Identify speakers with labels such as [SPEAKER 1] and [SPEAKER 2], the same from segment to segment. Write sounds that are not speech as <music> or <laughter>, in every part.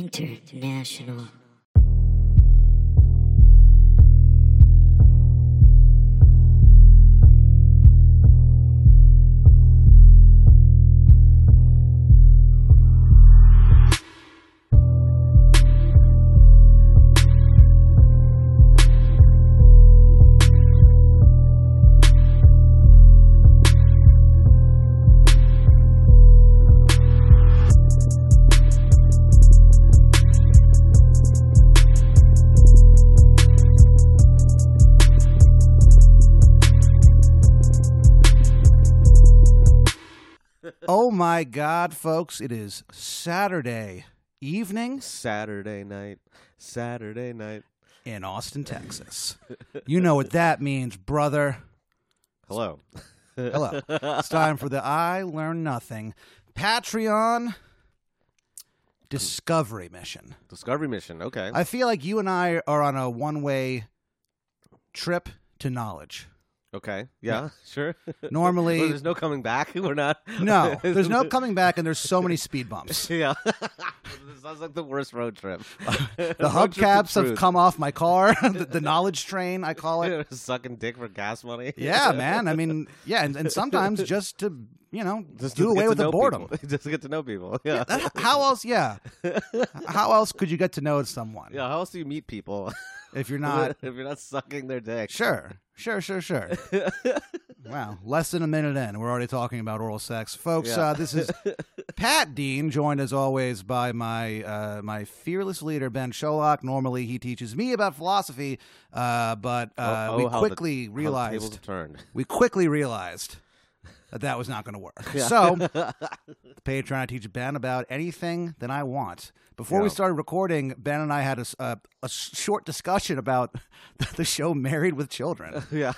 [SPEAKER 1] International.
[SPEAKER 2] Oh my God, folks! It is Saturday evening
[SPEAKER 3] Saturday night. Saturday night.
[SPEAKER 2] in Austin, Texas. You know what that means, brother.
[SPEAKER 3] Hello.
[SPEAKER 2] Hello. It's time for the I Learn Nothing Patreon Discovery Mission.
[SPEAKER 3] Discovery mission. Okay.
[SPEAKER 2] I feel like you and I are on a one way trip to knowledge. <laughs>
[SPEAKER 3] okay. Yeah. Sure. <laughs>
[SPEAKER 2] Normally-
[SPEAKER 3] Well, there's no coming back. <laughs> We're not. <laughs>
[SPEAKER 2] No, there's no coming back, and there's so many speed bumps.
[SPEAKER 3] yeah. <laughs> this sounds like the worst road trip. <laughs> the
[SPEAKER 2] <laughs> The hubcaps have
[SPEAKER 3] <laughs>
[SPEAKER 2] come off my car, <laughs> the, the knowledge train, I call it.
[SPEAKER 3] Sucking dick for gas money.
[SPEAKER 2] <laughs>
[SPEAKER 3] <laughs>
[SPEAKER 2] Yeah, man. I mean, yeah, and, and sometimes just to you know
[SPEAKER 3] <laughs> Just to
[SPEAKER 2] do
[SPEAKER 3] get
[SPEAKER 2] away
[SPEAKER 3] to
[SPEAKER 2] with the
[SPEAKER 3] know
[SPEAKER 2] boredom.
[SPEAKER 3] people. <laughs> Just to get to know people. Yeah.
[SPEAKER 2] <laughs>
[SPEAKER 3] Yeah.
[SPEAKER 2] That- how else?
[SPEAKER 3] <laughs>
[SPEAKER 2] Yeah, how else could you get to know someone
[SPEAKER 3] how else do you meet people <laughs>
[SPEAKER 2] if you're not?
[SPEAKER 3] if you're not sucking their dick?
[SPEAKER 2] Uh, sure, sure, sure,
[SPEAKER 3] <laughs>
[SPEAKER 2] sure. wow, less than a minute in, we're already talking about oral sex, folks.
[SPEAKER 3] Yeah.
[SPEAKER 2] Uh, this
[SPEAKER 3] <laughs>
[SPEAKER 2] is Pat Dean, joined as always by my uh, my fearless leader Ben Sholok. Normally, he teaches me about philosophy, uh, but uh,
[SPEAKER 3] Oh,
[SPEAKER 2] we
[SPEAKER 3] oh, how the-
[SPEAKER 2] quickly
[SPEAKER 3] how the tables
[SPEAKER 2] realized
[SPEAKER 3] have turned. <laughs>
[SPEAKER 2] we quickly realized that that was not going to work.
[SPEAKER 3] <laughs>
[SPEAKER 2] So, Patreon, I teach Ben about anything that I want. Before we
[SPEAKER 3] Yeah.
[SPEAKER 2] started recording, Ben and I had a, s- a- a s- short discussion about <laughs> the show Married with Children
[SPEAKER 3] Yeah.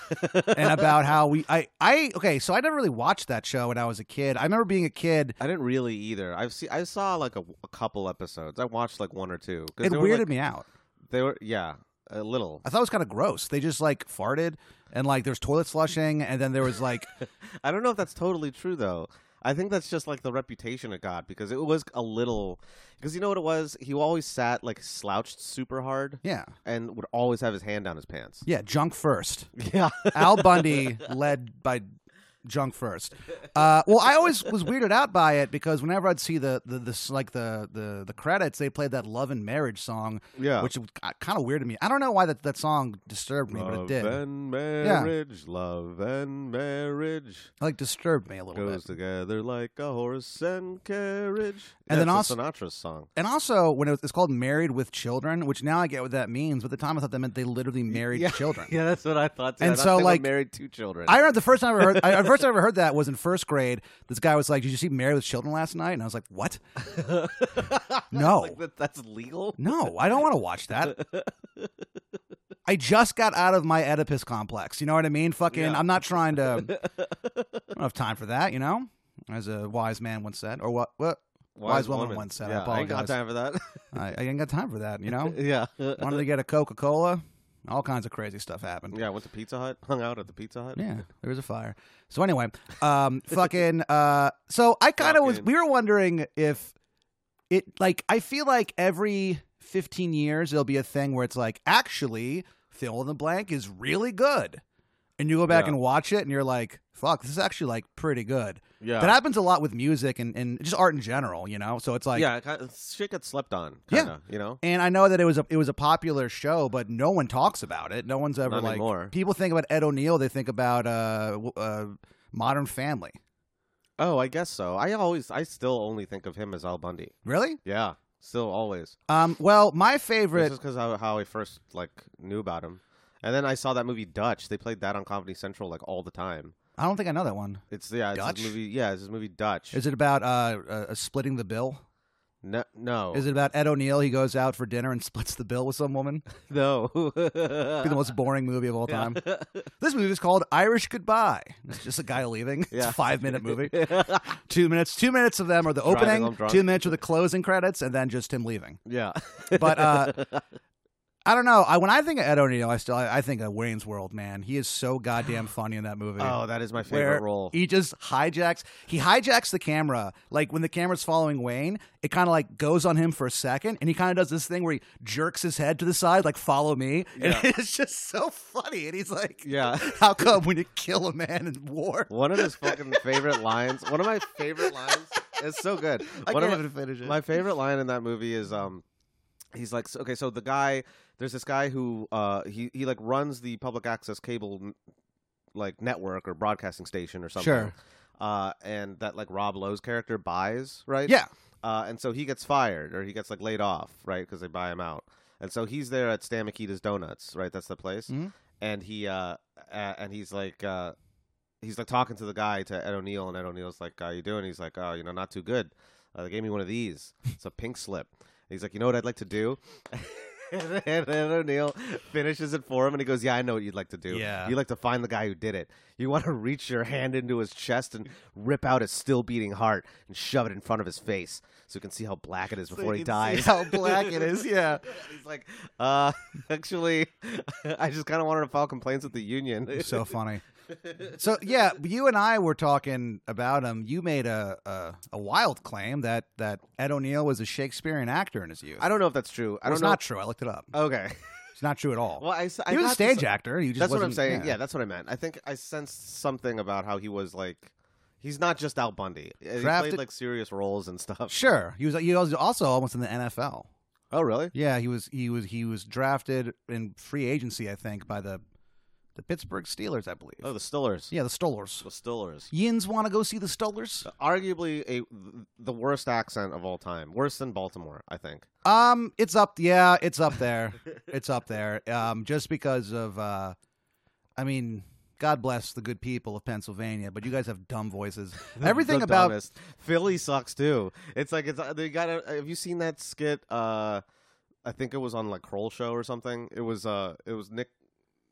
[SPEAKER 2] and about how we. I, I okay, so I never really watched that show when I was a kid. I remember being a kid.
[SPEAKER 3] I didn't really either. I've seen, I saw like a, a couple episodes. I watched like one or two. 'cause
[SPEAKER 2] It
[SPEAKER 3] they were,
[SPEAKER 2] weirded
[SPEAKER 3] like-
[SPEAKER 2] me out.
[SPEAKER 3] They were yeah, a little.
[SPEAKER 2] I thought it was kind of gross. They just like farted and like there's toilet flushing and then there was like <laughs>
[SPEAKER 3] I don't know if that's totally true though. I think that's just like the reputation it got because it was a little. Because you know what it was? He always sat like slouched super hard
[SPEAKER 2] yeah
[SPEAKER 3] and would always have his hand down
[SPEAKER 2] <laughs>
[SPEAKER 3] his pants.
[SPEAKER 2] yeah junk first.
[SPEAKER 3] Yeah.
[SPEAKER 2] Al Bundy led by Junk First. Uh, well, I always was weirded out by it because whenever I'd see the the this like the the the credits, they played that "Love and Marriage" song,
[SPEAKER 3] Yeah.
[SPEAKER 2] which was kind of weirded me. I don't know why that that song disturbed me, but it
[SPEAKER 3] Love
[SPEAKER 2] did.
[SPEAKER 3] and marriage, love and marriage
[SPEAKER 2] Like disturbed me a little
[SPEAKER 3] goes
[SPEAKER 2] bit.
[SPEAKER 3] together like a horse and carriage.
[SPEAKER 2] And then
[SPEAKER 3] That's
[SPEAKER 2] also-
[SPEAKER 3] a Sinatra song.
[SPEAKER 2] And also, when it was, it's called "Married with Children," which now I get what that means, but at the time I thought that meant they literally married
[SPEAKER 3] Yeah.
[SPEAKER 2] children.
[SPEAKER 3] <laughs> Yeah, that's what I thought. Too.
[SPEAKER 2] And
[SPEAKER 3] I thought
[SPEAKER 2] so,
[SPEAKER 3] they were
[SPEAKER 2] like,
[SPEAKER 3] married two children.
[SPEAKER 2] I remember the first time I ever heard. I, the first time I ever heard that was in first grade. This guy was like, "Did you see Married with Children last night?" And I was like, "What?
[SPEAKER 3] <laughs>
[SPEAKER 2] No,
[SPEAKER 3] like that, that's legal.
[SPEAKER 2] No, I don't want to watch that. I just got out of my Oedipus complex. You know what I mean? Fucking,
[SPEAKER 3] Yeah.
[SPEAKER 2] I'm not trying to. I don't have time for that. You know, as a wise man once said, or what? What? Wise woman once said, I
[SPEAKER 3] Yeah, ain't got
[SPEAKER 2] apologize.
[SPEAKER 3] time for that.
[SPEAKER 2] I, I ain't got time for that. You
[SPEAKER 3] <laughs>
[SPEAKER 2] know, <laughs>
[SPEAKER 3] yeah,
[SPEAKER 2] wanted to get a Coca Cola. All kinds of crazy stuff happened.
[SPEAKER 3] yeah. I went to Pizza Hut, hung out at the Pizza Hut.
[SPEAKER 2] Yeah, there was a fire. So anyway,
[SPEAKER 3] <laughs>
[SPEAKER 2] um, fucking. Uh, so I kind of was.
[SPEAKER 3] Fucking.
[SPEAKER 2] We were wondering if it like I feel like every 15 years there'll be a thing where it's like actually fill in the blank is really good, and you go back
[SPEAKER 3] Yeah.
[SPEAKER 2] and watch it and you're like, fuck, this is actually like pretty good.
[SPEAKER 3] yeah.
[SPEAKER 2] That happens a lot with music and and just art in general, you know. So it's like.
[SPEAKER 3] yeah, it kinda- shit got slept on.
[SPEAKER 2] Yeah.
[SPEAKER 3] Kinda, you know.
[SPEAKER 2] And I know that it was a it was a popular show, but no one talks about it. No one's ever
[SPEAKER 3] Not
[SPEAKER 2] like
[SPEAKER 3] anymore.
[SPEAKER 2] people think about Ed O'Neill, they think about uh, w- uh, Modern Family.
[SPEAKER 3] Oh, I guess so. I always, I still only think of him as Al Bundy.
[SPEAKER 2] Really?
[SPEAKER 3] Yeah, still always.
[SPEAKER 2] Um, well, my
[SPEAKER 3] This
[SPEAKER 2] favorite.
[SPEAKER 3] is because how, how I first like knew about him, and then I saw that movie Dutch. They played that on Comedy Central like all the time.
[SPEAKER 2] I don't think I know that one.
[SPEAKER 3] It's yeah, it's
[SPEAKER 2] Dutch?
[SPEAKER 3] his movie. Yeah, it's his movie Dutch.
[SPEAKER 2] Is it about uh, uh, splitting the bill?
[SPEAKER 3] no, no,
[SPEAKER 2] Is it about Ed O'Neill? He goes out for dinner and <laughs> splits the bill with some woman.
[SPEAKER 3] <laughs> no.
[SPEAKER 2] Be the most boring movie
[SPEAKER 3] <laughs>
[SPEAKER 2] of all time. This movie is called Irish Goodbye. It's just a guy leaving. It's a
[SPEAKER 3] Yeah.
[SPEAKER 2] five
[SPEAKER 3] <laughs>
[SPEAKER 2] minute movie. two minutes. Two minutes of them are the opening.
[SPEAKER 3] home drunk.
[SPEAKER 2] <laughs> Two minutes are the closing credits, and then just him leaving.
[SPEAKER 3] yeah.
[SPEAKER 2] But uh, I don't know. I when I think of Ed O'Neill, I still I, I think of Wayne's World. Man, he is so goddamn funny in that movie.
[SPEAKER 3] Oh, that is my favorite
[SPEAKER 2] where e
[SPEAKER 3] role.
[SPEAKER 2] He just hijacks. He hijacks the camera. Like when the camera's following Wayne, it kind of like goes on him for a second, and he kind of does this thing where he jerks his head to the side, like "Follow me," and
[SPEAKER 3] Yeah.
[SPEAKER 2] <laughs> it's just so funny. And he's like,
[SPEAKER 3] yeah.
[SPEAKER 2] <laughs> "How come when you kill a man in war?"
[SPEAKER 3] One of his fucking favorite lines. One of my favorite lines. It's so good.
[SPEAKER 2] I
[SPEAKER 3] One of
[SPEAKER 2] can't
[SPEAKER 3] my-
[SPEAKER 2] even finish it.
[SPEAKER 3] My favorite line in that movie is um he's like so- okay, so the guy there's this guy who uh he he like runs the public access cable n- like network or broadcasting station or something.
[SPEAKER 2] Sure.
[SPEAKER 3] Uh and that like Rob Lowe's character buys, right?
[SPEAKER 2] yeah,
[SPEAKER 3] Uh and so he gets fired or he gets like laid off, right? Cuz they buy him out. And so he's there at Stan Mikita's Donuts, right? That's the place.
[SPEAKER 2] Mhm.
[SPEAKER 3] And he uh a- and he's like uh he's like talking to the guy to Ed O'Neill, and Ed O'Neill's like, "How you doing?" He's like, "Oh, you know, not too good. Uh, they gave me one of these. It's a pink slip." And he's like, "You know what I'd like to do?" <laughs> and Ed O'Neill finishes it for him, and he goes, "Yeah, I know what you'd like to do.
[SPEAKER 2] Yeah.
[SPEAKER 3] you like to find the guy who did it. You want to <laughs> reach your hand into his chest and rip out his still beating heart and shove it in front of his face, so you can see how black it is before he dies."
[SPEAKER 2] how black it
[SPEAKER 3] <laughs>
[SPEAKER 2] is. Yeah.
[SPEAKER 3] He's like, uh, <laughs> actually, I just kind of wanted to file complaints with the union.
[SPEAKER 2] so funny. So yeah, you and I were talking about him. You made a a, a wild claim that that Ed O'Neill was a Shakespearean actor in his youth.
[SPEAKER 3] <laughs> I don't know if that's true. I
[SPEAKER 2] Well,
[SPEAKER 3] don't
[SPEAKER 2] it's
[SPEAKER 3] know.
[SPEAKER 2] not true. I looked it up.
[SPEAKER 3] Okay. <laughs>
[SPEAKER 2] It's not true at all.
[SPEAKER 3] Well, I, s- I
[SPEAKER 2] he was
[SPEAKER 3] got
[SPEAKER 2] a
[SPEAKER 3] the
[SPEAKER 2] stage
[SPEAKER 3] sen-
[SPEAKER 2] actor. He just
[SPEAKER 3] That's what I'm
[SPEAKER 2] wasn't-
[SPEAKER 3] saying. Yeah. that's what I meant. I think I sensed something about how he was like, he's not just Al Bundy. Uh, He
[SPEAKER 2] Drafted-
[SPEAKER 3] played like serious roles and stuff.
[SPEAKER 2] Sure. He was. He was also almost in the NFL.
[SPEAKER 3] Oh, really?
[SPEAKER 2] Yeah. He was. He was. He was drafted in free agency, I think, by the the Pittsburgh Steelers, I believe.
[SPEAKER 3] Oh, the Stillers.
[SPEAKER 2] Yeah, the Stolers.
[SPEAKER 3] The Stillers.
[SPEAKER 2] Yins want to go see the Stolers.
[SPEAKER 3] Oh. Arguably a the worst accent of all time, worse than Baltimore, I think.
[SPEAKER 2] Um, it's up. Yeah, it's up there. it's up there. Um, just because of, uh, I mean, God bless the good people of Pennsylvania, but you guys have dumb voices. Everything
[SPEAKER 3] the
[SPEAKER 2] about
[SPEAKER 3] dumbest. Philly sucks too. It's like it's they got. to Have you seen that skit? Uh, I think it was on like Kroll show or something. It was uh, it was Nick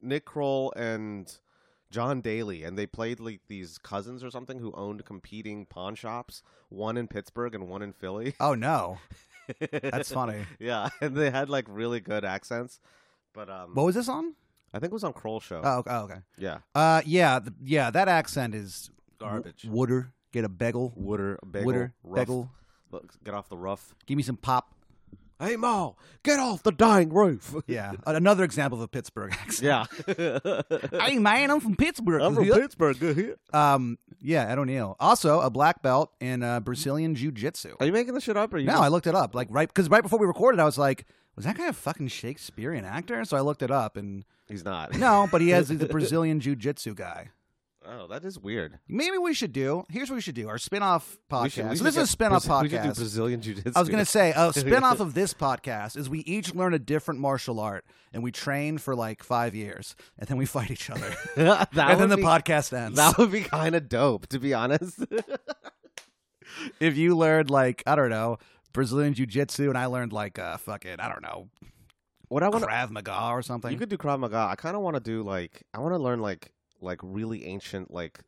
[SPEAKER 3] Nick Kroll and John Daly, and they played like these cousins or something who owned competing pawn shops, one in Pittsburgh and one in Philly.
[SPEAKER 2] oh no, that's funny.
[SPEAKER 3] <laughs> yeah, and they had like really good accents. But um,
[SPEAKER 2] What was this on?
[SPEAKER 3] I think it was on Kroll show.
[SPEAKER 2] Oh, okay. oh, okay.
[SPEAKER 3] yeah,
[SPEAKER 2] Uh, yeah, th- yeah. That accent is w-
[SPEAKER 3] garbage.
[SPEAKER 2] Wooder, get a begel.
[SPEAKER 3] Wooder, bagel,
[SPEAKER 2] Wooder,
[SPEAKER 3] rough.
[SPEAKER 2] begel.
[SPEAKER 3] Look, get off the rough.
[SPEAKER 2] Give me some
[SPEAKER 3] <laughs>
[SPEAKER 2] pop.
[SPEAKER 3] Hey, Ma, get off the dying roof.
[SPEAKER 2] Yeah, A- another example of a Pittsburgh <laughs> accent.
[SPEAKER 3] <laughs> Yeah.
[SPEAKER 2] Hey man, I'm from Pittsburgh.
[SPEAKER 3] Pittsburgh. Good here.
[SPEAKER 2] um, yeah, Ed O'Neill. Also, a black belt in uh, Brazilian jiu-jitsu.
[SPEAKER 3] Are you making this shit up? Or are you
[SPEAKER 2] No, I looked it up. Like right because right before we recorded, I was like, was that guy a fucking Shakespearean actor? So I looked it up,
[SPEAKER 3] <laughs>
[SPEAKER 2] and
[SPEAKER 3] he's not.
[SPEAKER 2] no, but he has the Brazilian jiu-jitsu guy.
[SPEAKER 3] Oh, that is weird.
[SPEAKER 2] Maybe we should do. Here's what we should do: our spin-off podcast.
[SPEAKER 3] We should, we
[SPEAKER 2] so
[SPEAKER 3] should
[SPEAKER 2] this
[SPEAKER 3] get
[SPEAKER 2] is a spin-off
[SPEAKER 3] Braz- We should do
[SPEAKER 2] podcast.
[SPEAKER 3] Brazilian jiu-jitsu.
[SPEAKER 2] I was gonna say a spin-off of this podcast is we each learn a different martial art and we train for like five years and then we fight each
[SPEAKER 3] <laughs>
[SPEAKER 2] other
[SPEAKER 3] <laughs> that
[SPEAKER 2] and then
[SPEAKER 3] would
[SPEAKER 2] the
[SPEAKER 3] be,
[SPEAKER 2] podcast ends.
[SPEAKER 3] That would be kind of dope, to be honest.
[SPEAKER 2] <laughs> if you learned like I don't know Brazilian jiu-jitsu and I learned like uh fucking I don't know
[SPEAKER 3] what I want
[SPEAKER 2] Krav Maga or something.
[SPEAKER 3] to, you could do Krav Maga. I kind of want to do like, I want to learn like, like really ancient, like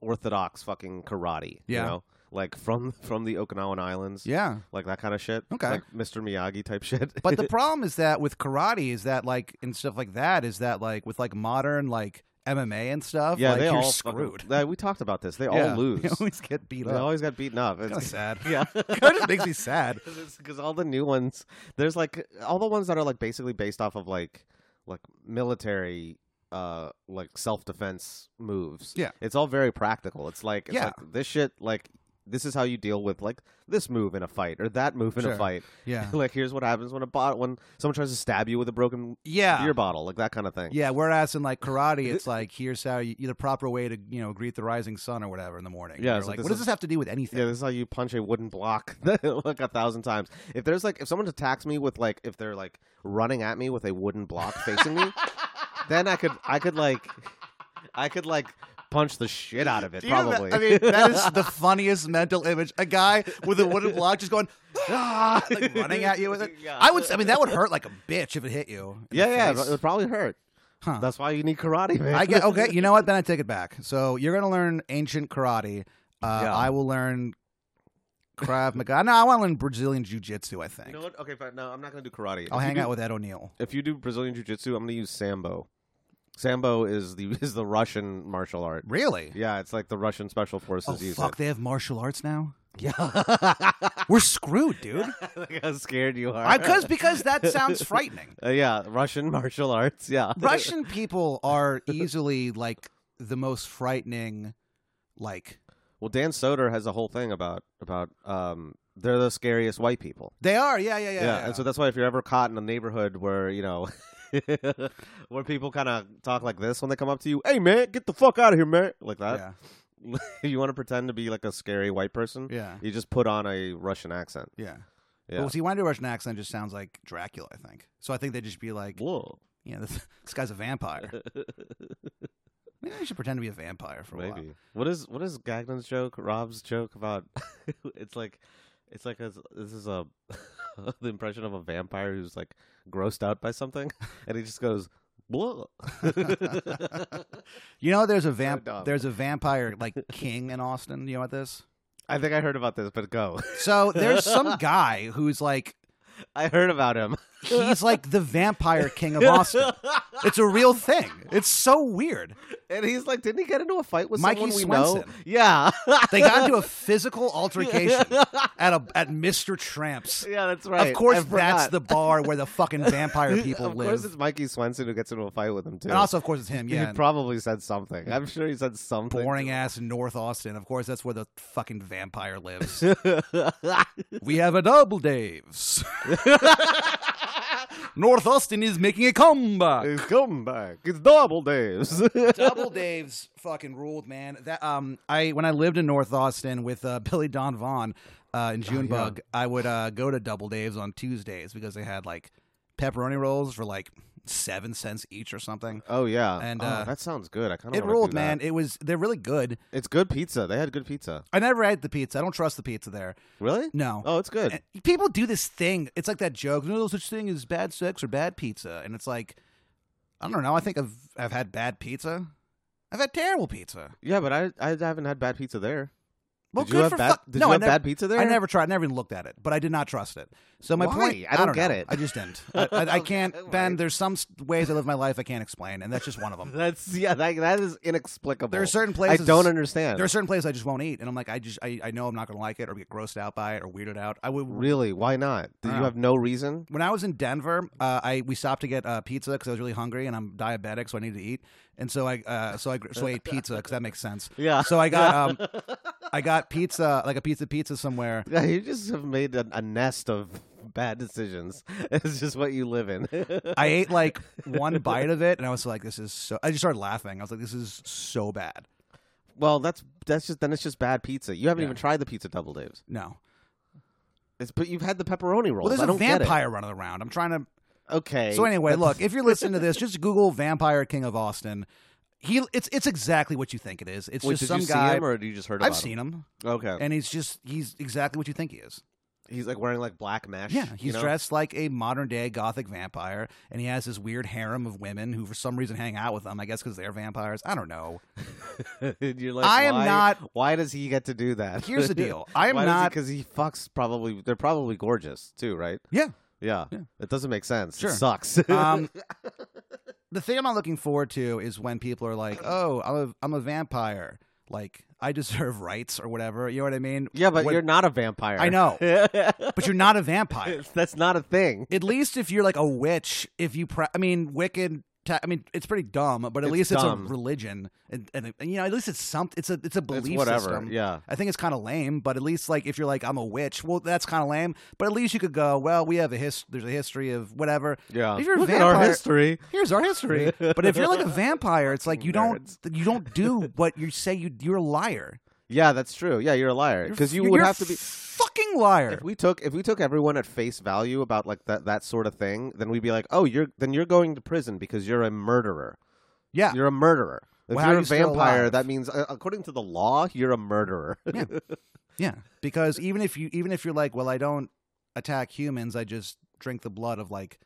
[SPEAKER 3] orthodox fucking karate.
[SPEAKER 2] Yeah.
[SPEAKER 3] You know? Like from from the Okinawan
[SPEAKER 2] <laughs>
[SPEAKER 3] Islands.
[SPEAKER 2] yeah.
[SPEAKER 3] Like that kind of shit.
[SPEAKER 2] Okay.
[SPEAKER 3] Like Mr. Miyagi type shit.
[SPEAKER 2] But
[SPEAKER 3] <laughs>
[SPEAKER 2] the problem is that with karate is that like and stuff like that is that like with like modern like MMA and stuff,
[SPEAKER 3] yeah,
[SPEAKER 2] like
[SPEAKER 3] they
[SPEAKER 2] you're
[SPEAKER 3] all fucking-
[SPEAKER 2] screwed.
[SPEAKER 3] Yeah, we talked about this. <laughs> They
[SPEAKER 2] Yeah. <laughs>
[SPEAKER 3] all lose.
[SPEAKER 2] You always get beat
[SPEAKER 3] They
[SPEAKER 2] up.
[SPEAKER 3] always got beaten up.
[SPEAKER 2] Kind of
[SPEAKER 3] It's,
[SPEAKER 2] sad. <laughs>
[SPEAKER 3] <laughs> yeah,
[SPEAKER 2] kind of
[SPEAKER 3] <laughs>
[SPEAKER 2] makes me sad.
[SPEAKER 3] because all the new ones, there's like all the ones that are like basically based off of like like military, uh, like self defense moves.
[SPEAKER 2] Yeah.
[SPEAKER 3] it's all very practical. It's like it's
[SPEAKER 2] Yeah.
[SPEAKER 3] like this shit like. This is how you deal with like this move in a fight or that move in
[SPEAKER 2] Sure.
[SPEAKER 3] a fight. <laughs>
[SPEAKER 2] Yeah.
[SPEAKER 3] like here's what happens when a bot when someone tries to stab you with a broken
[SPEAKER 2] Yeah.
[SPEAKER 3] beer bottle, like that kind of thing.
[SPEAKER 2] yeah, whereas in like karate, it's like here's how you, the proper way to you know greet the rising sun or whatever in the morning.
[SPEAKER 3] Yeah,
[SPEAKER 2] You're
[SPEAKER 3] it's
[SPEAKER 2] like
[SPEAKER 3] like
[SPEAKER 2] what does
[SPEAKER 3] this
[SPEAKER 2] this have to do with anything?
[SPEAKER 3] Yeah, this is how you punch a wooden block <laughs> like a thousand times. If there's like if someone attacks me with like if they're like running at me with a wooden block
[SPEAKER 2] <laughs>
[SPEAKER 3] facing me, then I could I could like I could like punch the shit out of it
[SPEAKER 2] Do you ima-
[SPEAKER 3] probably.
[SPEAKER 2] I mean, that
[SPEAKER 3] <laughs>
[SPEAKER 2] is <laughs> the funniest mental image. A guy with a wooden block just going, <laughs> ah, like running at you with it.
[SPEAKER 3] Yeah.
[SPEAKER 2] I would. I mean, that would hurt like a bitch if it hit you. in
[SPEAKER 3] yeah,
[SPEAKER 2] the
[SPEAKER 3] yeah,
[SPEAKER 2] face.
[SPEAKER 3] it would probably hurt.
[SPEAKER 2] Huh.
[SPEAKER 3] That's why you need karate, man.
[SPEAKER 2] I get okay. You know what? Then I take it back. So you're gonna learn ancient karate. Uh,
[SPEAKER 3] Yeah.
[SPEAKER 2] I will learn Krav Maga. No, I want to learn Brazilian Jiu Jitsu. I think
[SPEAKER 3] You know what? Okay, fine. No, I'm not gonna do karate.
[SPEAKER 2] I'll
[SPEAKER 3] If you
[SPEAKER 2] hang
[SPEAKER 3] do-
[SPEAKER 2] out with Ed O'Neill.
[SPEAKER 3] If you do Brazilian jiu-jitsu, I'm gonna use sambo. Sambo is the <laughs> is the Russian martial art.
[SPEAKER 2] Really?
[SPEAKER 3] Yeah, it's like the Russian special forces
[SPEAKER 2] oh
[SPEAKER 3] use
[SPEAKER 2] fuck! They have martial arts now.
[SPEAKER 3] it. <laughs> Yeah,
[SPEAKER 2] We're screwed, <laughs> dude.
[SPEAKER 3] <laughs> Look how scared you are.
[SPEAKER 2] Because because that sounds frightening.
[SPEAKER 3] <laughs> Uh, yeah, Russian martial arts. <laughs> Yeah,
[SPEAKER 2] <laughs> Russian people <laughs> are easily like the most frightening. Like
[SPEAKER 3] Well, Dan Soder has a whole thing about about um they're the scariest white people.
[SPEAKER 2] they are. Yeah, yeah, yeah.
[SPEAKER 3] Yeah, and so that's why if you're ever caught in a neighborhood where you know. <laughs> where people kind of talk like this when they come up to you, hey man, get the fuck out of here, man, like that.
[SPEAKER 2] yeah.
[SPEAKER 3] <laughs> you want to pretend to be like a scary white person,
[SPEAKER 2] yeah.
[SPEAKER 3] you just put on a Russian accent.
[SPEAKER 2] Yeah.
[SPEAKER 3] Yeah.
[SPEAKER 2] Well, see, when I do a Russian accent, it just sounds like Dracula, I think. So I think they'd just be like,
[SPEAKER 3] <laughs> Whoa,
[SPEAKER 2] you know, <laughs> this, this guy's a <laughs> vampire. Maybe I should pretend to be a vampire for a while.
[SPEAKER 3] maybe. What is what is Gagnon's joke? Rob's joke about? <laughs> it's like, it's like a, this is a <laughs> the impression of a vampire who's like grossed out
[SPEAKER 2] <laughs>
[SPEAKER 3] by something, and he just goes, "Whoa."
[SPEAKER 2] You know, there's a vamp,
[SPEAKER 3] dumb.
[SPEAKER 2] there's a vampire like king in Austin. You know what this?
[SPEAKER 3] I think I heard about this, but go. <laughs>
[SPEAKER 2] So there's <laughs> some guy who's like,
[SPEAKER 3] I heard about him. <laughs>
[SPEAKER 2] he's like the vampire king of Austin. It's a real thing. It's so weird.
[SPEAKER 3] and he's like, didn't he get into a fight with
[SPEAKER 2] Mikey
[SPEAKER 3] someone we know?
[SPEAKER 2] Swenson.
[SPEAKER 3] Yeah, <laughs>
[SPEAKER 2] They got into a physical altercation at a at Mr. Tramps.
[SPEAKER 3] yeah, that's right.
[SPEAKER 2] Of course,
[SPEAKER 3] I
[SPEAKER 2] that's
[SPEAKER 3] forgot.
[SPEAKER 2] the bar where the fucking vampire people
[SPEAKER 3] <laughs> of
[SPEAKER 2] live.
[SPEAKER 3] course, it's Mikey Swenson who gets into a fight with him too.
[SPEAKER 2] And also, of course, it's him.
[SPEAKER 3] He
[SPEAKER 2] Yeah, and
[SPEAKER 3] probably said something. I'm sure he said something.
[SPEAKER 2] boring ass North Austin. Of course, that's where the fucking vampire
[SPEAKER 3] <laughs>
[SPEAKER 2] lives.
[SPEAKER 3] North
[SPEAKER 2] we have a double
[SPEAKER 3] <laughs>
[SPEAKER 2] Daves. <laughs> North Austin is making a comeback.
[SPEAKER 3] <laughs> He's coming back. It's double days. <laughs>
[SPEAKER 2] double Daves fucking ruled, man. That um, I when I lived in North Austin with uh, <laughs> Billy Don Vaughn uh,
[SPEAKER 3] Oh,
[SPEAKER 2] in Junebug, I would uh, go to Double Daves on Tuesdays because they had like pepperoni rolls for like seven cents each or something.
[SPEAKER 3] oh yeah,
[SPEAKER 2] And,
[SPEAKER 3] Oh,
[SPEAKER 2] uh,
[SPEAKER 3] that sounds good. I kind of
[SPEAKER 2] It ruled, man. It was they're really good.
[SPEAKER 3] It's good pizza. They had good pizza.
[SPEAKER 2] I never ate the pizza. I don't trust the pizza there.
[SPEAKER 3] Really?
[SPEAKER 2] No.
[SPEAKER 3] Oh, it's good.
[SPEAKER 2] And people do this thing. It's like that joke. No such thing as bad sex or bad pizza. And it's like, I don't know. I think I've I've had bad pizza. I've had terrible pizza.
[SPEAKER 3] yeah, but I I haven't had bad pizza there.
[SPEAKER 2] Well,
[SPEAKER 3] did
[SPEAKER 2] good
[SPEAKER 3] you have
[SPEAKER 2] for
[SPEAKER 3] bad?
[SPEAKER 2] fuck.
[SPEAKER 3] Did
[SPEAKER 2] no,
[SPEAKER 3] you
[SPEAKER 2] I
[SPEAKER 3] have
[SPEAKER 2] never,
[SPEAKER 3] bad pizza there?
[SPEAKER 2] I never tried. I never even looked at it, but I did not trust it. So my
[SPEAKER 3] Why?
[SPEAKER 2] point,
[SPEAKER 3] I don't
[SPEAKER 2] know.
[SPEAKER 3] get it.
[SPEAKER 2] I just
[SPEAKER 3] <laughs>
[SPEAKER 2] didn't. I, I, I can't.
[SPEAKER 3] Okay,
[SPEAKER 2] Ben,
[SPEAKER 3] right.
[SPEAKER 2] there's some s- ways I live my life I can't explain, and that's just one of them.
[SPEAKER 3] <laughs> That's <laughs> yeah. That, that is inexplicable.
[SPEAKER 2] There are certain
[SPEAKER 3] I
[SPEAKER 2] places
[SPEAKER 3] don't understand.
[SPEAKER 2] There are certain places I just won't eat, and I'm like, I just, I, I know I'm not gonna like it or get grossed out by it or weirded out. I would
[SPEAKER 3] really. Why not? Did
[SPEAKER 2] I
[SPEAKER 3] you
[SPEAKER 2] don't
[SPEAKER 3] have no reason? <laughs>
[SPEAKER 2] when I was in Denver, uh, I we stopped to get uh, pizza because I was really hungry and I'm diabetic, so I needed to eat. And so I uh, so I so I ate pizza because that makes sense.
[SPEAKER 3] <laughs> Yeah.
[SPEAKER 2] So I got um, I got pizza like a piece of pizza somewhere.
[SPEAKER 3] Yeah, you just have made a, a nest of bad decisions. <laughs> It's just what you live in. <laughs>
[SPEAKER 2] I ate like one bite of it, and I was like, "This is so." I just started laughing. I was like, "This is so bad."
[SPEAKER 3] well, that's that's just then it's just bad pizza. You haven't
[SPEAKER 2] Yeah.
[SPEAKER 3] even tried the pizza double daves.
[SPEAKER 2] No.
[SPEAKER 3] It's but you've had the pepperoni rolls.
[SPEAKER 2] Well, there's
[SPEAKER 3] I
[SPEAKER 2] a
[SPEAKER 3] don't get it.
[SPEAKER 2] vampire running around. I'm trying to.
[SPEAKER 3] Okay.
[SPEAKER 2] So anyway,
[SPEAKER 3] that's-
[SPEAKER 2] look, if you're listening
[SPEAKER 3] <laughs>
[SPEAKER 2] to this, just Google "vampire king of Austin." He, it's it's exactly what you think it is. It's
[SPEAKER 3] Wait,
[SPEAKER 2] just
[SPEAKER 3] did
[SPEAKER 2] some
[SPEAKER 3] you
[SPEAKER 2] guy.
[SPEAKER 3] see him Oh. or did you just heard about
[SPEAKER 2] I've seen him,
[SPEAKER 3] him? Okay.
[SPEAKER 2] and he's just he's exactly what you think he is.
[SPEAKER 3] he's like wearing like black mesh.
[SPEAKER 2] Yeah,
[SPEAKER 3] you
[SPEAKER 2] he's
[SPEAKER 3] know?
[SPEAKER 2] dressed like a modern day gothic vampire, and he has this weird harem of women who, for some reason, hang out with him. I guess because they're vampires. I don't know.
[SPEAKER 3] <laughs> And you're like,
[SPEAKER 2] I am
[SPEAKER 3] why-
[SPEAKER 2] not-
[SPEAKER 3] Why does he get to do that?
[SPEAKER 2] Here's the
[SPEAKER 3] <laughs>
[SPEAKER 2] deal: I am not.
[SPEAKER 3] because he, fucks probably. They're probably gorgeous too, right?
[SPEAKER 2] Yeah.
[SPEAKER 3] Yeah.
[SPEAKER 2] Yeah.
[SPEAKER 3] It doesn't make sense.
[SPEAKER 2] Sure.
[SPEAKER 3] It
[SPEAKER 2] <laughs>
[SPEAKER 3] sucks.
[SPEAKER 2] Um, the thing I'm not looking forward to is when people are like, "Oh, I'm a, I'm a vampire. Like I <laughs> deserve rights or whatever." You know what I mean?
[SPEAKER 3] <laughs> yeah, but
[SPEAKER 2] What-
[SPEAKER 3] you're not a vampire. <laughs>
[SPEAKER 2] I know,
[SPEAKER 3] It's-
[SPEAKER 2] but you're
[SPEAKER 3] <laughs>
[SPEAKER 2] not a vampire.
[SPEAKER 3] That's not a thing.
[SPEAKER 2] At least if you're like a witch, if you, pra- I mean, Wiccan. Ta- I mean, it's pretty dumb, but at
[SPEAKER 3] It's
[SPEAKER 2] least
[SPEAKER 3] dumb.
[SPEAKER 2] it's a religion, and, and, and, you know, at least it's something. It's a it's a <laughs> belief
[SPEAKER 3] it's whatever.
[SPEAKER 2] system.
[SPEAKER 3] Yeah.
[SPEAKER 2] I think it's kind of lame, but at least like if you're like I'm a witch, well that's kind of lame. But at least you could go, well, we have a his- there's a history of whatever.
[SPEAKER 3] Yeah.
[SPEAKER 2] If you're a
[SPEAKER 3] Look at our
[SPEAKER 2] vampire-
[SPEAKER 3] history.
[SPEAKER 2] Here's our history. but if you're like a vampire, it's like you don't you don't do what you say you you're a liar.
[SPEAKER 3] Yeah, that's true. Yeah, you're a liar
[SPEAKER 2] You're-
[SPEAKER 3] because you
[SPEAKER 2] you're
[SPEAKER 3] would
[SPEAKER 2] a
[SPEAKER 3] have to be.
[SPEAKER 2] fucking liar.
[SPEAKER 3] If we took if we took everyone at face value about like that that sort of thing, then we'd be like, oh, you're then you're going to prison because you're a murderer.
[SPEAKER 2] yeah.
[SPEAKER 3] You're a murderer. If
[SPEAKER 2] Well, how
[SPEAKER 3] you're
[SPEAKER 2] are
[SPEAKER 3] a
[SPEAKER 2] you still
[SPEAKER 3] vampire,
[SPEAKER 2] alive?
[SPEAKER 3] that means uh, according to the law, you're a murderer. <laughs>
[SPEAKER 2] Yeah, because even if you even if you're like, well, I don't attack humans, I just drink the blood of like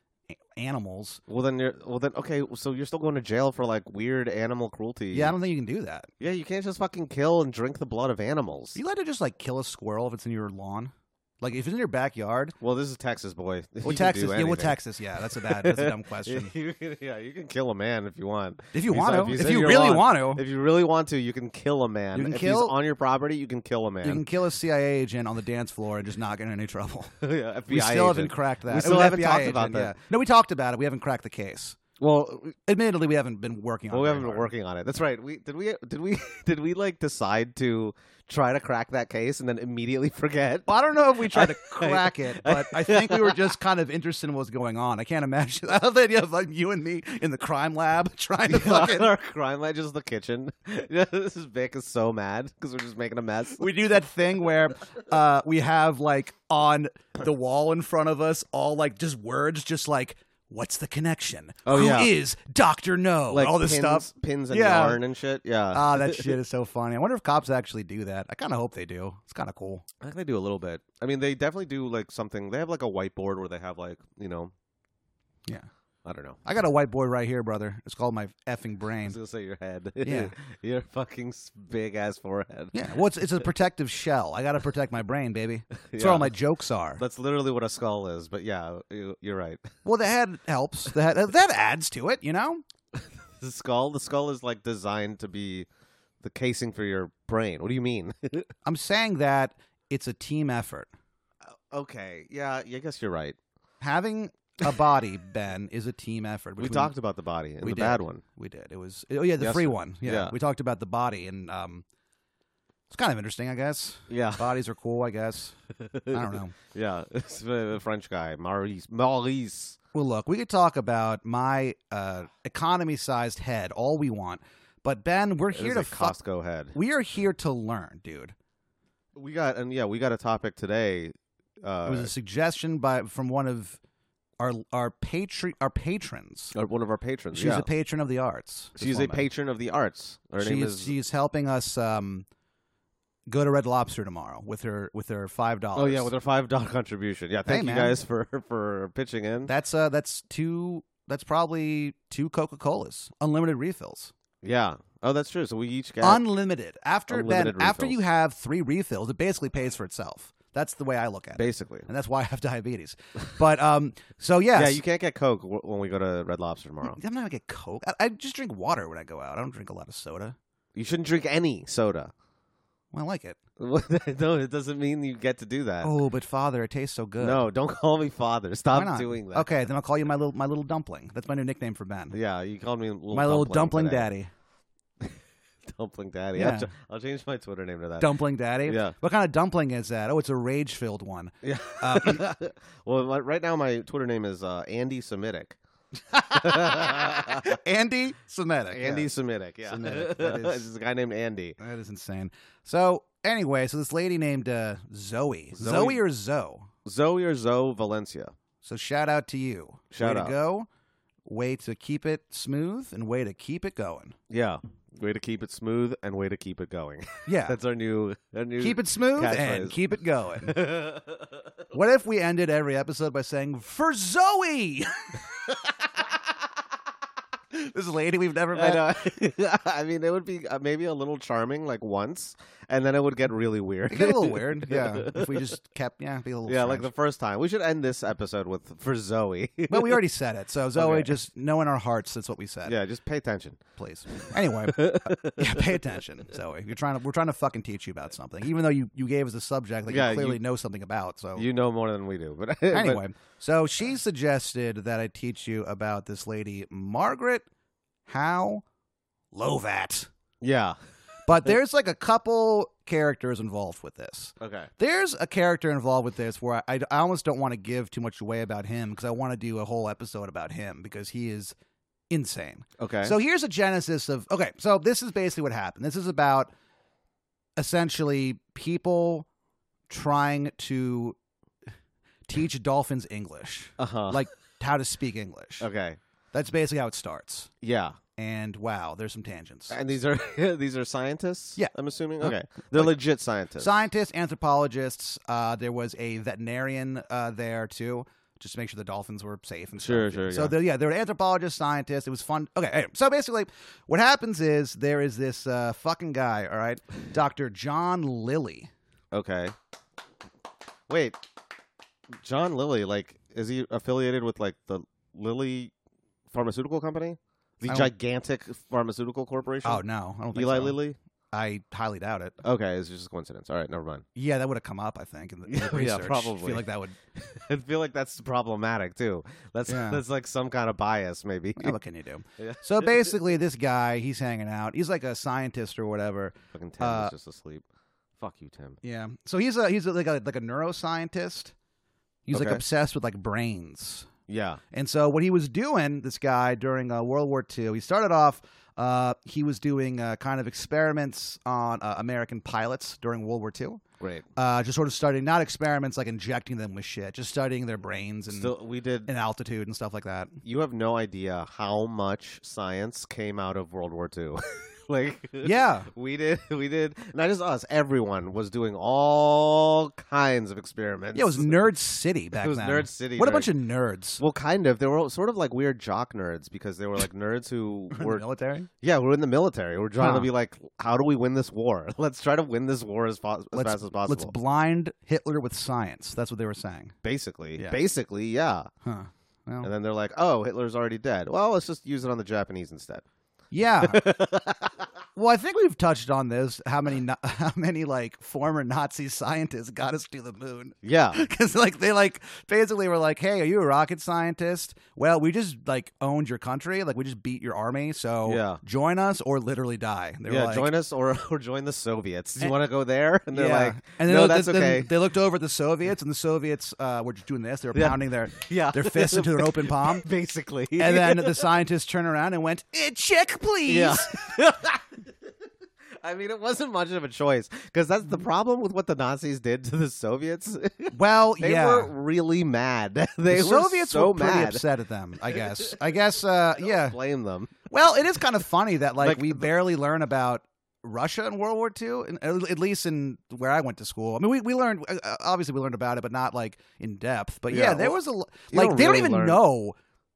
[SPEAKER 2] animals.
[SPEAKER 3] Well then you're well then okay, so you're still going to jail for like weird animal cruelty.
[SPEAKER 2] Yeah, I don't think you can do that.
[SPEAKER 3] Yeah, you can't just fucking kill and drink the blood of animals.
[SPEAKER 2] Are you allowed to just like kill a squirrel if it's in your lawn? Like if it's in your backyard.
[SPEAKER 3] Well, this is Texas, boy. <laughs>
[SPEAKER 2] Well,
[SPEAKER 3] You can
[SPEAKER 2] Texas,
[SPEAKER 3] do
[SPEAKER 2] yeah, well,
[SPEAKER 3] anything.
[SPEAKER 2] Texas, yeah. That's a bad, that's a dumb question.
[SPEAKER 3] <laughs> you can, yeah, you can kill a man if you want.
[SPEAKER 2] If you
[SPEAKER 3] He's
[SPEAKER 2] want
[SPEAKER 3] like,
[SPEAKER 2] to,
[SPEAKER 3] he's
[SPEAKER 2] if
[SPEAKER 3] in
[SPEAKER 2] you
[SPEAKER 3] your
[SPEAKER 2] really
[SPEAKER 3] lawn.
[SPEAKER 2] want to,
[SPEAKER 3] If you really want to, Oh. you can kill a man.
[SPEAKER 2] You can
[SPEAKER 3] if
[SPEAKER 2] kill-
[SPEAKER 3] he's on your property, you can kill a man.
[SPEAKER 2] you can kill a CIA agent on the dance floor and just not get in any trouble.
[SPEAKER 3] <laughs> yeah, FBI
[SPEAKER 2] We still haven't
[SPEAKER 3] agent.
[SPEAKER 2] cracked that.
[SPEAKER 3] We still
[SPEAKER 2] It was
[SPEAKER 3] haven't
[SPEAKER 2] FBI
[SPEAKER 3] talked
[SPEAKER 2] agent,
[SPEAKER 3] about that.
[SPEAKER 2] yeah. No, we talked about it. We haven't cracked the case.
[SPEAKER 3] Well,
[SPEAKER 2] Admittedly, we haven't been working on.
[SPEAKER 3] well, we
[SPEAKER 2] it
[SPEAKER 3] haven't
[SPEAKER 2] very
[SPEAKER 3] been
[SPEAKER 2] hard.
[SPEAKER 3] working on it. That's right. We did we did we <laughs> did we like decide to try to crack that case and then immediately <laughs> forget.
[SPEAKER 2] Well, I don't know if we tried
[SPEAKER 3] <laughs>
[SPEAKER 2] to crack it, but I think we were just kind of interested in what was going on. I can't imagine. <laughs> I love the idea of like you and me in the crime lab <laughs>
[SPEAKER 3] <laughs>
[SPEAKER 2] trying to fucking.
[SPEAKER 3] Our crime lab is the kitchen. <laughs> this is Vic is so mad because we're just making a mess.
[SPEAKER 2] We do that thing where uh, we have like on the wall in front of us all like just words, just like what's the connection?
[SPEAKER 3] Oh,
[SPEAKER 2] Who
[SPEAKER 3] yeah.
[SPEAKER 2] is Doctor No?
[SPEAKER 3] <laughs> Like
[SPEAKER 2] all this
[SPEAKER 3] pins, <laughs>
[SPEAKER 2] stuff.
[SPEAKER 3] pins and
[SPEAKER 2] Yeah.
[SPEAKER 3] yarn and shit. Yeah,
[SPEAKER 2] Ah, that shit is so funny. I wonder if cops actually do that. I kind of hope they do. It's kind of cool.
[SPEAKER 3] I think they do a little bit. I mean, they definitely do like something. They have like a whiteboard where they have like you know,
[SPEAKER 2] Yeah.
[SPEAKER 3] I don't know.
[SPEAKER 2] I got a whiteboard right here, brother. It's called my effing
[SPEAKER 3] I
[SPEAKER 2] brain.
[SPEAKER 3] was gonna say your head.
[SPEAKER 2] <laughs> Yeah.
[SPEAKER 3] <laughs> your fucking big ass forehead. <laughs>
[SPEAKER 2] Yeah, well, it's, it's a protective shell. I got to protect my brain, baby. That's where
[SPEAKER 3] Yeah.
[SPEAKER 2] all my jokes are.
[SPEAKER 3] That's literally what a skull is. But yeah, you- you're right.
[SPEAKER 2] well, the head helps. The head, that adds to it, you know?
[SPEAKER 3] The skull. The skull is like designed to be the casing for your brain. What do you mean? <laughs>
[SPEAKER 2] I'm saying that it's a team effort.
[SPEAKER 3] okay. Yeah. I guess you're right.
[SPEAKER 2] Having a
[SPEAKER 3] <laughs>
[SPEAKER 2] body, Ben, is a team effort.
[SPEAKER 3] We
[SPEAKER 2] which
[SPEAKER 3] talked about the body and
[SPEAKER 2] we
[SPEAKER 3] the
[SPEAKER 2] did. <laughs>
[SPEAKER 3] bad one.
[SPEAKER 2] We did. It was. Oh, yeah, the
[SPEAKER 3] Yes,
[SPEAKER 2] free
[SPEAKER 3] sir.
[SPEAKER 2] one. Yeah.
[SPEAKER 3] Yeah.
[SPEAKER 2] We talked about the body, and um, it's kind of interesting, I guess.
[SPEAKER 3] <laughs> Yeah.
[SPEAKER 2] Bodies are cool, I guess. I
[SPEAKER 3] <laughs>
[SPEAKER 2] don't know.
[SPEAKER 3] yeah. It's the the French guy, Maurice. Maurice.
[SPEAKER 2] Well, look, we could talk about my uh, economy-sized head all we want, but Ben, we're
[SPEAKER 3] It
[SPEAKER 2] here
[SPEAKER 3] is
[SPEAKER 2] to
[SPEAKER 3] a
[SPEAKER 2] fuck.
[SPEAKER 3] Costco head.
[SPEAKER 2] We are here to learn, dude.
[SPEAKER 3] We got and yeah, we got a topic today.
[SPEAKER 2] it was
[SPEAKER 3] Uh,
[SPEAKER 2] a suggestion by from one of our our patri- our patrons.
[SPEAKER 3] or uh, one of our patrons.
[SPEAKER 2] She's
[SPEAKER 3] yeah.
[SPEAKER 2] a patron of the arts. this
[SPEAKER 3] She's a
[SPEAKER 2] woman.
[SPEAKER 3] patron of the arts. Her
[SPEAKER 2] She
[SPEAKER 3] name
[SPEAKER 2] is,
[SPEAKER 3] is.
[SPEAKER 2] she's helping us um, go to Red Lobster tomorrow with her with her five dollars.
[SPEAKER 3] oh yeah, with her five dollar contribution. Yeah, thank you
[SPEAKER 2] man.
[SPEAKER 3] guys for <laughs> for pitching in.
[SPEAKER 2] that's uh that's two that's probably two Coca Colas, unlimited refills,
[SPEAKER 3] yeah. Oh, that's true. So we each got.
[SPEAKER 2] unlimited. After
[SPEAKER 3] Unlimited
[SPEAKER 2] then, after you
[SPEAKER 3] refills.
[SPEAKER 2] have three refills, it basically pays for itself. That's the way I look at it,
[SPEAKER 3] Basically.
[SPEAKER 2] and that's why I have <laughs> diabetes. But um, so yes,
[SPEAKER 3] Yeah, you can't get Coke w- when we go to Red Lobster tomorrow.
[SPEAKER 2] <laughs> I'm not gonna get Coke. I, I just drink water when I go out. I don't drink a lot of soda.
[SPEAKER 3] You shouldn't drink any soda. <laughs>
[SPEAKER 2] Well, I like it.
[SPEAKER 3] no, it doesn't mean you get to do that.
[SPEAKER 2] Oh, but father, it tastes so good.
[SPEAKER 3] no, don't call me father.
[SPEAKER 2] Why
[SPEAKER 3] Stop
[SPEAKER 2] not?
[SPEAKER 3] doing that.
[SPEAKER 2] Okay, then I'll call you my little my little dumpling. That's my new nickname for Ben.
[SPEAKER 3] Yeah, you called me little
[SPEAKER 2] my little dumpling
[SPEAKER 3] today.
[SPEAKER 2] daddy.
[SPEAKER 3] <laughs> Dumpling daddy.
[SPEAKER 2] Yeah.
[SPEAKER 3] I'll, ch- I'll change my Twitter name to that.
[SPEAKER 2] Dumpling daddy.
[SPEAKER 3] Uh, Yeah.
[SPEAKER 2] What kind of dumpling is that? Oh, it's a rage filled one.
[SPEAKER 3] Yeah. <laughs>
[SPEAKER 2] Uh,
[SPEAKER 3] <laughs>
[SPEAKER 2] <laughs>
[SPEAKER 3] well, my, right now my Twitter name is uh,
[SPEAKER 2] <laughs>
[SPEAKER 3] Andy Semitic.
[SPEAKER 2] Andy Semitic. yeah.
[SPEAKER 3] Andy Semitic. Yeah. <laughs>
[SPEAKER 2] Semitic, that is-
[SPEAKER 3] this is a guy named Andy.
[SPEAKER 2] That is insane. So anyway, so this lady named uh, Zoe. Zoe,
[SPEAKER 3] Zoe.
[SPEAKER 2] or Zoe.
[SPEAKER 3] Zoe or Zoe Valencia.
[SPEAKER 2] So shout out to you.
[SPEAKER 3] Shout
[SPEAKER 2] way
[SPEAKER 3] out.
[SPEAKER 2] to go. Way to keep it smooth and way to keep it going.
[SPEAKER 3] Yeah. Way to keep it smooth and way to keep it going.
[SPEAKER 2] Yeah.
[SPEAKER 3] <laughs> That's our new our new
[SPEAKER 2] keep it smooth and
[SPEAKER 3] catchphrase.
[SPEAKER 2] keep it
[SPEAKER 3] <laughs>
[SPEAKER 2] going. <laughs> What if we ended every episode by saying, For Zoe! <laughs>
[SPEAKER 3] <laughs>
[SPEAKER 2] this lady we've <laughs> never
[SPEAKER 3] I
[SPEAKER 2] met.
[SPEAKER 3] know. Uh, <laughs> I mean, it would be uh, maybe a little charming like once, and then it would get really weird.
[SPEAKER 2] It'd get a little weird. Yeah. If we just kept, yeah, be a little
[SPEAKER 3] <laughs> yeah, like the
[SPEAKER 2] strange.
[SPEAKER 3] first time. We should end this episode with for Zoe. <laughs>
[SPEAKER 2] But uh, we already said it. So, Zoe,
[SPEAKER 3] Okay.
[SPEAKER 2] just know in our hearts that's what we said.
[SPEAKER 3] yeah, just pay attention.
[SPEAKER 2] <laughs>
[SPEAKER 3] <laughs>
[SPEAKER 2] Please. Anyway, uh, <laughs> yeah, pay attention, Zoe. You're trying to, we're trying to fucking teach you about something, even though you, you gave us a subject that
[SPEAKER 3] Yeah,
[SPEAKER 2] you
[SPEAKER 3] you-
[SPEAKER 2] clearly know something about. So,
[SPEAKER 3] You know more than we do, but <laughs> but-
[SPEAKER 2] anyway, so she suggested that I teach you about this lady, Margaret Howe Lovat.
[SPEAKER 3] yeah.
[SPEAKER 2] But there's like a couple characters involved with this.
[SPEAKER 3] Okay.
[SPEAKER 2] There's a character involved with this where I, I almost don't want to give too much away about him because I want to do a whole episode about him because he is insane.
[SPEAKER 3] Okay.
[SPEAKER 2] So here's a genesis of okay, so this is basically what happened. This is about essentially people trying to teach dolphins English,
[SPEAKER 3] uh-huh.
[SPEAKER 2] like how to speak English.
[SPEAKER 3] okay.
[SPEAKER 2] That's basically how it starts.
[SPEAKER 3] Yeah.
[SPEAKER 2] And wow, there's some tangents.
[SPEAKER 3] And these are <laughs> these are scientists?
[SPEAKER 2] Yeah.
[SPEAKER 3] I'm assuming.
[SPEAKER 2] Uh,
[SPEAKER 3] Okay. They're legit scientists.
[SPEAKER 2] Scientists, anthropologists. Uh, there was a veterinarian uh, there too. just to make sure the dolphins were safe and
[SPEAKER 3] Sure,
[SPEAKER 2] stuff.
[SPEAKER 3] sure,
[SPEAKER 2] So
[SPEAKER 3] yeah.
[SPEAKER 2] they're, yeah, they're anthropologists, scientists. It was fun. Okay, anyway, so basically, what happens is there is this uh, fucking guy. All right, Doctor John Lilly.
[SPEAKER 3] Okay. Wait, John Lilly, like, is he affiliated with like the Lilly pharmaceutical company, the
[SPEAKER 2] I don't-
[SPEAKER 3] gigantic pharmaceutical corporation?
[SPEAKER 2] Oh no, I don't think
[SPEAKER 3] Eli
[SPEAKER 2] so.
[SPEAKER 3] Lilly.
[SPEAKER 2] I highly doubt it.
[SPEAKER 3] Okay, it's just a coincidence. All right, never mind. <laughs>
[SPEAKER 2] Yeah, that would have come up. I think in the, in the
[SPEAKER 3] Yeah,
[SPEAKER 2] research. I
[SPEAKER 3] probably.
[SPEAKER 2] feel like that
[SPEAKER 3] <laughs>
[SPEAKER 2] would.
[SPEAKER 3] I feel like that's problematic too. That's
[SPEAKER 2] Yeah.
[SPEAKER 3] that's like some kind of bias, maybe.
[SPEAKER 2] Yeah, uh, what can you do?
[SPEAKER 3] <laughs> Yeah.
[SPEAKER 2] So basically, this guy, he's hanging out. He's like a scientist or whatever.
[SPEAKER 3] Fucking Tim
[SPEAKER 2] Uh,
[SPEAKER 3] is just asleep. Fuck you, Tim.
[SPEAKER 2] Yeah. So he's a he's a, like a like a neuroscientist. He's like
[SPEAKER 3] Okay.
[SPEAKER 2] obsessed with like brains.
[SPEAKER 3] Yeah.
[SPEAKER 2] And so what he was doing, this guy during uh, World War II, he started off. Uh, he was doing uh, kind of experiments on uh, American pilots during World War II.
[SPEAKER 3] Great.
[SPEAKER 2] Uh, just sort of studying, not experiments like injecting them with shit, just studying their brains and,
[SPEAKER 3] Still, we did.
[SPEAKER 2] and altitude and stuff like
[SPEAKER 3] <laughs>
[SPEAKER 2] that.
[SPEAKER 3] You have no idea how much science came out of World War II. <laughs> like,
[SPEAKER 2] Yeah.
[SPEAKER 3] we did, <laughs> we did. Not just us. Everyone was doing all kinds of experiments.
[SPEAKER 2] Yeah, it
[SPEAKER 3] <laughs>
[SPEAKER 2] was Nerd City back
[SPEAKER 3] It was
[SPEAKER 2] then.
[SPEAKER 3] Nerd City,
[SPEAKER 2] What a
[SPEAKER 3] right.
[SPEAKER 2] bunch of nerds.
[SPEAKER 3] Well, kind of. They were all sort of like weird jock nerds because they were like nerds
[SPEAKER 2] <laughs>
[SPEAKER 3] who
[SPEAKER 2] In the
[SPEAKER 3] were
[SPEAKER 2] military.
[SPEAKER 3] Yeah, we're in the military. We're trying
[SPEAKER 2] Huh.
[SPEAKER 3] to be like, how do we win this war? <laughs> Let's try to win this war as, fo- as
[SPEAKER 2] Let's-
[SPEAKER 3] fast as possible.
[SPEAKER 2] Let's blind Hitler with science. That's what they were saying.
[SPEAKER 3] basically,
[SPEAKER 2] Yeah.
[SPEAKER 3] basically, yeah.
[SPEAKER 2] Huh. Well,
[SPEAKER 3] And then they're like, oh, Hitler's already dead. Well, let's just use it on the Japanese instead. <laughs>
[SPEAKER 2] Yeah. well, I think we've touched on this. How many, na- <laughs> how many like former Nazi scientists got us to the moon? <laughs>
[SPEAKER 3] Yeah,
[SPEAKER 2] Because like they like basically were like, "Hey, are you a rocket scientist? Well, we just like owned your country. Like we just beat your army. So
[SPEAKER 3] Yeah.
[SPEAKER 2] join us or literally die." They were
[SPEAKER 3] yeah.
[SPEAKER 2] like-
[SPEAKER 3] join us or <laughs> or join the Soviets. Do you
[SPEAKER 2] And-
[SPEAKER 3] want to go there? And they're
[SPEAKER 2] Yeah.
[SPEAKER 3] like,
[SPEAKER 2] and they
[SPEAKER 3] no,
[SPEAKER 2] looked-
[SPEAKER 3] that's
[SPEAKER 2] then
[SPEAKER 3] okay.
[SPEAKER 2] They looked over at the Soviets, and the Soviets uh, were just doing this. They were
[SPEAKER 3] Yeah.
[SPEAKER 2] pounding their
[SPEAKER 3] <laughs> yeah,
[SPEAKER 2] their fists into an open palm.
[SPEAKER 3] <laughs> basically.
[SPEAKER 2] And then the scientists turned around and went, eh, "Check, please."
[SPEAKER 3] yeah.
[SPEAKER 2] <laughs>
[SPEAKER 3] I mean, it wasn't much of a choice because that's
[SPEAKER 2] Mm.
[SPEAKER 3] the problem with what the Nazis did to the Soviets. <laughs>
[SPEAKER 2] Well,
[SPEAKER 3] they
[SPEAKER 2] yeah.
[SPEAKER 3] were really mad. <laughs> They
[SPEAKER 2] the
[SPEAKER 3] were
[SPEAKER 2] Soviets
[SPEAKER 3] so
[SPEAKER 2] were pretty
[SPEAKER 3] mad.
[SPEAKER 2] upset at them. I
[SPEAKER 3] <laughs>
[SPEAKER 2] guess. I guess. Uh, yeah.
[SPEAKER 3] blame them.
[SPEAKER 2] Well, it is kind of funny that like,
[SPEAKER 3] Like,
[SPEAKER 2] we barely learn about Russia in World War II, and at at least in where I went to school. I mean, we we learned uh, uh, obviously we learned about it, but not like in depth. But yeah,
[SPEAKER 3] Yeah,
[SPEAKER 2] there
[SPEAKER 3] well,
[SPEAKER 2] was a lo-
[SPEAKER 3] you
[SPEAKER 2] like
[SPEAKER 3] don't
[SPEAKER 2] they
[SPEAKER 3] really
[SPEAKER 2] don't even
[SPEAKER 3] learn.
[SPEAKER 2] know.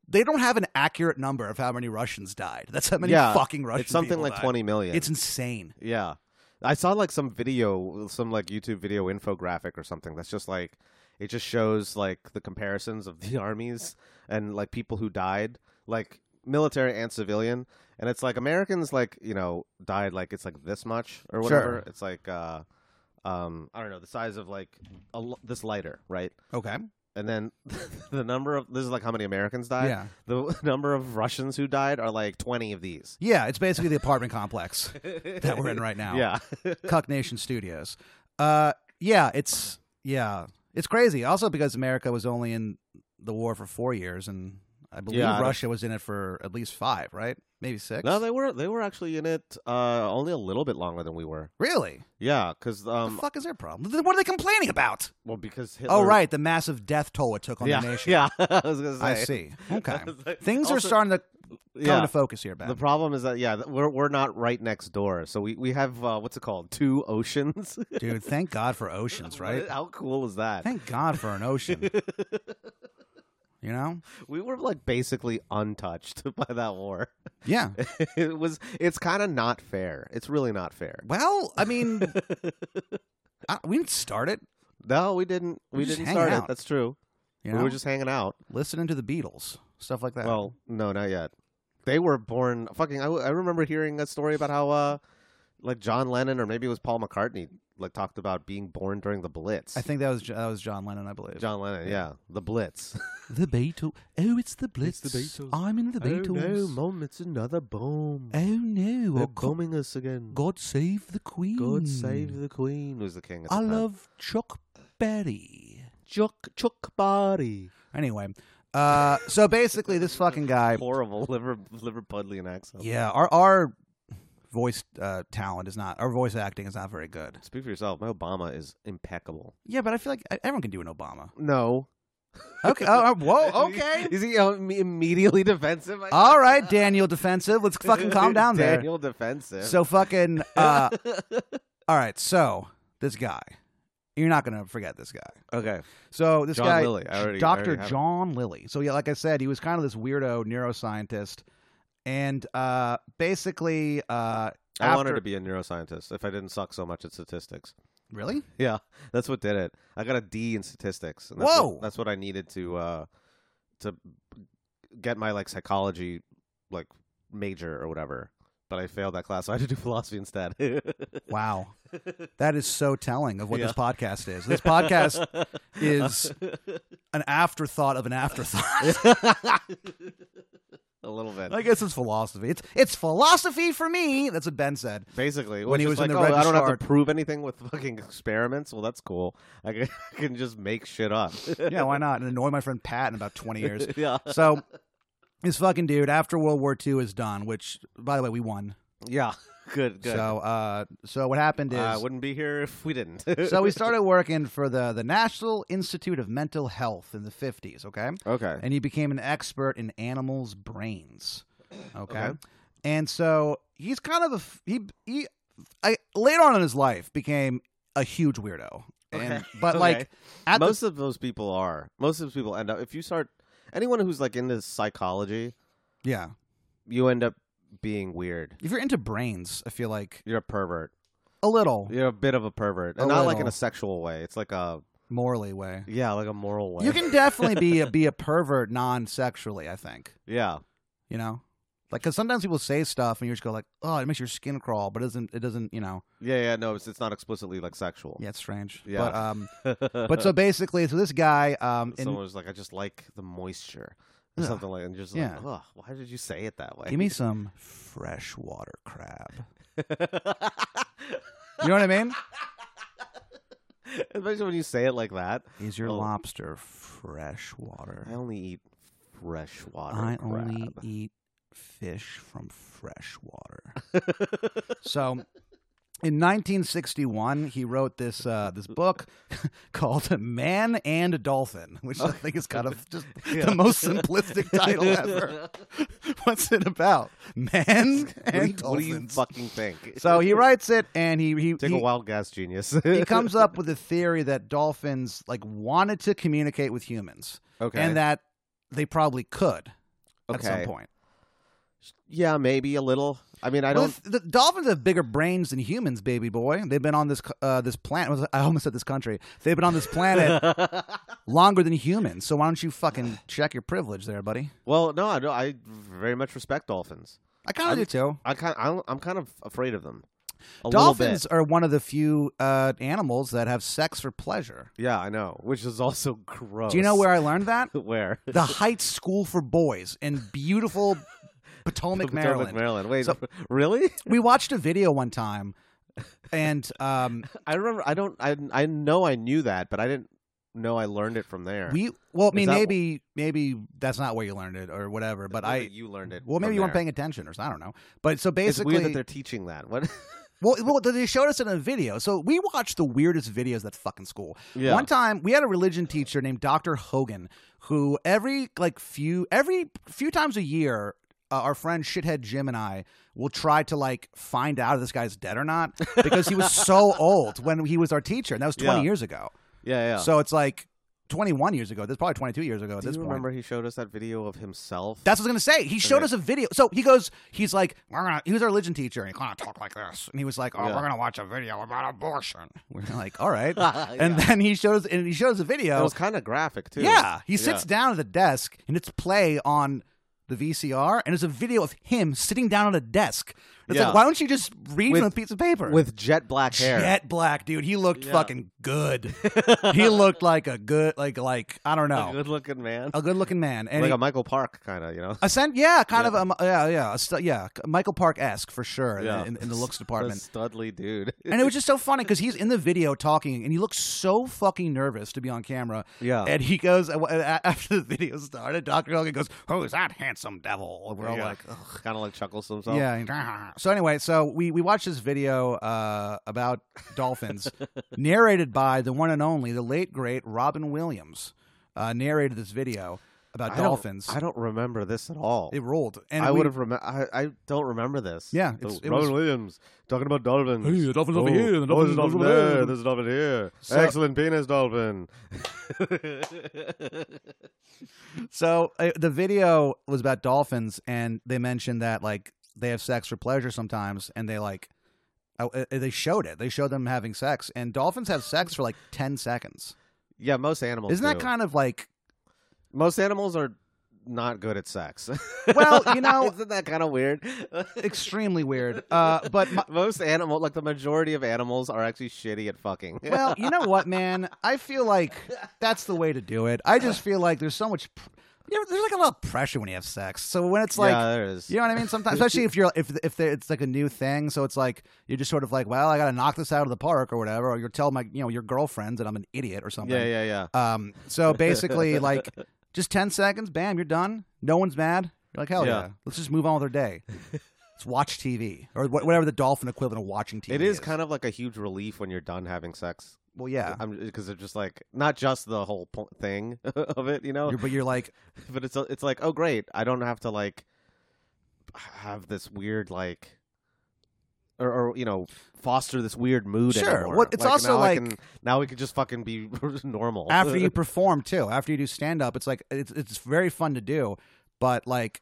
[SPEAKER 2] They don't have an accurate number of how many Russians died. That's how many
[SPEAKER 3] Yeah,
[SPEAKER 2] fucking Russians.
[SPEAKER 3] it's something like 20 million.
[SPEAKER 2] It's insane.
[SPEAKER 3] yeah. I saw like some video, some like YouTube video infographic or something that's just like it just shows like the comparisons of <laughs> the armies and like people who died, like military and civilian. And it's like Americans like, you know, died like it's like this much or whatever.
[SPEAKER 2] Sure.
[SPEAKER 3] It's like uh um I don't know, the size of like a, l- this lighter, right?
[SPEAKER 2] Okay.
[SPEAKER 3] And then <laughs> the number of this is like how many Americans died.
[SPEAKER 2] Yeah.
[SPEAKER 3] The <laughs> number of Russians who died are like 20 of these.
[SPEAKER 2] Yeah, it's basically the apartment complex <laughs> that
[SPEAKER 3] <laughs>
[SPEAKER 2] we're in right now.
[SPEAKER 3] Yeah.
[SPEAKER 2] <laughs> Cuck Nation Studios. Uh, yeah, it's yeah, it's crazy. Also because America was only in the war for four years, and I believe
[SPEAKER 3] Yeah, I don't-
[SPEAKER 2] Russia was in it for at least five, right? Maybe six.
[SPEAKER 3] No, they were they were actually in it uh, only a little bit longer than we were.
[SPEAKER 2] really?
[SPEAKER 3] Yeah, because
[SPEAKER 2] the
[SPEAKER 3] um,
[SPEAKER 2] fuck is their problem? Th- What are they complaining about?
[SPEAKER 3] well, because Hitler.
[SPEAKER 2] Oh, right, the massive death toll it took on
[SPEAKER 3] <laughs> Yeah,
[SPEAKER 2] the nation.
[SPEAKER 3] yeah. <laughs> I was gonna say.
[SPEAKER 2] I see. Okay,
[SPEAKER 3] <laughs> I was like-
[SPEAKER 2] things are
[SPEAKER 3] also-
[SPEAKER 2] starting to come
[SPEAKER 3] Yeah.
[SPEAKER 2] into focus here, Ben.
[SPEAKER 3] The problem is that yeah, th- we're we're not right next door, so we we have uh, what's it called? Two oceans. <laughs>
[SPEAKER 2] Dude, thank God for oceans, right?
[SPEAKER 3] How cool is that?
[SPEAKER 2] Thank God for an
[SPEAKER 3] <laughs>
[SPEAKER 2] ocean. you know?
[SPEAKER 3] We were like basically untouched <laughs> by that war.
[SPEAKER 2] Yeah.
[SPEAKER 3] it was. It's kind of not fair. It's really not fair.
[SPEAKER 2] Well, I mean, <laughs> I, we didn't start it.
[SPEAKER 3] No, we didn't. We,
[SPEAKER 2] We just
[SPEAKER 3] didn't
[SPEAKER 2] hang
[SPEAKER 3] start
[SPEAKER 2] out.
[SPEAKER 3] it. That's true.
[SPEAKER 2] You
[SPEAKER 3] we
[SPEAKER 2] know,
[SPEAKER 3] were just hanging out.
[SPEAKER 2] listening to the Beatles, stuff like that.
[SPEAKER 3] Well, no, not yet. They were born fucking. I, I remember hearing a story about how, uh, like John Lennon or maybe it was Paul McCartney, like talked about being born during the Blitz.
[SPEAKER 2] I think that was Jo- that was John Lennon, I believe.
[SPEAKER 3] John Lennon, yeah, the <laughs> Blitz.
[SPEAKER 2] The Beatles. Oh, it's the Blitz.
[SPEAKER 3] Beatles. Oh,
[SPEAKER 2] I'm in the Beatles.
[SPEAKER 3] mom, it's another bomb.
[SPEAKER 2] Oh no! I can't-
[SPEAKER 3] bombing us again.
[SPEAKER 2] God save the Queen.
[SPEAKER 3] the Queen was the king. At
[SPEAKER 2] I love Chuck Berry.
[SPEAKER 3] Chuck Chuck Body.
[SPEAKER 2] Anyway, uh, so basically, this fucking guy.
[SPEAKER 3] Horrible <laughs> liver Liverpudlian accent.
[SPEAKER 2] Yeah, our our voice uh, talent is not. Our voice acting is not very good.
[SPEAKER 3] Speak for yourself. My Obama is impeccable.
[SPEAKER 2] Yeah, but I feel like everyone can do an Obama.
[SPEAKER 3] No.
[SPEAKER 2] Okay. oh, oh,
[SPEAKER 3] <laughs>
[SPEAKER 2] whoa. Okay.
[SPEAKER 3] Is he uh, me- immediately defensive? I
[SPEAKER 2] All
[SPEAKER 3] <laughs>
[SPEAKER 2] right, Daniel defensive. <laughs> Let's fucking calm down there. uh,
[SPEAKER 3] Daniel defensive. <laughs>
[SPEAKER 2] So fucking uh all right, so this guy You're not gonna forget this guy.
[SPEAKER 3] Okay.
[SPEAKER 2] So this
[SPEAKER 3] John
[SPEAKER 2] guy,
[SPEAKER 3] Lilly. I already- I
[SPEAKER 2] Doctor
[SPEAKER 3] already have him.
[SPEAKER 2] John Lilly. So yeah, like I said, he was kind of this weirdo neuroscientist, and uh, basically, uh,
[SPEAKER 3] I wanted
[SPEAKER 2] after-
[SPEAKER 3] to be a neuroscientist if I didn't suck so much at statistics.
[SPEAKER 2] really,
[SPEAKER 3] Yeah, that's what did it. I got a D in statistics. And that's what-
[SPEAKER 2] Whoa!
[SPEAKER 3] that's what I needed to uh, to get my like psychology like major or whatever. But I failed that class, so I had to do <laughs> philosophy instead. <laughs>
[SPEAKER 2] wow, that is so telling of what
[SPEAKER 3] Yeah.
[SPEAKER 2] this podcast is. This
[SPEAKER 3] <laughs>
[SPEAKER 2] podcast is an afterthought of an
[SPEAKER 3] <laughs>
[SPEAKER 2] afterthought. <laughs>
[SPEAKER 3] a little bit.
[SPEAKER 2] I guess it's philosophy. It's it's philosophy for me. That's what Ben said.
[SPEAKER 3] Basically,
[SPEAKER 2] When
[SPEAKER 3] which
[SPEAKER 2] he
[SPEAKER 3] is
[SPEAKER 2] was in
[SPEAKER 3] like,
[SPEAKER 2] the
[SPEAKER 3] oh,
[SPEAKER 2] Red
[SPEAKER 3] I don't have
[SPEAKER 2] Start-
[SPEAKER 3] to prove anything with fucking experiments. Well, that's cool. I can, <laughs> I can just make shit up.
[SPEAKER 2] Yeah, why not? And annoy my friend Pat in about twenty years.
[SPEAKER 3] <laughs> yeah,
[SPEAKER 2] So this fucking dude, after World War II is done, which by the way, we won.
[SPEAKER 3] yeah. <laughs> Good, Uh, good.
[SPEAKER 2] So uh, so what happened is.
[SPEAKER 3] I wouldn't be here if we didn't. <laughs>
[SPEAKER 2] so we started working for the, the National Institute of Mental Health in the 50s, okay?
[SPEAKER 3] okay.
[SPEAKER 2] And he became an expert in animals' brains, okay?
[SPEAKER 3] Okay.
[SPEAKER 2] And so he's kind of a f- he he I later on in his life became a huge weirdo. And
[SPEAKER 3] <laughs> Okay.
[SPEAKER 2] but like
[SPEAKER 3] Okay.
[SPEAKER 2] at the-
[SPEAKER 3] most of those people are. Most of those people end up. If you start anyone who's like into psychology,
[SPEAKER 2] yeah,
[SPEAKER 3] you end up being weird.
[SPEAKER 2] if you're into brains, I feel like
[SPEAKER 3] You're a pervert.
[SPEAKER 2] a little
[SPEAKER 3] You're a bit of a pervert,
[SPEAKER 2] A
[SPEAKER 3] and not like in
[SPEAKER 2] little.
[SPEAKER 3] a sexual way. It's like a
[SPEAKER 2] morally way.
[SPEAKER 3] yeah, like a moral way.
[SPEAKER 2] You can definitely be
[SPEAKER 3] <laughs>
[SPEAKER 2] a, be a pervert non-sexually, I think.
[SPEAKER 3] yeah,
[SPEAKER 2] You know, like because sometimes people say stuff and you just go like, "Oh, it makes your skin crawl," but it doesn't it doesn't you know?
[SPEAKER 3] yeah, yeah. No, it's it's not explicitly like sexual. <laughs>
[SPEAKER 2] Yeah, it's strange.
[SPEAKER 3] Yeah.
[SPEAKER 2] But
[SPEAKER 3] <laughs>
[SPEAKER 2] um, but so basically, so this guy um, in,
[SPEAKER 3] someone was like, I just like the moisture or
[SPEAKER 2] Ugh.
[SPEAKER 3] something like, and just
[SPEAKER 2] Yeah.
[SPEAKER 3] like, Ugh, why did you say it that way?
[SPEAKER 2] give me some freshwater crab. You know what I
[SPEAKER 3] <laughs>
[SPEAKER 2] mean?
[SPEAKER 3] <laughs> Especially when you say it like that.
[SPEAKER 2] Is your
[SPEAKER 3] Oh.
[SPEAKER 2] lobster
[SPEAKER 3] I
[SPEAKER 2] freshwater?
[SPEAKER 3] only eat fresh water.
[SPEAKER 2] I
[SPEAKER 3] crab.
[SPEAKER 2] only eat fish from fresh
[SPEAKER 3] <laughs>
[SPEAKER 2] water. so. In 1961, he wrote this uh, this book <laughs> called "Man and Dolphin," which I think is kind
[SPEAKER 3] <laughs>
[SPEAKER 2] of just the most simplistic title ever. <laughs> What's it about? Man
[SPEAKER 3] What do, you,
[SPEAKER 2] and
[SPEAKER 3] what do you
[SPEAKER 2] dolphins.
[SPEAKER 3] fucking think?
[SPEAKER 2] so
[SPEAKER 3] <laughs>
[SPEAKER 2] he writes it, and he he
[SPEAKER 3] Take
[SPEAKER 2] he,
[SPEAKER 3] a wild guess, genius.
[SPEAKER 2] <laughs> he comes up with a theory that dolphins like wanted to communicate with humans,
[SPEAKER 3] <laughs> okay.
[SPEAKER 2] and that they probably could at some
[SPEAKER 3] Okay.
[SPEAKER 2] point.
[SPEAKER 3] yeah, maybe a little. I mean, I don't.
[SPEAKER 2] Well, the, the dolphins have bigger brains than humans, baby boy. They've been on this c- uh, this planet. <laughs> I almost said this country. They've been on this
[SPEAKER 3] <laughs>
[SPEAKER 2] planet longer than humans. So why don't you fucking check your privilege, there, buddy?
[SPEAKER 3] well, no, I do I very much respect dolphins.
[SPEAKER 2] I kind of
[SPEAKER 3] I'm-
[SPEAKER 2] do too.
[SPEAKER 3] I kind, I'm, I'm kind of afraid of them. A little bit.
[SPEAKER 2] Dolphins are one of the few uh, animals that have sex for pleasure.
[SPEAKER 3] Yeah, I know. Which is also <laughs> gross.
[SPEAKER 2] Do you know where I learned
[SPEAKER 3] <laughs>
[SPEAKER 2] that? <laughs>
[SPEAKER 3] where?
[SPEAKER 2] The Heights School for Boys in
[SPEAKER 3] <laughs>
[SPEAKER 2] beautiful Potomac,
[SPEAKER 3] Potomac,
[SPEAKER 2] Maryland.
[SPEAKER 3] Maryland. Wait,
[SPEAKER 2] So-
[SPEAKER 3] <laughs> really?
[SPEAKER 2] We watched a video one time, and
[SPEAKER 3] <laughs>
[SPEAKER 2] um,
[SPEAKER 3] I remember. I don't. I. I know. I knew that, but I didn't know. I learned it from there.
[SPEAKER 2] we well, I mean,
[SPEAKER 3] that-
[SPEAKER 2] maybe maybe that's not where you learned it or whatever, but I.
[SPEAKER 3] you learned it.
[SPEAKER 2] Well, maybe
[SPEAKER 3] from
[SPEAKER 2] you weren't
[SPEAKER 3] there.
[SPEAKER 2] paying attention, or so- I don't know. But so
[SPEAKER 3] It's weird that
[SPEAKER 2] basically,
[SPEAKER 3] they're teaching that. What? <laughs>
[SPEAKER 2] well, well, they showed us in a video. So we watched the weirdest videos at fucking school.
[SPEAKER 3] yeah.
[SPEAKER 2] One time, we had a religion teacher named Dr. Hogan, who every like few every few times a year, uh, our friend shithead Jim and I will try to like find out if this guy's dead or not because he was
[SPEAKER 3] <laughs>
[SPEAKER 2] so old when he was our teacher, and that was twenty
[SPEAKER 3] Yeah.
[SPEAKER 2] years ago.
[SPEAKER 3] yeah. Yeah.
[SPEAKER 2] So it's like twenty one years ago. That's probably twenty two years ago at
[SPEAKER 3] Do
[SPEAKER 2] this
[SPEAKER 3] you
[SPEAKER 2] point.
[SPEAKER 3] remember he showed us that video of himself?
[SPEAKER 2] That's what I was gonna say. He showed
[SPEAKER 3] Okay.
[SPEAKER 2] us a video. So he goes, he's like, we're gonna, he was our religion teacher, and he kind of talked like this, and he was like, "Oh,
[SPEAKER 3] Yeah.
[SPEAKER 2] we're gonna watch a video about abortion." <laughs> We're like, "All right,"
[SPEAKER 3] <laughs> <laughs> Yeah.
[SPEAKER 2] <laughs> and then he shows, and he shows a video.
[SPEAKER 3] it was kind of graphic too.
[SPEAKER 2] Yeah, he sits down at the desk and it's play on the VCR, and it's a video of him sitting down at a desk. It's
[SPEAKER 3] Yeah.
[SPEAKER 2] like, why don't you just read
[SPEAKER 3] With-
[SPEAKER 2] from a piece of paper?
[SPEAKER 3] with jet black hair.
[SPEAKER 2] jet black, dude. He looked
[SPEAKER 3] Yeah.
[SPEAKER 2] fucking good. he looked like a good, like like I don't
[SPEAKER 3] <laughs> A
[SPEAKER 2] know,
[SPEAKER 3] good looking man.
[SPEAKER 2] a good looking man. And
[SPEAKER 3] like
[SPEAKER 2] he,
[SPEAKER 3] a Michael Park kind of, you know. <laughs>
[SPEAKER 2] ascend, yeah, kind
[SPEAKER 3] Yeah.
[SPEAKER 2] of, um, yeah, yeah, a stu- yeah, Michael Park esque for sure in-
[SPEAKER 3] Yeah.
[SPEAKER 2] in, in the looks
[SPEAKER 3] A
[SPEAKER 2] department.
[SPEAKER 3] studly dude.
[SPEAKER 2] and it was just so funny because he's in the video talking, and he looks so fucking nervous to be on camera.
[SPEAKER 3] Yeah. <laughs>
[SPEAKER 2] <laughs> And he goes a- a- after the video started. Doctor Hogan goes, "Who's that handsome devil?" And we're all
[SPEAKER 3] Yeah.
[SPEAKER 2] like, Ugh.
[SPEAKER 3] kind of like chuckles to himself.
[SPEAKER 2] "Yeah." <laughs> So anyway, so we we watched this video uh, about dolphins,
[SPEAKER 3] <laughs>
[SPEAKER 2] narrated by the one and only, the late great Robin Williams, uh, narrated this video. about
[SPEAKER 3] I don't-
[SPEAKER 2] dolphins.
[SPEAKER 3] I don't remember this at all.
[SPEAKER 2] It rolled, and
[SPEAKER 3] I
[SPEAKER 2] we-
[SPEAKER 3] would have remember. I, I don't remember this.
[SPEAKER 2] Yeah,
[SPEAKER 3] The
[SPEAKER 2] it's- it
[SPEAKER 3] Robin
[SPEAKER 2] was-
[SPEAKER 3] Williams talking about dolphins.
[SPEAKER 2] Hey, the dolphin's over
[SPEAKER 3] Oh,
[SPEAKER 2] here, the
[SPEAKER 3] oh, there's
[SPEAKER 2] dolphin's
[SPEAKER 3] a dolphin
[SPEAKER 2] over there.
[SPEAKER 3] There's a dolphin here.
[SPEAKER 2] So-
[SPEAKER 3] Excellent penis dolphin.
[SPEAKER 2] So uh, the video was about dolphins, and they mentioned that like they have sex for pleasure sometimes, and they like uh, uh, they showed it. They showed them having sex, and dolphins have sex for like ten seconds.
[SPEAKER 3] yeah, most animals.
[SPEAKER 2] Isn't that
[SPEAKER 3] do.
[SPEAKER 2] kind of like
[SPEAKER 3] Most animals are not good at sex. <laughs>
[SPEAKER 2] Well, you know-
[SPEAKER 3] isn't that kind of weird?
[SPEAKER 2] extremely weird? Uh, <laughs> but my,
[SPEAKER 3] most animal, like the majority of animals, are actually shitty at fucking.
[SPEAKER 2] well, you know what, man? I feel like that's the way to do it. I just feel like there's so much. Pr- you know, there's like a lot of pressure when you have sex. So when it's like
[SPEAKER 3] yeah, there is.
[SPEAKER 2] You know what I mean? Sometimes, especially if you're if if there- it's like a new thing, so it's like you're just sort of like, well, I got to knock this out of the park or whatever, or you tell my you know your girlfriends that I'm an idiot or something.
[SPEAKER 3] yeah, yeah, yeah.
[SPEAKER 2] Um. So basically, like just ten seconds, bam, you're done. No one's mad. You're like hell yeah.
[SPEAKER 3] Yeah.
[SPEAKER 2] Let's just move on with our day. Let's watch TV or wh- whatever the dolphin equivalent of watching TV.
[SPEAKER 3] It is kind of like a huge relief when you're done having sex.
[SPEAKER 2] well, yeah.
[SPEAKER 3] because they're just like not just the whole po- thing <laughs> of it, you know.
[SPEAKER 2] You're- but you're like,
[SPEAKER 3] but it's it's like oh great, I don't have to like have this weird like. Or, or you know, foster this weird mood.
[SPEAKER 2] Sure.
[SPEAKER 3] Anymore.
[SPEAKER 2] What- it's also
[SPEAKER 3] now I
[SPEAKER 2] like-
[SPEAKER 3] can, now we can just fucking be <laughs> normal
[SPEAKER 2] after
[SPEAKER 3] <laughs>
[SPEAKER 2] you perform too, after you do stand up, it's like it's it's very fun to do, but like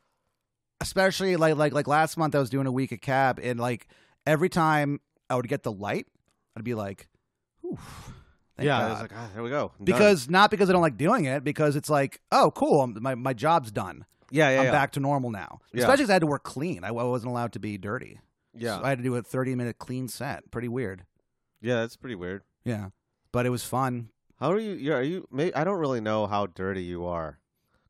[SPEAKER 2] especially like like like last month I was doing a week at cab and like every time I would get the light, I'd be like, Oof, thank
[SPEAKER 3] yeah,
[SPEAKER 2] God."
[SPEAKER 3] it's like ah, there we go. Done.
[SPEAKER 2] uh, because not because I don't like doing it, because it's like, oh, cool, I'm, my my job's done.
[SPEAKER 3] yeah, yeah,
[SPEAKER 2] I'm
[SPEAKER 3] yeah.
[SPEAKER 2] back to normal now.
[SPEAKER 3] Yeah.
[SPEAKER 2] Especially because I had to work clean. I, I wasn't allowed to be dirty.
[SPEAKER 3] yeah,
[SPEAKER 2] so I had to do a 30 minute clean set. Pretty weird.
[SPEAKER 3] yeah. That's pretty weird.
[SPEAKER 2] Yeah, but it was fun.
[SPEAKER 3] How are you? You're, are you? May, I don't really know how dirty you are.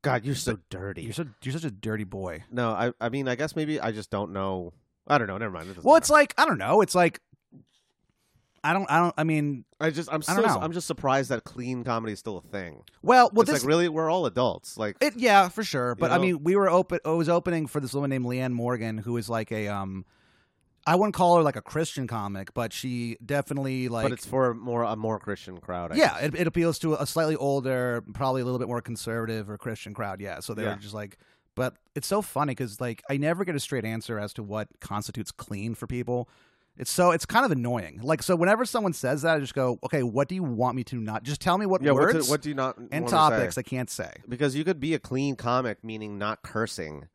[SPEAKER 3] God, you're so dirty.
[SPEAKER 2] You're so you're such a dirty boy.
[SPEAKER 3] No, I I mean I guess maybe I just don't know. I don't know. Never mind. It doesn't
[SPEAKER 2] Well, it's like I don't know. It's like I don't. I don't. I mean,
[SPEAKER 3] matter. I just I'm
[SPEAKER 2] I
[SPEAKER 3] still
[SPEAKER 2] don't know.
[SPEAKER 3] I'm just surprised that clean comedy is still a thing.
[SPEAKER 2] well, well,
[SPEAKER 3] it's
[SPEAKER 2] this.
[SPEAKER 3] like really we're all adults. Like
[SPEAKER 2] it, yeah, for sure. But I
[SPEAKER 3] know?
[SPEAKER 2] mean, we were open. I was opening for this woman named Leanne Morgan, who is like a um, I wouldn't call her like a Christian comic, but she definitely like.
[SPEAKER 3] but it's for a more a more Christian crowd. I
[SPEAKER 2] yeah, it, it appeals to a slightly older, probably a little bit more conservative or Christian crowd. Yeah, so they
[SPEAKER 3] Yeah.
[SPEAKER 2] were just like, but it's so funny because like I never get a straight answer as to what constitutes clean for people. It's so it's kind of annoying. Like so, whenever someone says that, I just go, okay, what do you want me to not? Just tell me what
[SPEAKER 3] guess. Yeah. What
[SPEAKER 2] words
[SPEAKER 3] do, what do you not
[SPEAKER 2] and
[SPEAKER 3] wanna
[SPEAKER 2] topics
[SPEAKER 3] say?
[SPEAKER 2] I can't say.
[SPEAKER 3] Because you could be a clean comic, meaning not cursing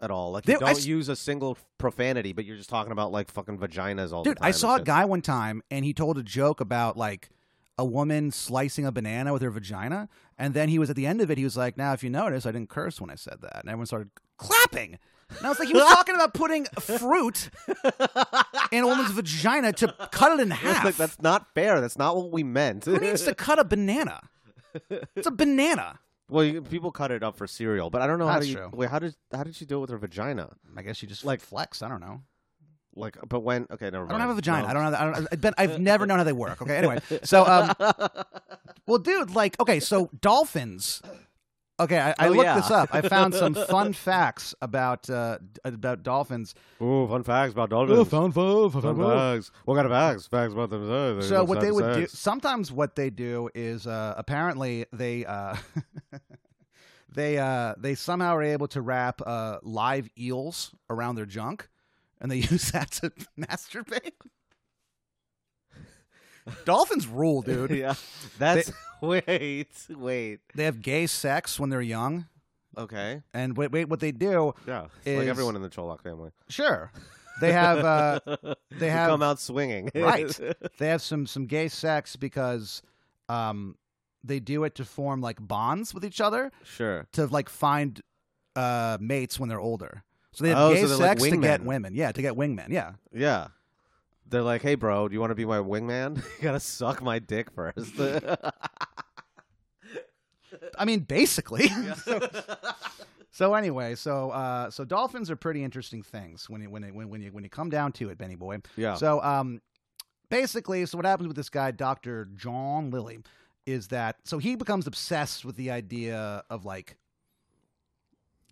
[SPEAKER 3] at all. Like you
[SPEAKER 2] Dude, I
[SPEAKER 3] don't
[SPEAKER 2] s-
[SPEAKER 3] use a single profanity, but you're just talking about like fucking vaginas all
[SPEAKER 2] Dude,
[SPEAKER 3] the time.
[SPEAKER 2] I saw a
[SPEAKER 3] It's just-
[SPEAKER 2] guy one time and he told a joke about like a woman slicing a banana with her vagina, and then he was at the end of it. He was like, "Now, if you notice, I didn't curse when I said that," and everyone started clapping. And I was like,
[SPEAKER 3] <laughs>
[SPEAKER 2] he was talking about putting fruit in a woman's vagina to cut it in
[SPEAKER 3] It's
[SPEAKER 2] half.
[SPEAKER 3] like <laughs> that's not fair. That's not what we meant.
[SPEAKER 2] Who needs to cut a banana? It's a banana.
[SPEAKER 3] <laughs> well, you, people cut it up for cereal, but I don't know how
[SPEAKER 2] That's
[SPEAKER 3] do you,
[SPEAKER 2] true.
[SPEAKER 3] wait. How did how did she do it with her vagina?
[SPEAKER 2] I guess she just like
[SPEAKER 3] Like-
[SPEAKER 2] flex. I don't know.
[SPEAKER 3] Like, but when? Okay, never mind.
[SPEAKER 2] I don't have a vagina.
[SPEAKER 3] No.
[SPEAKER 2] I don't have. I don't, I've, been,
[SPEAKER 3] <laughs>
[SPEAKER 2] I've never known how they work. Okay. Anyway, so um, well, dude, like, okay, so dolphins. Okay, I, I
[SPEAKER 3] Oh,
[SPEAKER 2] looked
[SPEAKER 3] yeah.
[SPEAKER 2] this up. I found some
[SPEAKER 3] <laughs>
[SPEAKER 2] fun facts about uh, d- about dolphins.
[SPEAKER 3] Ooh, fun facts about dolphins. fun facts. What kind of facts? Facts about themselves.
[SPEAKER 2] So what they would do sometimes what they do is uh, apparently they uh, <laughs> they uh, they somehow are able to wrap uh, live eels around their junk, and they <laughs> use that to masturbate. Dolphins rule, dude.
[SPEAKER 3] yeah, <laughs> that's
[SPEAKER 2] <laughs>
[SPEAKER 3] wait, wait.
[SPEAKER 2] They have gay sex when they're young,
[SPEAKER 3] Okay,
[SPEAKER 2] and wait, wait, what they do?
[SPEAKER 3] yeah,
[SPEAKER 2] Is-
[SPEAKER 3] like everyone in the Cholak family.
[SPEAKER 2] Sure, they have
[SPEAKER 3] <laughs>
[SPEAKER 2] uh, they
[SPEAKER 3] You
[SPEAKER 2] have-
[SPEAKER 3] come out swinging,
[SPEAKER 2] <laughs> Right. they have some some gay sex because um, they do it to form like bonds with each other
[SPEAKER 3] <laughs> sure.
[SPEAKER 2] to like find uh, mates when they're older. So they have
[SPEAKER 3] Oh,
[SPEAKER 2] gay
[SPEAKER 3] so they're like
[SPEAKER 2] sex to get
[SPEAKER 3] wingmen.
[SPEAKER 2] women. Yeah, to get wingmen. Yeah,
[SPEAKER 3] Yeah. They're like, hey, bro, do you want to be my wingman? <laughs> you gotta suck my dick first. <laughs>
[SPEAKER 2] <laughs>
[SPEAKER 3] Uh,
[SPEAKER 2] I mean
[SPEAKER 3] <laughs>
[SPEAKER 2] basically. so, so anyway, so uh, so dolphins are pretty interesting things when you when you, when, when you when you come down to it, Benny boy.
[SPEAKER 3] yeah.
[SPEAKER 2] So um basically so what happens with this guy Dr. John Lilly is that so he becomes obsessed with the idea of like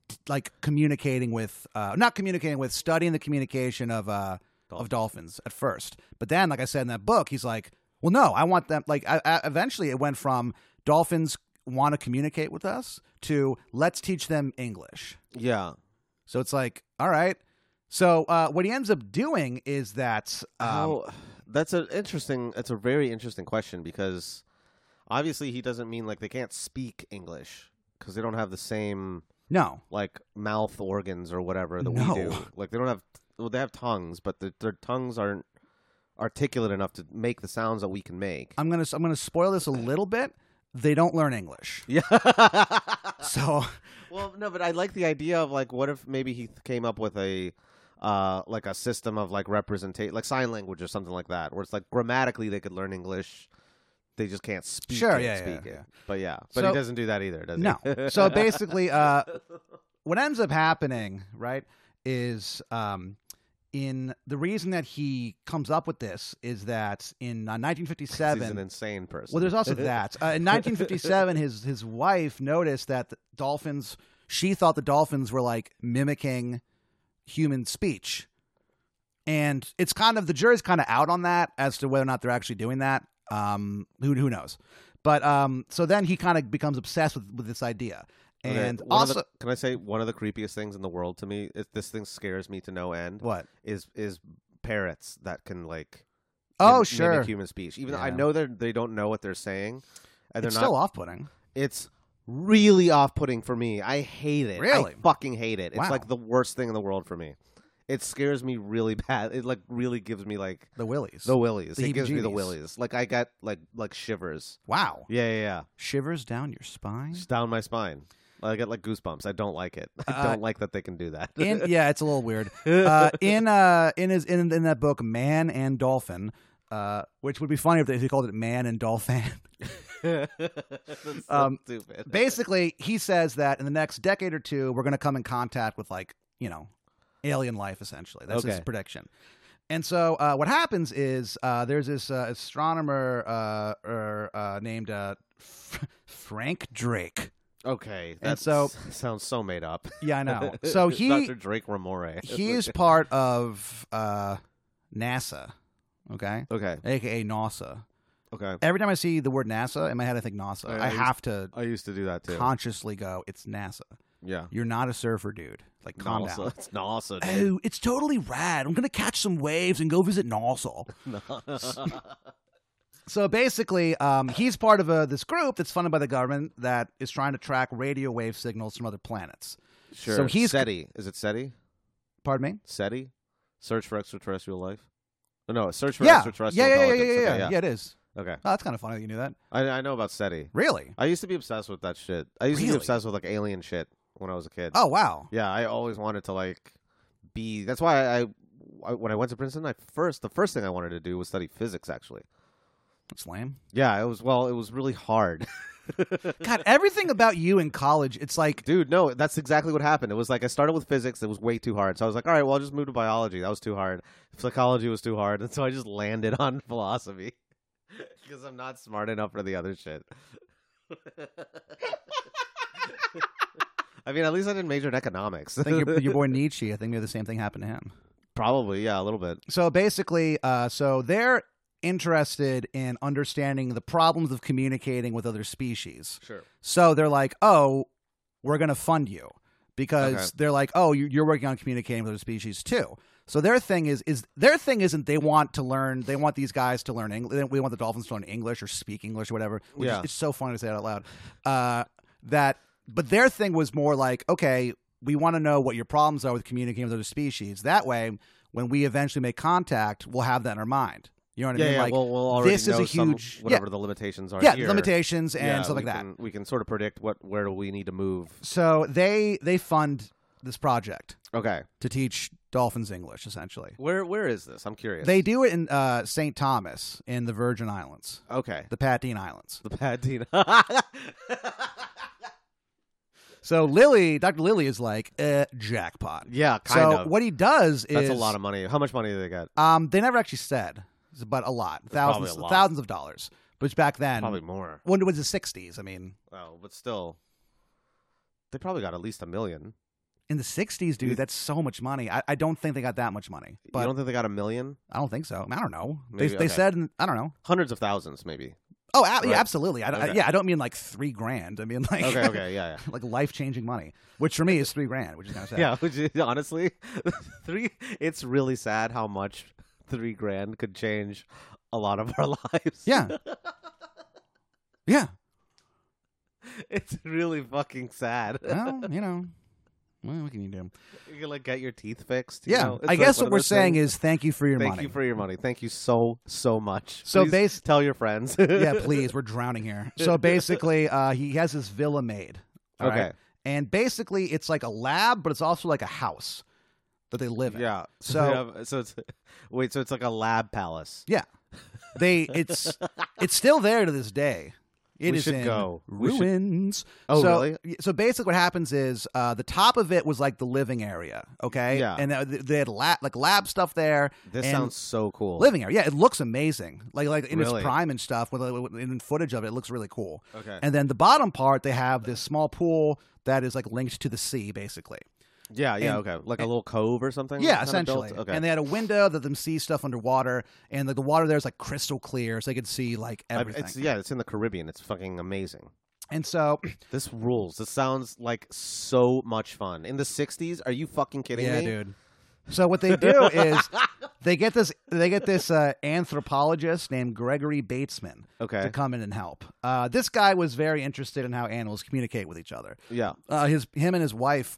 [SPEAKER 2] t- like communicating with uh not communicating with studying the communication of uh of dolphins at first. But then like I said in that book he's like, "Well no, I want them like I, I, eventually it went from dolphins want to communicate with us to let's teach them English.
[SPEAKER 3] Yeah.
[SPEAKER 2] So it's like, all right. So uh, what he ends up doing is that um,
[SPEAKER 3] How, that's an interesting. That's a very interesting question because obviously he doesn't mean like they can't speak English because they don't have the same
[SPEAKER 2] no,
[SPEAKER 3] like mouth organs or whatever that
[SPEAKER 2] No.
[SPEAKER 3] we do. Like they don't have. Well, they have tongues, but the, their tongues aren't articulate enough to make the sounds that we can make.
[SPEAKER 2] I'm gonna I'm gonna spoil this a little bit. They don't learn English.
[SPEAKER 3] <laughs> Yeah.
[SPEAKER 2] So
[SPEAKER 3] well, no, but I like the idea of like, what if maybe he th- came up with a, uh, like a system of like representation, like sign language or something like that, where it's like grammatically they could learn English, they just can't speak.
[SPEAKER 2] Sure,
[SPEAKER 3] it,
[SPEAKER 2] yeah, yeah,
[SPEAKER 3] speak it.
[SPEAKER 2] yeah.
[SPEAKER 3] But yeah, but
[SPEAKER 2] So-
[SPEAKER 3] he doesn't do that either, does
[SPEAKER 2] no.
[SPEAKER 3] he?
[SPEAKER 2] So basically, uh, what ends up happening, right, is um, in the reason that he comes up with this is that in uh, 1957,
[SPEAKER 3] he's an insane person.
[SPEAKER 2] Well, there's also that. Uh, in 1957, his his wife noticed that the dolphins. She thought the dolphins were like mimicking human speech, and it's kind of the jury's kind of out on that as to whether or not they're actually doing that. Um, who who knows? But um, so then he kind of becomes obsessed with with this idea,
[SPEAKER 3] Okay,
[SPEAKER 2] and
[SPEAKER 3] one of the-
[SPEAKER 2] also
[SPEAKER 3] can I say one of the creepiest things in the world to me? It, this thing scares me to no end.
[SPEAKER 2] what?
[SPEAKER 3] Is is parrots that can like
[SPEAKER 2] Oh,
[SPEAKER 3] mim-
[SPEAKER 2] sure.
[SPEAKER 3] mimic human speech? Even though I
[SPEAKER 2] Yeah.
[SPEAKER 3] know that they don't know what they're saying, and they're
[SPEAKER 2] It's
[SPEAKER 3] not
[SPEAKER 2] still off putting.
[SPEAKER 3] It's really off-putting for me. I hate it.
[SPEAKER 2] Really?
[SPEAKER 3] I fucking hate it. It's
[SPEAKER 2] Wow.
[SPEAKER 3] like the worst thing in the world for me. It scares me really <laughs> bad. It like really gives me like
[SPEAKER 2] The willies.
[SPEAKER 3] the willies.
[SPEAKER 2] The
[SPEAKER 3] it gives me the
[SPEAKER 2] heebie-jeebies.
[SPEAKER 3] willies. Like I got like like shivers.
[SPEAKER 2] wow,
[SPEAKER 3] Yeah, yeah, yeah.
[SPEAKER 2] Mm-hmm. shivers down your
[SPEAKER 3] <laughs>
[SPEAKER 2] spine.
[SPEAKER 3] It's down my spine. I get like goosebumps. I don't like it. <laughs> I
[SPEAKER 2] Uh,
[SPEAKER 3] don't like that they can do that.
[SPEAKER 2] in yeah, it's a little weird. Uh, in uh, in his in, in that book, Man and Dolphin, uh, which would be funny if, they, if he called it Man and Dolphin.
[SPEAKER 3] <laughs>
[SPEAKER 2] <laughs>
[SPEAKER 3] That's so
[SPEAKER 2] um,
[SPEAKER 3] stupid.
[SPEAKER 2] Basically, he says that in the next decade or two, we're going to come in contact with like you know, alien life. Essentially, that's his
[SPEAKER 3] Okay.
[SPEAKER 2] prediction. And so, uh, what happens is uh, there's this uh, astronomer uh, er, uh, named uh, F- Frank Drake.
[SPEAKER 3] okay, that
[SPEAKER 2] so-
[SPEAKER 3] s- sounds so made up.
[SPEAKER 2] Yeah, I
[SPEAKER 3] <laughs>
[SPEAKER 2] know. So he
[SPEAKER 3] Dr. Drake Ramore.
[SPEAKER 2] he's part of uh, NASA. Okay.
[SPEAKER 3] <laughs> okay.
[SPEAKER 2] aka NASA.
[SPEAKER 3] Okay,
[SPEAKER 2] Every time I see the word NASA in my head, I think NASA.
[SPEAKER 3] I-
[SPEAKER 2] I
[SPEAKER 3] I
[SPEAKER 2] have to
[SPEAKER 3] I used to do that too.
[SPEAKER 2] consciously go, "It's NASA."
[SPEAKER 3] yeah,
[SPEAKER 2] You're not a surfer, dude. Like, calm
[SPEAKER 3] NASA.
[SPEAKER 2] down.
[SPEAKER 3] It's NASA. dude. <laughs>
[SPEAKER 2] Oh, it's totally rad. I'm gonna catch some waves and go visit NASA. So basically, um, he's part of a, this group that's funded by the government that is trying to track radio wave signals from other planets.
[SPEAKER 3] sure.
[SPEAKER 2] So he's-
[SPEAKER 3] SETI. Is it SETI?
[SPEAKER 2] Pardon me.
[SPEAKER 3] SETI? Search for extraterrestrial life? Oh, no, search for
[SPEAKER 2] Yeah. Yeah,
[SPEAKER 3] extraterrestrial
[SPEAKER 2] yeah, yeah, yeah, yeah,
[SPEAKER 3] intelligence.
[SPEAKER 2] yeah,
[SPEAKER 3] Okay,
[SPEAKER 2] yeah. It is.
[SPEAKER 3] Okay.
[SPEAKER 2] Oh, that's kind of funny that you knew that.
[SPEAKER 3] I, I know about SETI.
[SPEAKER 2] Really?
[SPEAKER 3] I used to be obsessed with that shit. I used to
[SPEAKER 2] Really?
[SPEAKER 3] be obsessed with like alien shit when I was a kid.
[SPEAKER 2] Oh, wow.
[SPEAKER 3] Yeah, I always wanted to like be. That's why I, I when I went to Princeton, I first the first thing I wanted to do was study physics. Actually,
[SPEAKER 2] That's lame.
[SPEAKER 3] yeah, it was well, it was really hard.
[SPEAKER 2] God, everything about you in college, it's like
[SPEAKER 3] Dude, no, that's exactly what happened. It was like I started with physics, it was way too hard. So I was like, all right, well, I'll just move to biology. That was too hard. Psychology was too hard. <laughs> And so I just landed on <laughs> philosophy because I'm not smart enough for the other shit. <laughs> I mean, at least I didn't major in economics.
[SPEAKER 2] I think your, your boy Nietzsche. I think we had the same thing happen to him.
[SPEAKER 3] <laughs> Probably, yeah, a little bit.
[SPEAKER 2] So basically, uh, so they're interested in understanding the problems of communicating with other species.
[SPEAKER 3] Sure.
[SPEAKER 2] So they're like, oh, we're going to fund you because
[SPEAKER 3] Okay.
[SPEAKER 2] they're like, oh, you- you're working on communicating with other species too. So their thing is is their thing isn't they want to learn they want these guys to learn English we want the dolphins to learn English or speak English or whatever. Which
[SPEAKER 3] Yeah.
[SPEAKER 2] is, it's so funny to say that out loud. Uh, that but their thing was more like okay we want to know what your problems are with communicating with other species. That way, when we eventually make contact, we'll have that in our mind. You know what I
[SPEAKER 3] Yeah,
[SPEAKER 2] mean?
[SPEAKER 3] yeah,
[SPEAKER 2] like
[SPEAKER 3] well, we'll already
[SPEAKER 2] this is
[SPEAKER 3] know
[SPEAKER 2] a
[SPEAKER 3] some-
[SPEAKER 2] huge- yeah.
[SPEAKER 3] whatever the limitations are
[SPEAKER 2] yeah,
[SPEAKER 3] here.
[SPEAKER 2] limitations and
[SPEAKER 3] Yeah,
[SPEAKER 2] stuff like
[SPEAKER 3] we
[SPEAKER 2] that.
[SPEAKER 3] can- we can sort of predict what where we need to move.
[SPEAKER 2] So they they fund this project
[SPEAKER 3] Okay.
[SPEAKER 2] to teach dolphins English, essentially.
[SPEAKER 3] Where where is this? I'm curious.
[SPEAKER 2] They do it in uh, St. Thomas in the Virgin Islands,
[SPEAKER 3] Okay.
[SPEAKER 2] the Patine Islands.
[SPEAKER 3] The Patina.
[SPEAKER 2] So Lily, Dr. Lily is like, eh, jackpot.
[SPEAKER 3] <laughs> yeah, kind
[SPEAKER 2] So
[SPEAKER 3] of.
[SPEAKER 2] what he does is
[SPEAKER 3] That's a lot of money. How much money do they got?
[SPEAKER 2] um, they never actually said, but a lot,
[SPEAKER 3] probably
[SPEAKER 2] thousands,
[SPEAKER 3] a lot.
[SPEAKER 2] thousands of dollars. Which back then,
[SPEAKER 3] Probably more.
[SPEAKER 2] when it was the '60s, I mean,
[SPEAKER 3] Oh, but still, they probably got at least a million.
[SPEAKER 2] in the '60s, dude,
[SPEAKER 3] You-
[SPEAKER 2] that's so much money. I, I don't think they got that much money,
[SPEAKER 3] you
[SPEAKER 2] but
[SPEAKER 3] don't think they got a million?
[SPEAKER 2] I don't think so. I, mean, I don't know.
[SPEAKER 3] Maybe-
[SPEAKER 2] they they
[SPEAKER 3] okay.
[SPEAKER 2] said, I don't know. <laughs>
[SPEAKER 3] Hundreds of thousands, maybe.
[SPEAKER 2] Oh, ab-
[SPEAKER 3] Right.
[SPEAKER 2] yeah, absolutely. I, I-
[SPEAKER 3] Okay.
[SPEAKER 2] yeah, I don't mean like three grand. I mean like
[SPEAKER 3] Okay, okay, yeah, yeah.
[SPEAKER 2] <laughs> like life changing money, which for me is three grand, which is kind of sad.
[SPEAKER 3] Yeah, <laughs> which is, honestly, three. It's really sad how much three grand could change a lot of <laughs> our lives.
[SPEAKER 2] yeah,
[SPEAKER 3] <laughs>
[SPEAKER 2] yeah.
[SPEAKER 3] it's really fucking sad.
[SPEAKER 2] Well, you know, well, what can you do?
[SPEAKER 3] you can like get your teeth fixed. you
[SPEAKER 2] Yeah,
[SPEAKER 3] know? It's,
[SPEAKER 2] I
[SPEAKER 3] like,
[SPEAKER 2] guess
[SPEAKER 3] one
[SPEAKER 2] what
[SPEAKER 3] of
[SPEAKER 2] we're
[SPEAKER 3] those
[SPEAKER 2] saying
[SPEAKER 3] things.
[SPEAKER 2] is thank you for your
[SPEAKER 3] thank
[SPEAKER 2] money.
[SPEAKER 3] you for <laughs> your money. Thank you so so much.
[SPEAKER 2] So
[SPEAKER 3] Please
[SPEAKER 2] bas-
[SPEAKER 3] tell your friends.
[SPEAKER 2] <laughs>
[SPEAKER 3] <laughs>
[SPEAKER 2] yeah, please, we're drowning here. So basically, uh, he has his villa made. all right?
[SPEAKER 3] Okay.
[SPEAKER 2] And basically, it's like a lab, but it's also like a house that they live in.
[SPEAKER 3] <laughs> Yeah.
[SPEAKER 2] So-
[SPEAKER 3] So so it's wait. So it's like a lab palace. <laughs>
[SPEAKER 2] They it's it's still there to this day. It is
[SPEAKER 3] We should
[SPEAKER 2] in
[SPEAKER 3] go. We should-
[SPEAKER 2] ruins.
[SPEAKER 3] Oh,
[SPEAKER 2] so,
[SPEAKER 3] really?
[SPEAKER 2] y- So basically, what happens is uh, the top of it was like the living area, okay?
[SPEAKER 3] Yeah.
[SPEAKER 2] And uh, th- they had lab, like lab stuff there,
[SPEAKER 3] This
[SPEAKER 2] And-
[SPEAKER 3] sounds so cool.
[SPEAKER 2] living area. Yeah, it looks amazing, like like in
[SPEAKER 3] Really?
[SPEAKER 2] its prime and stuff. With, uh, with in footage of it, it looks really cool.
[SPEAKER 3] okay.
[SPEAKER 2] And then the bottom part, they have this small pool that is like linked to the sea, basically.
[SPEAKER 3] yeah. Yeah.
[SPEAKER 2] and-
[SPEAKER 3] okay. Like a little cove or something.
[SPEAKER 2] Yeah,
[SPEAKER 3] kinda built?
[SPEAKER 2] essentially.
[SPEAKER 3] Okay.
[SPEAKER 2] And they had a window that them see stuff underwater, and like the water there is like crystal clear, so they could see like
[SPEAKER 3] I-
[SPEAKER 2] everything.
[SPEAKER 3] it's yeah. It's in the Caribbean. It's fucking amazing.
[SPEAKER 2] And so,
[SPEAKER 3] This rules. This sounds like so much fun. In the '60s, are you fucking kidding
[SPEAKER 2] yeah,
[SPEAKER 3] me?
[SPEAKER 2] dude. So what they <laughs> do is they get this they get this uh, anthropologist named Gregory Batesman
[SPEAKER 3] Okay.
[SPEAKER 2] to come in and help. Uh, this guy was very interested in how animals communicate with each other.
[SPEAKER 3] Yeah.
[SPEAKER 2] uh, his him and his wife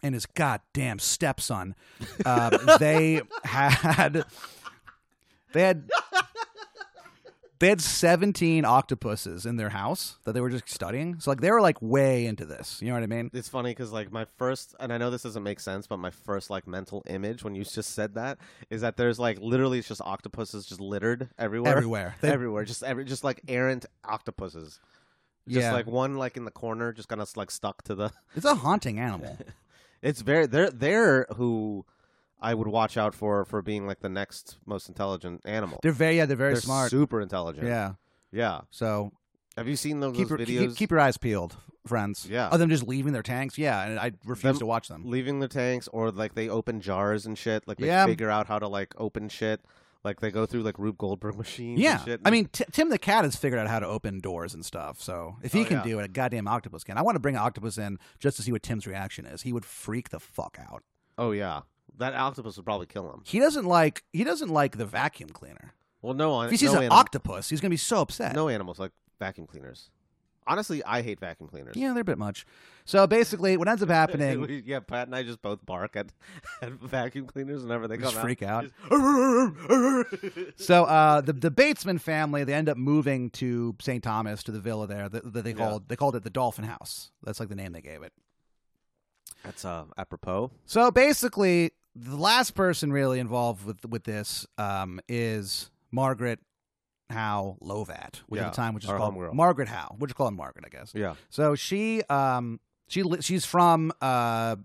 [SPEAKER 2] and his goddamn stepson
[SPEAKER 3] <laughs>
[SPEAKER 2] uh, they had they had they had 17 octopuses in their house that they were just studying so like they were like way into this you know what i mean
[SPEAKER 3] It's funny because like my first, and I know this doesn't make sense, but my first like mental image when you just said that is that there's like literally it's just octopuses just littered everywhere,
[SPEAKER 2] everywhere They-
[SPEAKER 3] everywhere, just every just like errant octopuses, just
[SPEAKER 2] yeah
[SPEAKER 3] like one like in the corner, just kind of like stuck to the. <laughs>
[SPEAKER 2] it's a haunting animal
[SPEAKER 3] It's very they're they're who I would watch out for for being like the next most intelligent animal.
[SPEAKER 2] <laughs> they're very yeah they're very
[SPEAKER 3] They're
[SPEAKER 2] smart
[SPEAKER 3] super intelligent.
[SPEAKER 2] yeah
[SPEAKER 3] yeah.
[SPEAKER 2] so
[SPEAKER 3] Have you seen those,
[SPEAKER 2] keep your,
[SPEAKER 3] those videos?
[SPEAKER 2] keep, keep your eyes peeled friends
[SPEAKER 3] Yeah.
[SPEAKER 2] of them just leaving their tanks yeah and i refuse
[SPEAKER 3] Them-
[SPEAKER 2] to watch them
[SPEAKER 3] leaving the tanks or like they open jars and shit like they
[SPEAKER 2] Yeah.
[SPEAKER 3] figure out how to like open shit like they go through like rube goldberg machines
[SPEAKER 2] Yeah,
[SPEAKER 3] and shit
[SPEAKER 2] I mean, Ti- Tim the cat has figured out how to open doors and stuff. So if he
[SPEAKER 3] Oh,
[SPEAKER 2] can
[SPEAKER 3] yeah.
[SPEAKER 2] do it, a goddamn octopus can. I want to bring an octopus in just to see what Tim's reaction is. He would freak the fuck out.
[SPEAKER 3] oh yeah that octopus would probably kill him
[SPEAKER 2] He doesn't like he doesn't like the vacuum cleaner.
[SPEAKER 3] well no
[SPEAKER 2] If he sees
[SPEAKER 3] Uh, no,
[SPEAKER 2] an
[SPEAKER 3] anim-
[SPEAKER 2] octopus, he's gonna be so upset.
[SPEAKER 3] no animals like vacuum cleaners honestly i hate vacuum cleaners
[SPEAKER 2] Yeah, they're a bit much. So basically, what
[SPEAKER 3] <laughs>
[SPEAKER 2] ends up happening?
[SPEAKER 3] We- yeah, Pat and I just both bark at, <laughs> at vacuum cleaners whenever they
[SPEAKER 2] We
[SPEAKER 3] come
[SPEAKER 2] just freak out.
[SPEAKER 3] <laughs> Just-
[SPEAKER 2] So uh, the the Batesman family they end up moving to St. Thomas to the villa there that, that they
[SPEAKER 3] Yeah.
[SPEAKER 2] called they called it the Dolphin House. That's like the name they gave it.
[SPEAKER 3] That's uh, apropos.
[SPEAKER 2] So basically, the last person really involved with with this um, is Margaret Howe Lovat, which
[SPEAKER 3] Yeah,
[SPEAKER 2] at the time which is
[SPEAKER 3] our
[SPEAKER 2] called
[SPEAKER 3] homegirl.
[SPEAKER 2] Margaret Howe. We'll just call her Margaret, I guess.
[SPEAKER 3] Yeah.
[SPEAKER 2] So she um, she li- she's from uh,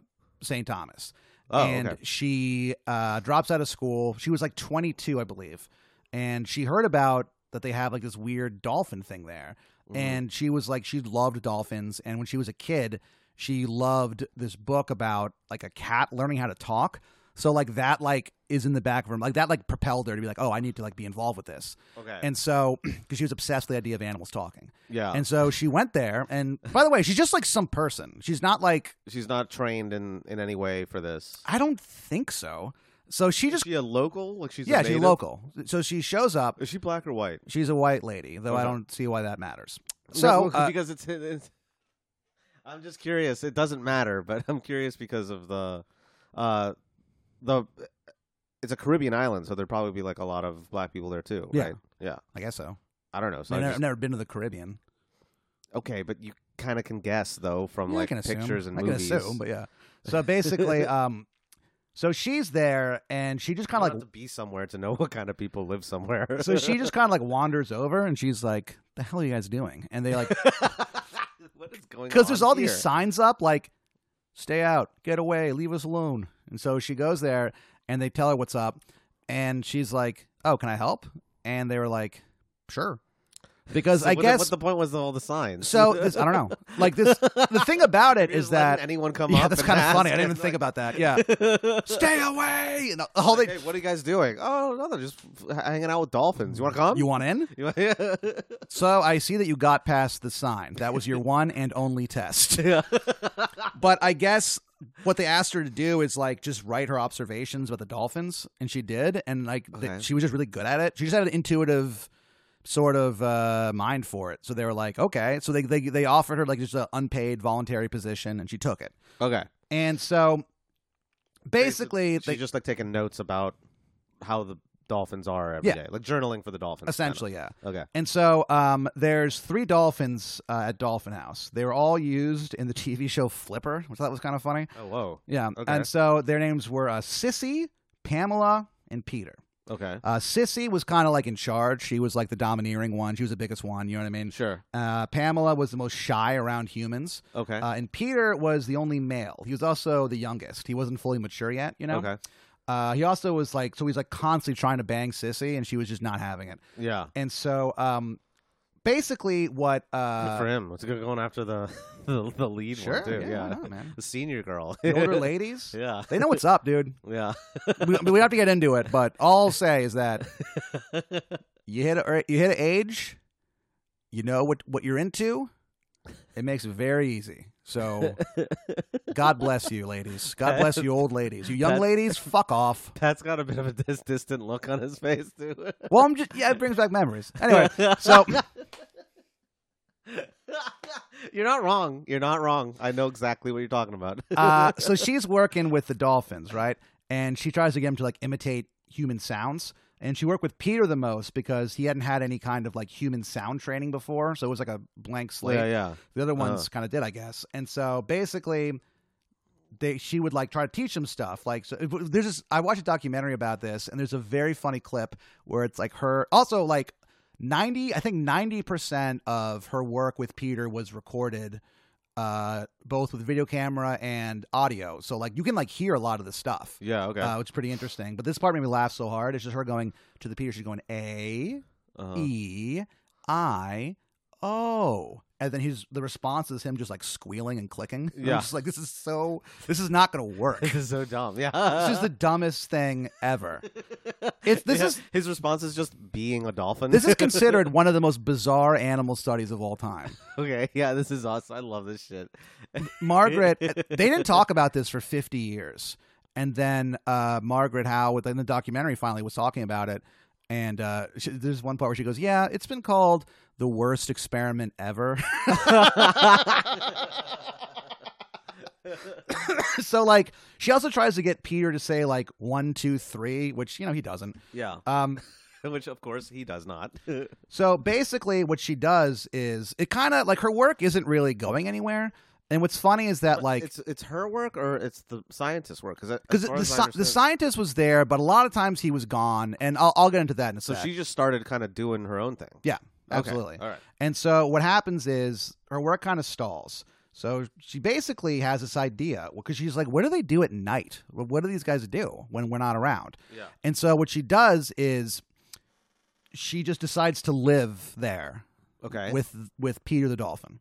[SPEAKER 2] St. Thomas,
[SPEAKER 3] Oh,
[SPEAKER 2] and
[SPEAKER 3] okay.
[SPEAKER 2] she uh, drops out of school. She was like 22, I believe, and she heard about that they have like this weird dolphin thing there
[SPEAKER 3] Mhm.
[SPEAKER 2] and she was like she loved dolphins and when she was a kid she loved this book about like a cat learning how to talk so like that like is in the back of her like that like propelled her to be like oh i need to like be involved with this
[SPEAKER 3] okay.
[SPEAKER 2] and so <clears throat> because she was obsessed with the idea of animals talking
[SPEAKER 3] yeah.
[SPEAKER 2] and so she went there
[SPEAKER 3] <laughs>
[SPEAKER 2] and by the way she's just like some person she's not like
[SPEAKER 3] She's not trained in in any way for this.
[SPEAKER 2] i don't think so so she
[SPEAKER 3] Is
[SPEAKER 2] just
[SPEAKER 3] she a local? Like she's a
[SPEAKER 2] yeah she's
[SPEAKER 3] native?
[SPEAKER 2] local so she shows up
[SPEAKER 3] Is she black or white?
[SPEAKER 2] she's a white lady though i
[SPEAKER 3] Okay.
[SPEAKER 2] don't see why that matters
[SPEAKER 3] No,
[SPEAKER 2] so
[SPEAKER 3] Uh-huh. well,
[SPEAKER 2] uh,
[SPEAKER 3] because it's, it's, <laughs> I'm just curious. It doesn't matter, <laughs> but I'm curious because of the, uh, the, it's a Caribbean island, so there'd probably be like a lot of black people there too,
[SPEAKER 2] Yeah.
[SPEAKER 3] right? Yeah,
[SPEAKER 2] i guess so
[SPEAKER 3] I don't know. So
[SPEAKER 2] I
[SPEAKER 3] I
[SPEAKER 2] mean, i've
[SPEAKER 3] just-
[SPEAKER 2] never been to the caribbean
[SPEAKER 3] okay, but you kind of can guess though from
[SPEAKER 2] Yeah, I
[SPEAKER 3] like
[SPEAKER 2] can assume.
[SPEAKER 3] pictures and
[SPEAKER 2] I
[SPEAKER 3] movies.
[SPEAKER 2] Can assume, but
[SPEAKER 3] <laughs>
[SPEAKER 2] yeah. So basically, um, so she's there, and she just
[SPEAKER 3] You
[SPEAKER 2] kind of
[SPEAKER 3] have
[SPEAKER 2] like,
[SPEAKER 3] to be somewhere to know <laughs> what kind of people live somewhere.
[SPEAKER 2] <laughs> so she just kind of like wanders over, and she's like, "The hell are you guys doing?" And they like,
[SPEAKER 3] <laughs> what is going?
[SPEAKER 2] because there's
[SPEAKER 3] on
[SPEAKER 2] all
[SPEAKER 3] here?
[SPEAKER 2] these signs up, like, "Stay out, get away, leave us alone." And so she goes there, and they tell her what's up, and she's like, "Oh, can I help?" And they were like, "Sure." because
[SPEAKER 3] So
[SPEAKER 2] I
[SPEAKER 3] what the-
[SPEAKER 2] guess
[SPEAKER 3] what the point was of all the signs.
[SPEAKER 2] so. This, I don't know. Like this, the thing about it
[SPEAKER 3] <laughs> You're
[SPEAKER 2] is
[SPEAKER 3] just letting
[SPEAKER 2] that <laughs>
[SPEAKER 3] anyone come
[SPEAKER 2] yeah,
[SPEAKER 3] up?
[SPEAKER 2] that's
[SPEAKER 3] and
[SPEAKER 2] kind of funny. I
[SPEAKER 3] ask <laughs>
[SPEAKER 2] didn't even
[SPEAKER 3] and,
[SPEAKER 2] think
[SPEAKER 3] like,
[SPEAKER 2] about that. Yeah, stay away. And all Oh,
[SPEAKER 3] <laughs> Like,
[SPEAKER 2] they
[SPEAKER 3] hey, what are you guys doing? Oh, nothing. Just f- hanging out with dolphins. You want to come?
[SPEAKER 2] you want in?
[SPEAKER 3] <laughs> You <laughs> want-
[SPEAKER 2] So I see that you got past the sign. That
[SPEAKER 3] <laughs>
[SPEAKER 2] was your one and only test.
[SPEAKER 3] Yeah.
[SPEAKER 2] <laughs> But I guess what they asked her to do is like just write her observations about the dolphins, and she did, and like th-
[SPEAKER 3] Okay.
[SPEAKER 2] she was just really good at it. She just had an intuitive sort of uh, mind for it. So they were like, okay. So they they they offered her like just an unpaid voluntary position, and she took it.
[SPEAKER 3] okay.
[SPEAKER 2] And so basically,
[SPEAKER 3] She's
[SPEAKER 2] they,
[SPEAKER 3] just like taking notes about how the dolphins are every
[SPEAKER 2] Yeah.
[SPEAKER 3] day, like journaling for the dolphins.
[SPEAKER 2] essentially, yeah.
[SPEAKER 3] Kind of. Okay.
[SPEAKER 2] And so um, there's three dolphins uh, at Dolphin House. They were all used in the <laughs> TV show Flipper, which I thought was kind of funny.
[SPEAKER 3] Oh, whoa.
[SPEAKER 2] Yeah.
[SPEAKER 3] Okay.
[SPEAKER 2] And so their names were uh, Sissy, Pamela, and Peter.
[SPEAKER 3] Okay.
[SPEAKER 2] Uh, Sissy was kind of like in charge. She was like the domineering one. She was the biggest one. You know what I mean?
[SPEAKER 3] Sure.
[SPEAKER 2] Uh, Pamela was the most shy around humans.
[SPEAKER 3] Okay.
[SPEAKER 2] Uh, and Peter was the only male. He was also the youngest. He wasn't fully mature yet, you know?
[SPEAKER 3] Okay.
[SPEAKER 2] Uh, he also was like, so he was like constantly trying to bang Sissy, and she was just not having it.
[SPEAKER 3] Yeah.
[SPEAKER 2] And so um, basically, what.
[SPEAKER 3] Good
[SPEAKER 2] Uh,
[SPEAKER 3] for him. It's good going after the <laughs> the, the lead
[SPEAKER 2] sure.
[SPEAKER 3] one too.
[SPEAKER 2] yeah,
[SPEAKER 3] Yeah.
[SPEAKER 2] why not, man.
[SPEAKER 3] <laughs> The senior girl.
[SPEAKER 2] The older ladies,
[SPEAKER 3] <laughs> yeah.
[SPEAKER 2] they know what's up, dude.
[SPEAKER 3] Yeah.
[SPEAKER 2] we,
[SPEAKER 3] <laughs>
[SPEAKER 2] we don't have to get into it, but all I'll say is that you hit a, er, you hit an age, you know what what you're into. It makes it very easy. So, God bless you, ladies. God bless you, old ladies. You young
[SPEAKER 3] That's-
[SPEAKER 2] ladies, fuck off.
[SPEAKER 3] Pat's got a bit of a dis- distant look on his face too. <laughs>
[SPEAKER 2] Well, I'm just yeah, it brings back memories. Anyway, <laughs> so
[SPEAKER 3] You're not wrong. You're not wrong. I know exactly what you're talking about.
[SPEAKER 2] uh, so she's working with the dolphins, right? And she tries to get him to like imitate human sounds. And she worked with Peter the most because he hadn't had any kind of like human sound training before, so it was like a blank slate.
[SPEAKER 3] <laughs> yeah, yeah.
[SPEAKER 2] The other ones kind of did, I guess. And so basically, they she would like try to teach him stuff. Like so, there's this. I watched a documentary about this, and there's a very funny clip where it's like her also like ninety. I think ninety percent of her work with Peter was recorded. Uh, both with video camera and audio, so like you can like hear a lot of the stuff,
[SPEAKER 3] Yeah, okay.
[SPEAKER 2] uh, which is pretty interesting. But this part made me laugh so hard. It's just her going to the Peter. She's going a
[SPEAKER 3] Uh-huh.
[SPEAKER 2] E I O. And then his the response is him just like squealing and clicking. <laughs> And I'm
[SPEAKER 3] Yeah.
[SPEAKER 2] just like this is so this is not gonna work.
[SPEAKER 3] <laughs> This is so dumb. Yeah.
[SPEAKER 2] this
[SPEAKER 3] <laughs>
[SPEAKER 2] is the dumbest thing ever. It's this
[SPEAKER 3] Yeah,
[SPEAKER 2] is
[SPEAKER 3] his response is just being a dolphin.
[SPEAKER 2] this is considered one of the most bizarre animal studies of all time.
[SPEAKER 3] <laughs> okay. Yeah, this is us. I love this
[SPEAKER 2] <laughs>
[SPEAKER 3] shit. <laughs>
[SPEAKER 2] Margaret they didn't talk about this for 50 years. And then uh, Margaret Howe within the documentary finally was talking about it. And uh, she, there's one part where she goes, Yeah, it's been called the worst experiment ever. <laughs> so like she also tries to get Peter to say like one, two, three, which you know he doesn't.
[SPEAKER 3] yeah, <laughs>
[SPEAKER 2] Um
[SPEAKER 3] which of course he does not.
[SPEAKER 2] so basically what she does is it kinda like her work isn't really going anywhere. And what's funny is <laughs> that like
[SPEAKER 3] it's it's her work or it's the scientist's work because
[SPEAKER 2] because the, sci- the scientist was there, but a lot of times he was gone, and I'll, I'll get into that in a
[SPEAKER 3] so
[SPEAKER 2] sec.
[SPEAKER 3] she just started kind of doing her own thing.
[SPEAKER 2] yeah,
[SPEAKER 3] Okay,
[SPEAKER 2] absolutely.
[SPEAKER 3] All right.
[SPEAKER 2] And so what happens is her work kind of stalls. So she basically has this idea because she's like, what do they do at night? What what do these guys do when we're not around?
[SPEAKER 3] Yeah.
[SPEAKER 2] And so what she does is she just decides to live there
[SPEAKER 3] Okay.
[SPEAKER 2] with with Peter the dolphin.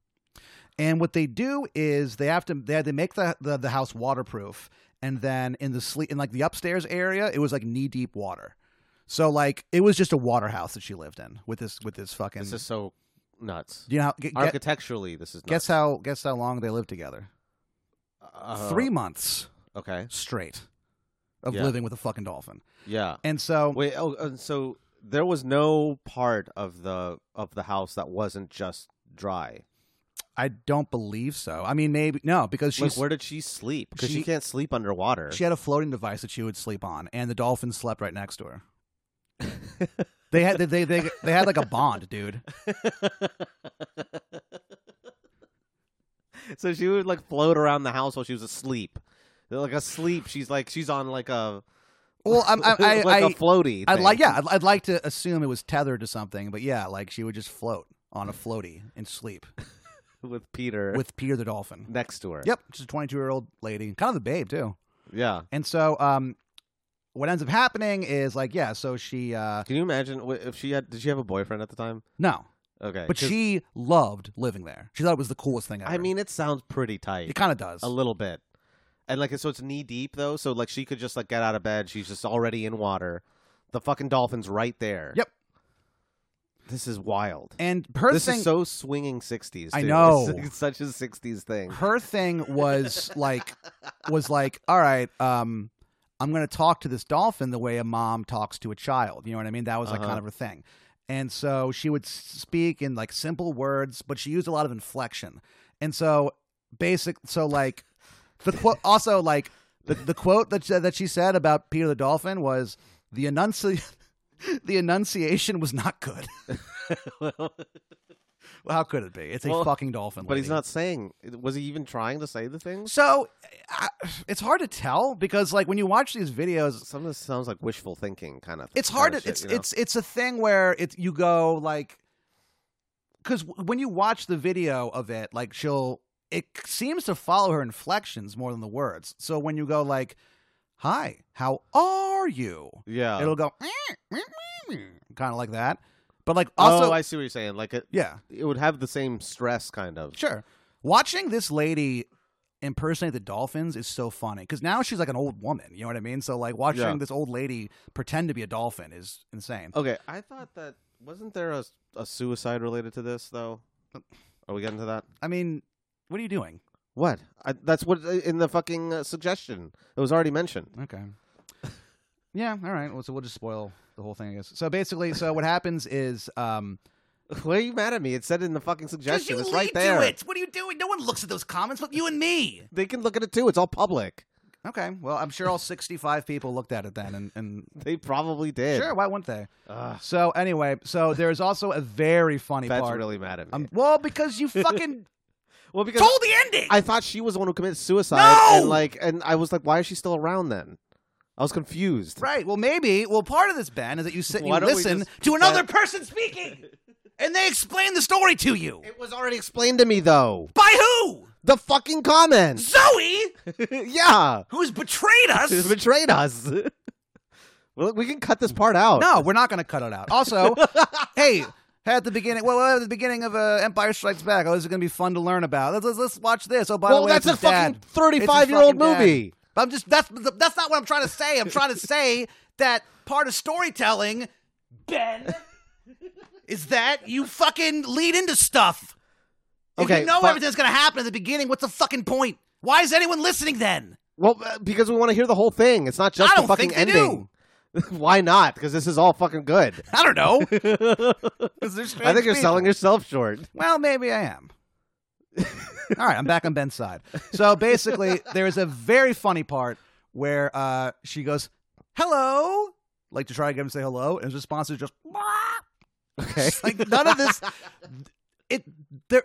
[SPEAKER 2] And what they do is they have to they, they make the, the the house waterproof and then in the sleep in like the upstairs area it was like knee deep water. So like it was just a water house that she lived in with this with this fucking
[SPEAKER 3] this is so nuts.
[SPEAKER 2] Do you know how, get, get-
[SPEAKER 3] Architecturally, this is
[SPEAKER 2] guess
[SPEAKER 3] nuts.
[SPEAKER 2] how guess how long they lived together?
[SPEAKER 3] Uh,
[SPEAKER 2] 3 months
[SPEAKER 3] Okay.
[SPEAKER 2] straight of
[SPEAKER 3] Yeah.
[SPEAKER 2] living with a fucking dolphin.
[SPEAKER 3] Yeah.
[SPEAKER 2] And so
[SPEAKER 3] Wait. Oh, and so there was no part of the of the house that wasn't just dry.
[SPEAKER 2] I don't believe so. I mean maybe no because she's
[SPEAKER 3] like, where did she sleep? Because she,
[SPEAKER 2] she-
[SPEAKER 3] can't sleep underwater.
[SPEAKER 2] She had a floating device that she would sleep on, and the dolphins slept right next to her. they had they, they they had like a bond, dude.
[SPEAKER 3] <laughs> so she would like float around the house while she was asleep. Like asleep, she's like she's on like a
[SPEAKER 2] Well, I'm, I I
[SPEAKER 3] <laughs> like a
[SPEAKER 2] I,
[SPEAKER 3] floaty.
[SPEAKER 2] I'd
[SPEAKER 3] thing.
[SPEAKER 2] like yeah, I'd, I'd like to assume it was tethered to something, but yeah, like she would just float on a floaty and sleep
[SPEAKER 3] <laughs> with Peter
[SPEAKER 2] with Peter the dolphin.
[SPEAKER 3] next to her.
[SPEAKER 2] Yep, just a 22 year old lady, kind of the babe too.
[SPEAKER 3] Yeah.
[SPEAKER 2] And so, um, what ends up happening is like yeah, so she uh
[SPEAKER 3] Can you imagine wh- if she had? Did she have a boyfriend at the time?
[SPEAKER 2] no
[SPEAKER 3] Okay.
[SPEAKER 2] But
[SPEAKER 3] 'cause,
[SPEAKER 2] she loved living there. She thought it was the coolest thing ever.
[SPEAKER 3] I mean, it sounds pretty tight.
[SPEAKER 2] it kind of does.
[SPEAKER 3] a little bit. And like so it's knee deep though, so like she could just like get out of bed, she's just already in water. The fucking dolphin's right there.
[SPEAKER 2] Yep.
[SPEAKER 3] This is wild.
[SPEAKER 2] and her
[SPEAKER 3] this
[SPEAKER 2] thing,
[SPEAKER 3] is so swinging 60s.
[SPEAKER 2] I
[SPEAKER 3] dude.
[SPEAKER 2] know.
[SPEAKER 3] It's, it's <laughs> such a 60s thing. <laughs>
[SPEAKER 2] her thing was like, was like, all right, um, I'm gonna talk to this dolphin the way a mom talks to a child. You know what I mean? That was like
[SPEAKER 3] Uh-huh.
[SPEAKER 2] kind of her thing. And so she would s- speak in like simple words, but she used a lot of inflection. And so basic, so like the
[SPEAKER 3] <laughs>
[SPEAKER 2] quote, also like the, the quote that she, that she said about Peter the dolphin was the enunciation. <laughs> The enunciation was not good. <laughs>
[SPEAKER 3] but
[SPEAKER 2] Well, how could it be? It's a
[SPEAKER 3] Well,
[SPEAKER 2] fucking dolphin.
[SPEAKER 3] he's
[SPEAKER 2] lady.
[SPEAKER 3] not saying was he even trying to say the things?
[SPEAKER 2] So I, it's hard to tell because, like, when you watch these videos,
[SPEAKER 3] Some of this sounds like wishful thinking kind of
[SPEAKER 2] it's hard. To,
[SPEAKER 3] kinda shit,
[SPEAKER 2] it's
[SPEAKER 3] you know?
[SPEAKER 2] it's it's a thing where it you go like because when you watch the video of it, like she'll it seems to follow her inflections more than the words. So when you go like, "Hi, how are you?"
[SPEAKER 3] Yeah.
[SPEAKER 2] It'll go "Mm, kind of mm," like that, but like
[SPEAKER 3] also,
[SPEAKER 2] also
[SPEAKER 3] oh, I see what you're saying. Like it,
[SPEAKER 2] yeah,
[SPEAKER 3] it would have the same stress kind of.
[SPEAKER 2] Sure. Watching this lady impersonate the dolphins is so funny because now she's like an old woman. You know what I mean? So like watching
[SPEAKER 3] Yeah.
[SPEAKER 2] this old lady pretend to be a dolphin is insane.
[SPEAKER 3] Okay, I thought that wasn't there a, a suicide related to this though. Are we getting to that?
[SPEAKER 2] I mean, what are you doing?
[SPEAKER 3] What? I, that's what in the fucking uh, suggestion. It was already mentioned.
[SPEAKER 2] Okay. <laughs> Yeah. All right. Well, so we'll just spoil the whole thing, I guess. So basically, so what happens is, um,
[SPEAKER 3] <laughs> Why are you mad at me? It said in the fucking suggestion. It's right
[SPEAKER 2] lead
[SPEAKER 3] there.
[SPEAKER 2] to it. What are you doing? No one looks at those comments but you and me.
[SPEAKER 3] They can look at it too. It's all public.
[SPEAKER 2] Okay. Well, I'm sure all 65 people looked at it then, and, and
[SPEAKER 3] They probably did.
[SPEAKER 2] sure, why wouldn't they?
[SPEAKER 3] Ugh,
[SPEAKER 2] So anyway, so there's also a very funny
[SPEAKER 3] Fed's
[SPEAKER 2] part.
[SPEAKER 3] really mad at me.
[SPEAKER 2] Um, well, because you <laughs> fucking
[SPEAKER 3] well, because
[SPEAKER 2] told the ending.
[SPEAKER 3] I thought she was the one who committed suicide,
[SPEAKER 2] No!
[SPEAKER 3] and like, and I was like, why is she still around then? I was confused.
[SPEAKER 2] right. Well, maybe. Well, part of this Ben is that you sit and
[SPEAKER 3] Why
[SPEAKER 2] you
[SPEAKER 3] don't we
[SPEAKER 2] listen
[SPEAKER 3] just
[SPEAKER 2] to another
[SPEAKER 3] pretend-
[SPEAKER 2] person speaking, and they explain the story to you.
[SPEAKER 3] It was already explained to me though.
[SPEAKER 2] By who?
[SPEAKER 3] The fucking comments. <laughs>
[SPEAKER 2] Zoe,
[SPEAKER 3] yeah,
[SPEAKER 2] who's betrayed
[SPEAKER 3] it's <laughs>
[SPEAKER 2] us.
[SPEAKER 3] betrayed us. well, we can cut this part out.
[SPEAKER 2] No, we're not going to cut it out.
[SPEAKER 3] <laughs>
[SPEAKER 2] Also, hey. At the beginning, well, at the beginning of uh, Empire Strikes Back, oh, this is going to be fun to learn about. Let's, let's, let's watch this. Oh, by
[SPEAKER 3] well,
[SPEAKER 2] the way,
[SPEAKER 3] that's
[SPEAKER 2] it's
[SPEAKER 3] a
[SPEAKER 2] his dad.
[SPEAKER 3] fucking thirty-five-year-old
[SPEAKER 2] fucking dad.
[SPEAKER 3] movie.
[SPEAKER 2] But I'm just that's that's not what I'm trying to say. I'm trying to <laughs> say that part of storytelling, Ben, is that you fucking lead into stuff. If
[SPEAKER 3] Okay,
[SPEAKER 2] you know
[SPEAKER 3] but-
[SPEAKER 2] everything that's gonna happen at the beginning, what's the fucking point? Why is anyone listening then?
[SPEAKER 3] Well, uh, because we want to hear the whole thing. It's not just
[SPEAKER 2] I
[SPEAKER 3] the
[SPEAKER 2] don't
[SPEAKER 3] fucking
[SPEAKER 2] think they
[SPEAKER 3] ending. <laughs> Why not? Because this is all fucking good.
[SPEAKER 2] I don't
[SPEAKER 3] <laughs>
[SPEAKER 2] know.
[SPEAKER 3] I think
[SPEAKER 2] I think
[SPEAKER 3] you're selling yourself
[SPEAKER 2] <laughs>
[SPEAKER 3] short.
[SPEAKER 2] Well, maybe I am. All right, I'm back on Ben's side. So basically, there is a very funny part where uh, she goes, "Hello," like to try to get him to say hello, and his response is just, "Wah."
[SPEAKER 3] Okay.
[SPEAKER 2] like none of this it there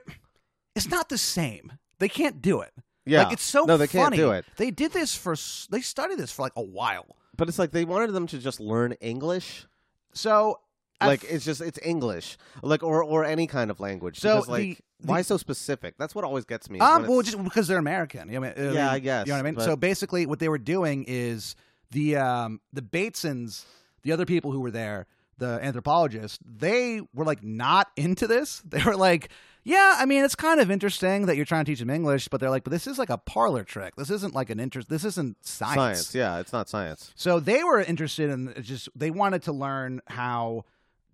[SPEAKER 2] it's not the same they can't do it
[SPEAKER 3] Yeah.
[SPEAKER 2] like it's so
[SPEAKER 3] no, they
[SPEAKER 2] funny.
[SPEAKER 3] can't do it.
[SPEAKER 2] they did this for s- they studied this for like a while
[SPEAKER 3] But it's like they wanted them to just learn English.
[SPEAKER 2] so at
[SPEAKER 3] Like
[SPEAKER 2] f-
[SPEAKER 3] it's just it's English, like or or any kind of language.
[SPEAKER 2] So
[SPEAKER 3] because, like,
[SPEAKER 2] the-
[SPEAKER 3] why so specific? That's what always gets me. is
[SPEAKER 2] um
[SPEAKER 3] when
[SPEAKER 2] well
[SPEAKER 3] it's-
[SPEAKER 2] just because they're american you know, I mean,
[SPEAKER 3] yeah, I
[SPEAKER 2] mean,
[SPEAKER 3] guess.
[SPEAKER 2] you know what i mean
[SPEAKER 3] but-
[SPEAKER 2] so basically what they were doing is the um the batesons the other people who were there the anthropologists they were like not into this <laughs> they were like yeah, I mean it's kind of interesting that you're trying to teach them English, but they're like, but this is like a parlor trick. This isn't like an interest. This isn't
[SPEAKER 3] science. Yeah, it's not science.
[SPEAKER 2] So they were interested in just they wanted to learn how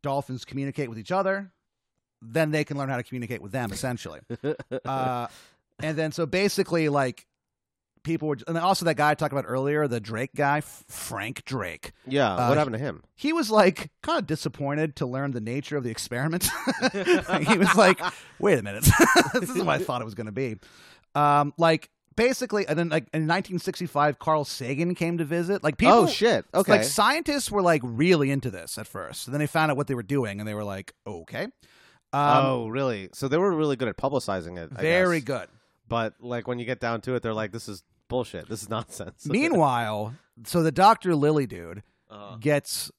[SPEAKER 2] dolphins communicate with each other. Then they can learn how to communicate with them, essentially. uh, and then so basically, like people were, and also that guy I talked about earlier, the Drake guy, F- Frank Drake.
[SPEAKER 3] Yeah.
[SPEAKER 2] uh,
[SPEAKER 3] what happened to him?
[SPEAKER 2] He was like kind of disappointed to learn the nature of the experiment. <laughs> he was like, "Wait a minute, <laughs> this isn't what I thought it was going to be." Um, like basically, and then like in 1965, Carl Sagan came to visit. Like people,
[SPEAKER 3] oh shit.
[SPEAKER 2] it's
[SPEAKER 3] Okay.
[SPEAKER 2] Like scientists were like really into this at first. And then they found out what they were doing and they were like, okay. Um,
[SPEAKER 3] oh really? So they were really good at publicizing it. I
[SPEAKER 2] very
[SPEAKER 3] guess.
[SPEAKER 2] good.
[SPEAKER 3] But like when you get down to it, they're like, "This is bullshit. This is <laughs> nonsense."
[SPEAKER 2] Meanwhile, so the Dr. Lilly dude
[SPEAKER 3] Uh,
[SPEAKER 2] gets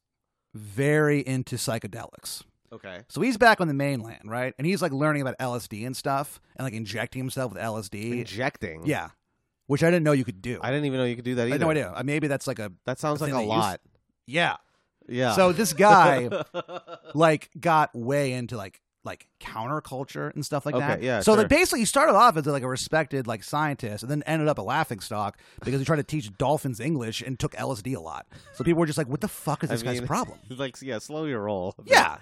[SPEAKER 2] very into psychedelics.
[SPEAKER 3] okay.
[SPEAKER 2] So he's back on the mainland, right? And he's like learning about LSD and stuff and like injecting himself with LSD.
[SPEAKER 3] Injecting.
[SPEAKER 2] yeah. Which I didn't know you could do.
[SPEAKER 3] I didn't even know you could do that
[SPEAKER 2] I
[SPEAKER 3] either.
[SPEAKER 2] had no idea. Uh, Maybe that's like a.
[SPEAKER 3] That sounds
[SPEAKER 2] The
[SPEAKER 3] like a
[SPEAKER 2] thing they
[SPEAKER 3] lot.
[SPEAKER 2] Yeah.
[SPEAKER 3] Yeah. <laughs>
[SPEAKER 2] So this guy like got way into like like counterculture and stuff like
[SPEAKER 3] Okay,
[SPEAKER 2] that.
[SPEAKER 3] yeah,
[SPEAKER 2] So
[SPEAKER 3] sure.
[SPEAKER 2] like basically he started off as like a respected like scientist and then ended up a laughing stock because he tried to teach dolphins English and took LSD a lot. So people were just like, What the fuck is
[SPEAKER 3] I
[SPEAKER 2] this guy's
[SPEAKER 3] mean, <laughs>
[SPEAKER 2] problem?
[SPEAKER 3] like, yeah, slow your roll.
[SPEAKER 2] <laughs>
[SPEAKER 3] <laughs>
[SPEAKER 2] Yeah.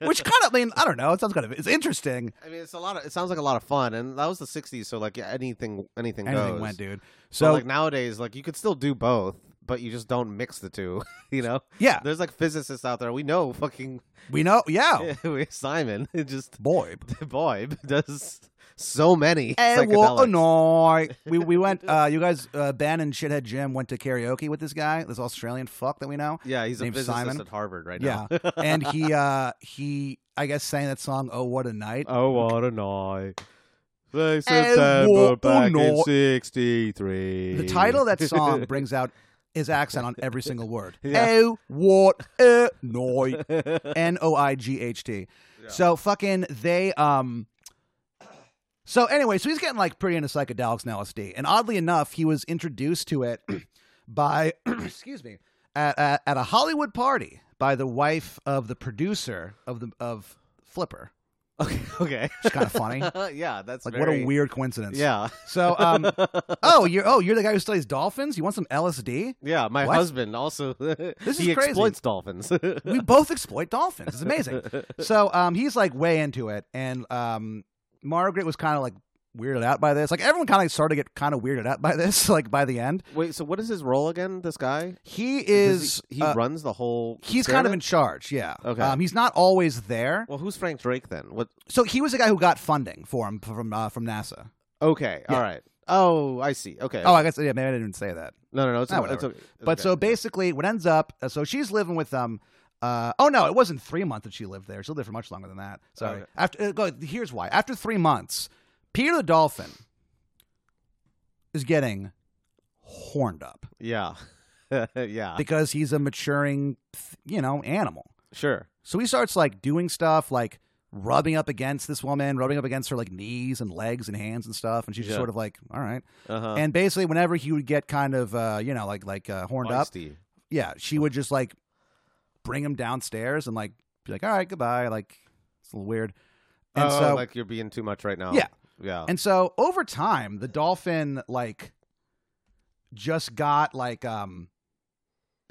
[SPEAKER 2] Which kind of I mean, I don't know, it sounds kind of it's interesting.
[SPEAKER 3] I mean, it's a lot. Of, it sounds like a lot of fun, and that was the '60s, so like yeah, anything, anything,
[SPEAKER 2] Anything
[SPEAKER 3] goes.
[SPEAKER 2] went, dude.
[SPEAKER 3] So
[SPEAKER 2] So
[SPEAKER 3] like nowadays, like you could still do both, but you just don't mix the two. <laughs> You know,
[SPEAKER 2] yeah,
[SPEAKER 3] there's like physicists out there. We know fucking
[SPEAKER 2] we know
[SPEAKER 3] <laughs>
[SPEAKER 2] yeah.
[SPEAKER 3] Simon. <laughs> Just
[SPEAKER 2] Boy,
[SPEAKER 3] <laughs> boy does so many
[SPEAKER 2] Eh, well,
[SPEAKER 3] psychedelics.
[SPEAKER 2] annoy. We we
[SPEAKER 3] <laughs>
[SPEAKER 2] went. Uh, you guys, uh, Ben and Shithead Jim went to karaoke with this guy, this Australian fuck that we know.
[SPEAKER 3] Yeah, he's a
[SPEAKER 2] named
[SPEAKER 3] physicist
[SPEAKER 2] Simon.
[SPEAKER 3] at Harvard right now. <laughs>
[SPEAKER 2] Yeah, and he uh, he I guess sang that song. Oh, what a night!
[SPEAKER 3] Oh, what a night.
[SPEAKER 2] Eh,
[SPEAKER 3] They
[SPEAKER 2] September what a back in night.
[SPEAKER 3] 63.
[SPEAKER 2] the title of
[SPEAKER 3] <laughs>
[SPEAKER 2] that song brings out his accent on every single word.
[SPEAKER 3] Yeah.
[SPEAKER 2] Oh, what a
[SPEAKER 3] <laughs>
[SPEAKER 2] night! N O I G H T. So fucking they um. So anyway, so he's getting like pretty into psychedelics and LSD, and oddly enough, he was introduced to it <clears throat> by <clears throat> excuse me at, at at a Hollywood party by the wife of the producer of the of Flipper.
[SPEAKER 3] okay. <laughs>
[SPEAKER 2] It's kind of funny. like
[SPEAKER 3] yeah, that's
[SPEAKER 2] what
[SPEAKER 3] very-
[SPEAKER 2] a weird coincidence.
[SPEAKER 3] Yeah,
[SPEAKER 2] So
[SPEAKER 3] <laughs>
[SPEAKER 2] um oh you're oh you're the guy who studies dolphins. You want some LSD?
[SPEAKER 3] yeah. My
[SPEAKER 2] What?
[SPEAKER 3] husband also. <laughs>
[SPEAKER 2] This
[SPEAKER 3] he
[SPEAKER 2] is crazy.
[SPEAKER 3] exploits dolphins. <laughs>
[SPEAKER 2] we both exploit dolphins. It's amazing. So um, he's like way into it, and um, Margaret was kind of like weirded out by this. Like everyone kind of started to get kind of weirded out by this. <laughs> Like by the end,
[SPEAKER 3] Wait, so what is his role again? This guy
[SPEAKER 2] he
[SPEAKER 3] Does
[SPEAKER 2] is
[SPEAKER 3] he, he
[SPEAKER 2] uh,
[SPEAKER 3] runs the whole.
[SPEAKER 2] he's kind of in
[SPEAKER 3] experiment?
[SPEAKER 2] charge. Yeah.
[SPEAKER 3] Okay.
[SPEAKER 2] Um, he's not always there.
[SPEAKER 3] Well, who's Frank Drake then? What?
[SPEAKER 2] So he was the guy who got funding for him from uh, from NASA.
[SPEAKER 3] Okay,
[SPEAKER 2] Yeah.
[SPEAKER 3] all right. Oh, I see. Okay.
[SPEAKER 2] Oh, I guess yeah. Maybe I didn't say that.
[SPEAKER 3] no, no, no. It's,
[SPEAKER 2] Ah,
[SPEAKER 3] it's
[SPEAKER 2] whatever.
[SPEAKER 3] okay. It's
[SPEAKER 2] But
[SPEAKER 3] okay.
[SPEAKER 2] so basically, what ends up, uh, so she's living with them. Uh, oh no, it wasn't three months that she lived there. She lived there for much longer than that. Sorry.
[SPEAKER 3] Okay.
[SPEAKER 2] After uh, go, here's why. After three months, Peter the dolphin is getting horned up
[SPEAKER 3] yeah, <laughs> yeah,
[SPEAKER 2] because he's a maturing, th- you know, animal.
[SPEAKER 3] sure.
[SPEAKER 2] So he starts like doing stuff like rubbing up against this woman, rubbing up against her like knees and legs and hands and stuff, and she's just
[SPEAKER 3] Yeah.
[SPEAKER 2] sort of like, all right.
[SPEAKER 3] Uh huh.
[SPEAKER 2] And basically, whenever he would get kind of, uh, you know, like like uh, horned up, yeah, she would just like bring him downstairs and like be like, "All right, goodbye." Like it's a little weird. And
[SPEAKER 3] oh,
[SPEAKER 2] so
[SPEAKER 3] like uh, you're being too much right now.
[SPEAKER 2] Yeah.
[SPEAKER 3] yeah.
[SPEAKER 2] and so over time, the dolphin like just got like um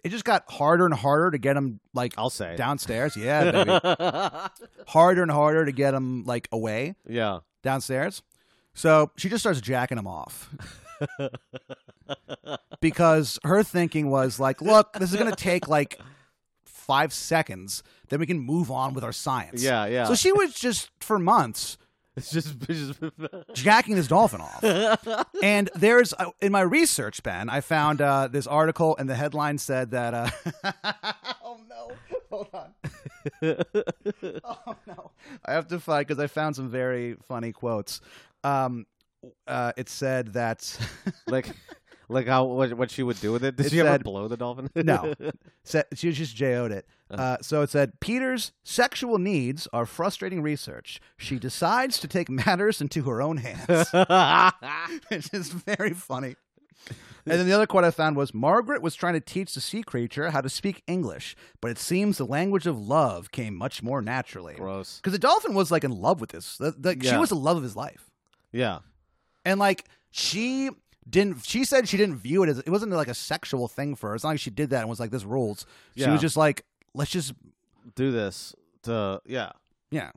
[SPEAKER 2] it just got harder and harder to get him like
[SPEAKER 3] I'll say. <laughs>
[SPEAKER 2] downstairs. Yeah, baby. harder and harder to get him like away
[SPEAKER 3] yeah.
[SPEAKER 2] downstairs. So she just starts jacking him
[SPEAKER 3] <laughs>
[SPEAKER 2] off. because her thinking was like, look, this is going to take like 5 seconds, then we can move on with our science.
[SPEAKER 3] Yeah, yeah. <laughs>
[SPEAKER 2] So she was just for months
[SPEAKER 3] it's just, it's just <laughs>
[SPEAKER 2] jacking this dolphin off. <laughs> and there's uh, in my research, Ben, I found uh, this article, and the headline said that. Uh, <laughs> oh no! Hold <laughs> on. oh no! I have to find because I found some very funny quotes. Um, uh, it said that <laughs>
[SPEAKER 3] like, like how what, what she would do with it. Did
[SPEAKER 2] It
[SPEAKER 3] she ever
[SPEAKER 2] said-
[SPEAKER 3] blow the dolphin?
[SPEAKER 2] <laughs>
[SPEAKER 3] <laughs>
[SPEAKER 2] No. said, she was just JO'd it. Uh, so it said, Peter's sexual needs are frustrating research. She decides to take matters into her own hands. <laughs> which is very funny. And then the other quote I found was Margaret was trying to teach the sea creature how to speak English, but it seems the language of love came much more naturally.
[SPEAKER 3] Gross.
[SPEAKER 2] Because the dolphin was like in love with this. The- the- She
[SPEAKER 3] Yeah.
[SPEAKER 2] was the love of his life.
[SPEAKER 3] Yeah.
[SPEAKER 2] And like she didn't, she said she didn't view it as, it wasn't like a sexual thing for her. It's not like she did that and was like, this rules. She
[SPEAKER 3] Yeah.
[SPEAKER 2] was just like, let's just,
[SPEAKER 3] Do this to yeah
[SPEAKER 2] yeah,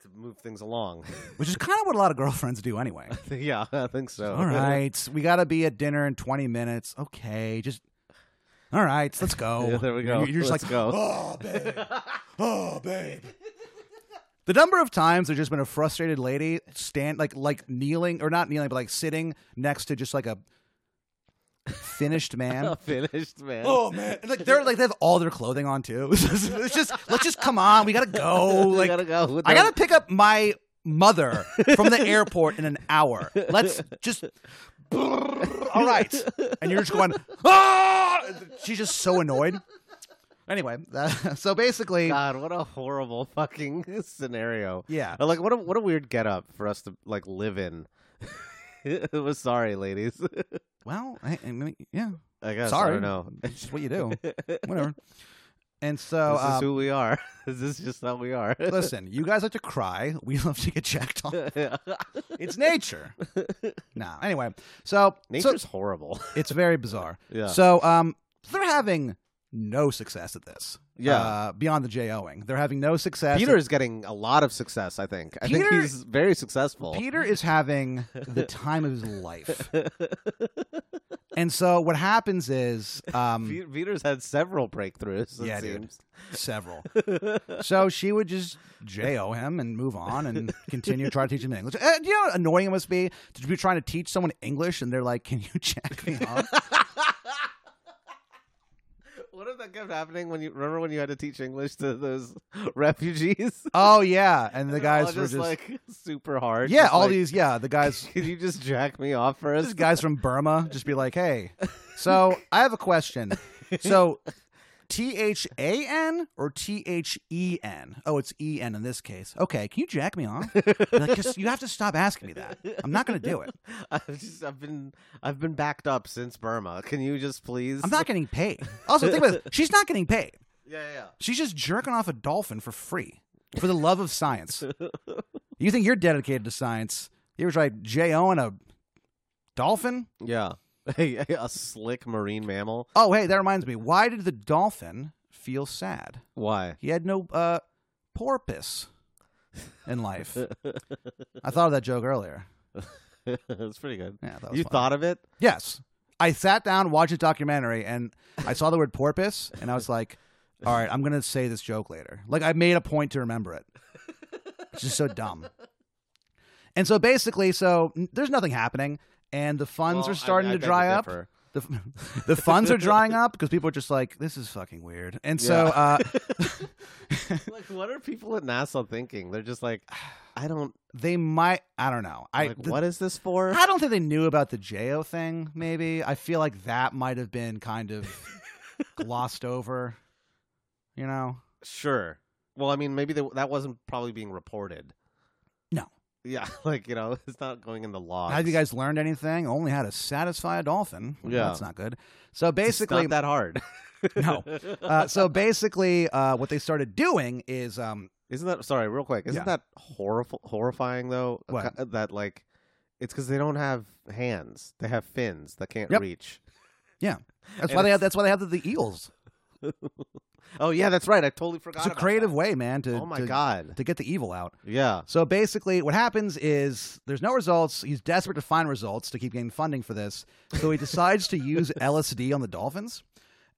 [SPEAKER 3] to move things along. <laughs>
[SPEAKER 2] which is kind of what a lot of girlfriends do anyway.
[SPEAKER 3] yeah, I think so.
[SPEAKER 2] All right, we got to be at dinner in 20 minutes. Okay, just all right, let's go.
[SPEAKER 3] <laughs> <laughs> Yeah, there we
[SPEAKER 2] And
[SPEAKER 3] go.
[SPEAKER 2] You're, you're just
[SPEAKER 3] Let's
[SPEAKER 2] like,
[SPEAKER 3] go.
[SPEAKER 2] oh babe, oh babe. The number of times there's just been a frustrated lady stand like like kneeling or not kneeling, but like sitting next to just like a
[SPEAKER 3] <laughs>
[SPEAKER 2] finished
[SPEAKER 3] Oh,
[SPEAKER 2] man.
[SPEAKER 3] Finished man.
[SPEAKER 2] Oh man! And, like they're like they have all their clothing on too. <laughs> it's just let's just come on. We gotta
[SPEAKER 3] <laughs>
[SPEAKER 2] go.
[SPEAKER 3] We
[SPEAKER 2] Like
[SPEAKER 3] gotta go. with
[SPEAKER 2] I
[SPEAKER 3] them.
[SPEAKER 2] gotta pick up my mother from the airport in an hour. Let's just. All right,
[SPEAKER 3] <laughs>
[SPEAKER 2] and you're just going. Ah! She's just so annoyed. Anyway, uh, <laughs> so basically,
[SPEAKER 3] God, what a horrible fucking <laughs> scenario.
[SPEAKER 2] yeah,
[SPEAKER 3] Uh, Like what a what a weird getup for us to like live in. <laughs> it was sorry, ladies. <laughs>
[SPEAKER 2] Well, I, I mean, yeah.
[SPEAKER 3] I guess I
[SPEAKER 2] Sorry.
[SPEAKER 3] don't know. <laughs>
[SPEAKER 2] It's just what you do. Whatever. And so,
[SPEAKER 3] this is
[SPEAKER 2] um,
[SPEAKER 3] who <laughs> we are. this is just how we are. <laughs>
[SPEAKER 2] listen, you guys like to cry. We love to get jacked off.
[SPEAKER 3] Yeah.
[SPEAKER 2] It's
[SPEAKER 3] <laughs>
[SPEAKER 2] nature. nah. Anyway, so, so
[SPEAKER 3] Nature's horrible.
[SPEAKER 2] <laughs>
[SPEAKER 3] <laughs>
[SPEAKER 2] it's very bizarre.
[SPEAKER 3] Yeah.
[SPEAKER 2] So um, they're having no success at this.
[SPEAKER 3] Yeah.
[SPEAKER 2] Uh, beyond the J-O-ing. They're having no success.
[SPEAKER 3] Peter is getting a lot of success, I think. I think
[SPEAKER 2] Peter-
[SPEAKER 3] he's very successful.
[SPEAKER 2] Peter is having the time of his
[SPEAKER 3] <laughs>
[SPEAKER 2] life. and so what happens is um,
[SPEAKER 3] Pe- Peter's had several breakthroughs. It
[SPEAKER 2] Yeah, dude.
[SPEAKER 3] seems. <laughs>
[SPEAKER 2] several. So she would just J-O him and move on and continue to try to teach him English. Uh, you know how annoying it must be to be trying to teach someone English and they're like, can you <laughs> jack me
[SPEAKER 3] <laughs>
[SPEAKER 2] up?
[SPEAKER 3] What if that kept happening when you remember when you had to teach English to those <laughs> refugees?
[SPEAKER 2] oh, yeah. And the
[SPEAKER 3] They're all
[SPEAKER 2] guys were
[SPEAKER 3] just,
[SPEAKER 2] just...
[SPEAKER 3] like <laughs> super hard.
[SPEAKER 2] yeah,
[SPEAKER 3] just
[SPEAKER 2] all
[SPEAKER 3] like,
[SPEAKER 2] these, yeah, the guys...
[SPEAKER 3] Can you just jack me off
[SPEAKER 2] these
[SPEAKER 3] first?
[SPEAKER 2] guys from Burma just be like, hey, so I have a question. So T H A N or T H E N? Oh, it's E N in this case. Okay, can you jack me off? Be like, "Just- you have to stop asking me that. I'm not going to do it.
[SPEAKER 3] <laughs> I've just I've been I've been backed up since Burma. Can you just please?
[SPEAKER 2] I'm not getting paid. Also, think about it. She's not getting paid.
[SPEAKER 3] Yeah, yeah, yeah.
[SPEAKER 2] She's just jerking off a dolphin for free for the love of science. You think you're dedicated to science? You ever tried J O and a dolphin?
[SPEAKER 3] Yeah. <laughs> Hey, a slick marine mammal.
[SPEAKER 2] Oh, hey, that reminds me. Why did the dolphin feel sad?
[SPEAKER 3] Why? <laughs>
[SPEAKER 2] He had no uh, porpoise in
[SPEAKER 3] <laughs>
[SPEAKER 2] life. I thought of that joke earlier.
[SPEAKER 3] it's pretty good.
[SPEAKER 2] Yeah, I thought it was
[SPEAKER 3] You
[SPEAKER 2] funny.
[SPEAKER 3] thought of it?
[SPEAKER 2] Yes. I sat down, watched a documentary, and I saw the word porpoise, and I was like, all right, I'm going to say this joke later. Like, I made a point to remember it. It's just so dumb. And so basically, so n- there's nothing happening, and the funds
[SPEAKER 3] Well,
[SPEAKER 2] are
[SPEAKER 3] I-
[SPEAKER 2] starting
[SPEAKER 3] I
[SPEAKER 2] to
[SPEAKER 3] beg
[SPEAKER 2] dry up.
[SPEAKER 3] differ.
[SPEAKER 2] The, f- <laughs> the funds are
[SPEAKER 3] <laughs>
[SPEAKER 2] drying up because people are just like, this is fucking weird. And so, uh,
[SPEAKER 3] <laughs> like, what are people at NASA thinking? They're just like, <sighs> I don't.
[SPEAKER 2] they might, I don't know. I,
[SPEAKER 3] like,
[SPEAKER 2] the-
[SPEAKER 3] what is this for?
[SPEAKER 2] I don't think they knew about the Jo thing. Maybe I feel like that might have been kind of
[SPEAKER 3] <laughs>
[SPEAKER 2] glossed over. You know?
[SPEAKER 3] Sure. Well, I mean, maybe they, that wasn't probably being reported.
[SPEAKER 2] No.
[SPEAKER 3] Yeah, <laughs> like you know, it's not going in the log.
[SPEAKER 2] Have you guys learned anything? Only how to satisfy a dolphin. Well,
[SPEAKER 3] Yeah.
[SPEAKER 2] that's not good. So basically,
[SPEAKER 3] it's not that hard.
[SPEAKER 2] <laughs>
[SPEAKER 3] <laughs>
[SPEAKER 2] No. uh, so basically, uh, what they started doing is, um,
[SPEAKER 3] Isn't that sorry? Real quick, isn't
[SPEAKER 2] Yeah.
[SPEAKER 3] that horrible, horrifying though?
[SPEAKER 2] What?
[SPEAKER 3] Ca- That like, it's because they don't have hands; they have fins that can't
[SPEAKER 2] Yep.
[SPEAKER 3] reach. <laughs>
[SPEAKER 2] that's
[SPEAKER 3] And
[SPEAKER 2] why they
[SPEAKER 3] it's-
[SPEAKER 2] have that's why they have the, the eels.
[SPEAKER 3] Oh yeah, that's right. I totally forgot.
[SPEAKER 2] It's a
[SPEAKER 3] about
[SPEAKER 2] creative
[SPEAKER 3] that.
[SPEAKER 2] way, man, to
[SPEAKER 3] oh my
[SPEAKER 2] to,
[SPEAKER 3] god.
[SPEAKER 2] to get the evil out.
[SPEAKER 3] Yeah.
[SPEAKER 2] So basically, what happens is there's no results. He's desperate to find results to keep getting funding for this. So he decides to
[SPEAKER 3] <laughs>
[SPEAKER 2] use LSD on the dolphins.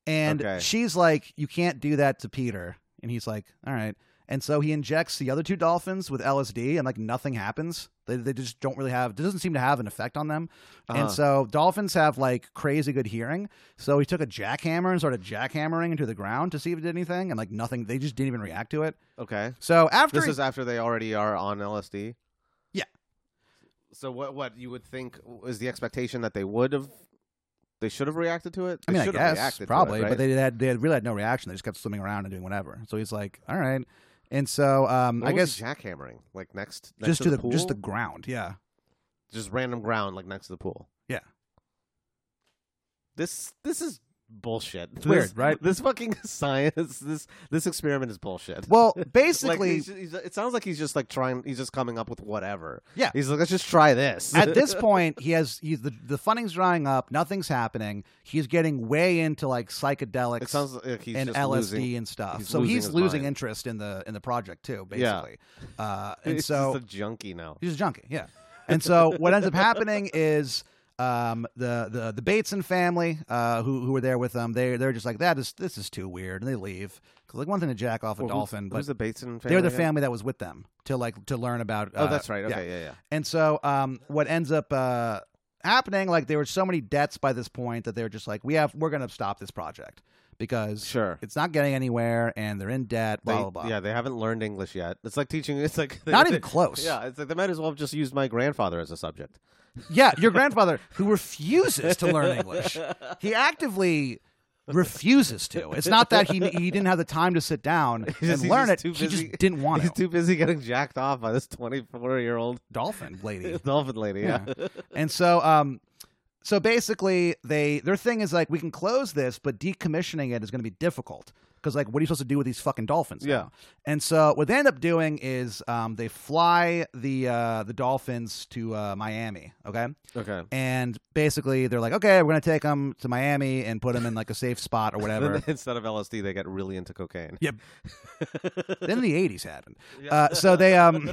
[SPEAKER 2] And
[SPEAKER 3] Okay.
[SPEAKER 2] she's like, You can't do that to Peter. And he's like, All right. And so he injects the other two dolphins with LSD, and like nothing happens. They, they just don't really have, it doesn't seem to have an effect on them.
[SPEAKER 3] Uh-huh.
[SPEAKER 2] And so dolphins have like crazy good hearing. So he took a jackhammer and started jackhammering into the ground to see if it did anything, and like nothing, they just didn't even react to it.
[SPEAKER 3] Okay.
[SPEAKER 2] So after
[SPEAKER 3] This
[SPEAKER 2] he-
[SPEAKER 3] is after they already are on LSD.
[SPEAKER 2] Yeah.
[SPEAKER 3] So what? What you would think is the expectation that they would have, they should have reacted to it.
[SPEAKER 2] I
[SPEAKER 3] They
[SPEAKER 2] mean, I
[SPEAKER 3] should have
[SPEAKER 2] guess
[SPEAKER 3] reacted to it,
[SPEAKER 2] probably,
[SPEAKER 3] right?
[SPEAKER 2] but they had they had really had no reaction. They just kept swimming around and doing whatever. So he's like, "All right," and so um,
[SPEAKER 3] What
[SPEAKER 2] I
[SPEAKER 3] was
[SPEAKER 2] guess
[SPEAKER 3] he jackhammering like next, next
[SPEAKER 2] just
[SPEAKER 3] to,
[SPEAKER 2] to
[SPEAKER 3] pool,
[SPEAKER 2] just the ground.
[SPEAKER 3] <laughs>
[SPEAKER 2] Yeah,
[SPEAKER 3] just random ground like next to the pool.
[SPEAKER 2] Yeah.
[SPEAKER 3] This this is bullshit. It's
[SPEAKER 2] weird, right?
[SPEAKER 3] This fucking <laughs> science. This this experiment is bullshit.
[SPEAKER 2] Well,
[SPEAKER 3] Like,
[SPEAKER 2] basically,
[SPEAKER 3] he's ju- he's- it sounds like he's just like trying. He's just coming up with whatever.
[SPEAKER 2] Yeah.
[SPEAKER 3] He's like, let's just try this.
[SPEAKER 2] at
[SPEAKER 3] <laughs>
[SPEAKER 2] this point, he has he's the the funding's drying up. Nothing's happening. He's getting way into like psychedelics
[SPEAKER 3] it sounds like he's
[SPEAKER 2] and
[SPEAKER 3] just
[SPEAKER 2] LSD
[SPEAKER 3] losing.
[SPEAKER 2] and stuff.
[SPEAKER 3] he's
[SPEAKER 2] so
[SPEAKER 3] losing
[SPEAKER 2] he's
[SPEAKER 3] his
[SPEAKER 2] losing
[SPEAKER 3] mind.
[SPEAKER 2] interest in the in the project too,
[SPEAKER 3] Yeah.
[SPEAKER 2] basically. Uh, and
[SPEAKER 3] <laughs> He's
[SPEAKER 2] so
[SPEAKER 3] just a junkie now.
[SPEAKER 2] He's a junkie, yeah.
[SPEAKER 3] <laughs>
[SPEAKER 2] And so what ends up happening is um, the the the Bateson family, uh, who who were there with them, they they're just like that is this is too weird, and they leave. 'Cause, like one thing to jack off a
[SPEAKER 3] Well, who's-
[SPEAKER 2] dolphin, but
[SPEAKER 3] who's the Bateson family?
[SPEAKER 2] they were the
[SPEAKER 3] again?
[SPEAKER 2] family that was with them to like to learn about.
[SPEAKER 3] Oh,
[SPEAKER 2] uh,
[SPEAKER 3] that's right.
[SPEAKER 2] yeah.
[SPEAKER 3] Okay, yeah, yeah.
[SPEAKER 2] And so um, what ends up uh, happening, like there were so many debts by this point that they were just like, we have we're gonna stop this project because
[SPEAKER 3] Sure.
[SPEAKER 2] it's not getting anywhere, and they're in debt. Blah
[SPEAKER 3] They-
[SPEAKER 2] blah blah.
[SPEAKER 3] Yeah, they haven't learned English yet. It's like teaching. It's like <laughs>
[SPEAKER 2] Not even close.
[SPEAKER 3] Yeah, it's like they might as well have just used my grandfather as a subject.
[SPEAKER 2] Yeah, your grandfather who refuses to learn English. He actively refuses to. It's not that he he didn't have the time to sit down
[SPEAKER 3] <laughs> He's just-
[SPEAKER 2] and
[SPEAKER 3] he's
[SPEAKER 2] learn it.
[SPEAKER 3] just too
[SPEAKER 2] He
[SPEAKER 3] busy-
[SPEAKER 2] just didn't want
[SPEAKER 3] He's
[SPEAKER 2] it.
[SPEAKER 3] too busy getting jacked off by this twenty-four-year-old <laughs>
[SPEAKER 2] Dolphin lady.
[SPEAKER 3] dolphin lady. Yeah.
[SPEAKER 2] Yeah. And so um So basically, they their thing is like we can close this, but decommissioning it is going to be difficult because like what are you supposed to do with these fucking dolphins?
[SPEAKER 3] Yeah.
[SPEAKER 2] now? And so what they end up doing is um, they fly the uh, the dolphins to uh, Miami. Okay.
[SPEAKER 3] Okay.
[SPEAKER 2] And basically, they're like, okay, we're going to take them to Miami and put them in like a safe spot or whatever.
[SPEAKER 3] <laughs> Then instead of LSD, they get really into cocaine.
[SPEAKER 2] Yep. then the '80s happened. <laughs>
[SPEAKER 3] Yeah.
[SPEAKER 2] Uh, so they um,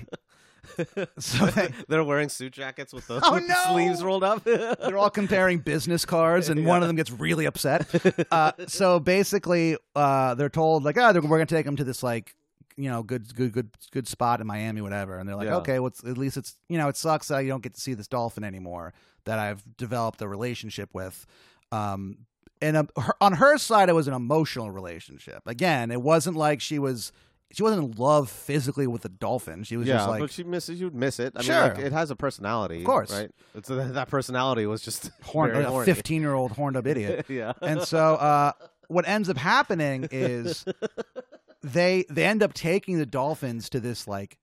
[SPEAKER 2] so they,
[SPEAKER 3] They're wearing suit jackets with the,
[SPEAKER 2] Oh,
[SPEAKER 3] <laughs> with the
[SPEAKER 2] no!
[SPEAKER 3] sleeves rolled up. <laughs>
[SPEAKER 2] they're all comparing business cards, and one of them gets really upset. Uh, so basically, uh, they're told like, "Oh, they're, we're gonna take them to this like, you know, good, good, good, good spot in Miami, whatever." And they're like,
[SPEAKER 3] Yeah.
[SPEAKER 2] "Okay, well, it's, at least it's you know, it sucks that you don't get to see this dolphin anymore that I've developed a relationship with." Um, and um, her, on her side, it was an emotional relationship. Again, it wasn't like she was. She wasn't in love physically with the dolphin. She was
[SPEAKER 3] yeah,
[SPEAKER 2] just like,
[SPEAKER 3] but she misses. You'd miss it. I
[SPEAKER 2] Sure.
[SPEAKER 3] mean, like, it has a personality,
[SPEAKER 2] Of course.
[SPEAKER 3] right? It's that personality was just <laughs>
[SPEAKER 2] horn,
[SPEAKER 3] very
[SPEAKER 2] like a
[SPEAKER 3] horny.
[SPEAKER 2] 15 year old horned up idiot.
[SPEAKER 3] <laughs> yeah,
[SPEAKER 2] And so uh, what ends up happening is they they end up taking the dolphins to this like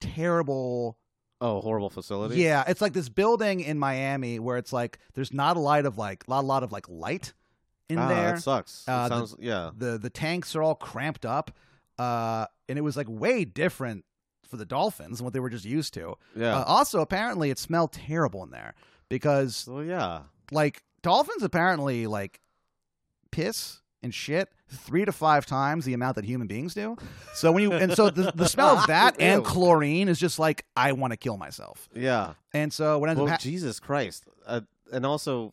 [SPEAKER 2] terrible
[SPEAKER 3] oh, horrible facility.
[SPEAKER 2] yeah it's like this building in miami where it's like there's not a lot of like not a lot of like light in
[SPEAKER 3] Ah,
[SPEAKER 2] there
[SPEAKER 3] that sucks. It
[SPEAKER 2] Uh, the-
[SPEAKER 3] sounds yeah.
[SPEAKER 2] the the tanks are all cramped up uh and it was like way different for the dolphins than what they were just used to
[SPEAKER 3] Yeah.
[SPEAKER 2] uh, also apparently it smelled terrible in there because
[SPEAKER 3] well, yeah.
[SPEAKER 2] like dolphins apparently like piss and shit three to five times the amount that human beings do. So when you and so the, the smell
[SPEAKER 3] <laughs>
[SPEAKER 2] of that and
[SPEAKER 3] Ew.
[SPEAKER 2] chlorine is just like I want to kill myself.
[SPEAKER 3] Yeah.
[SPEAKER 2] And so what ends
[SPEAKER 3] Well,
[SPEAKER 2] up hap-
[SPEAKER 3] Jesus Christ. Uh, and also,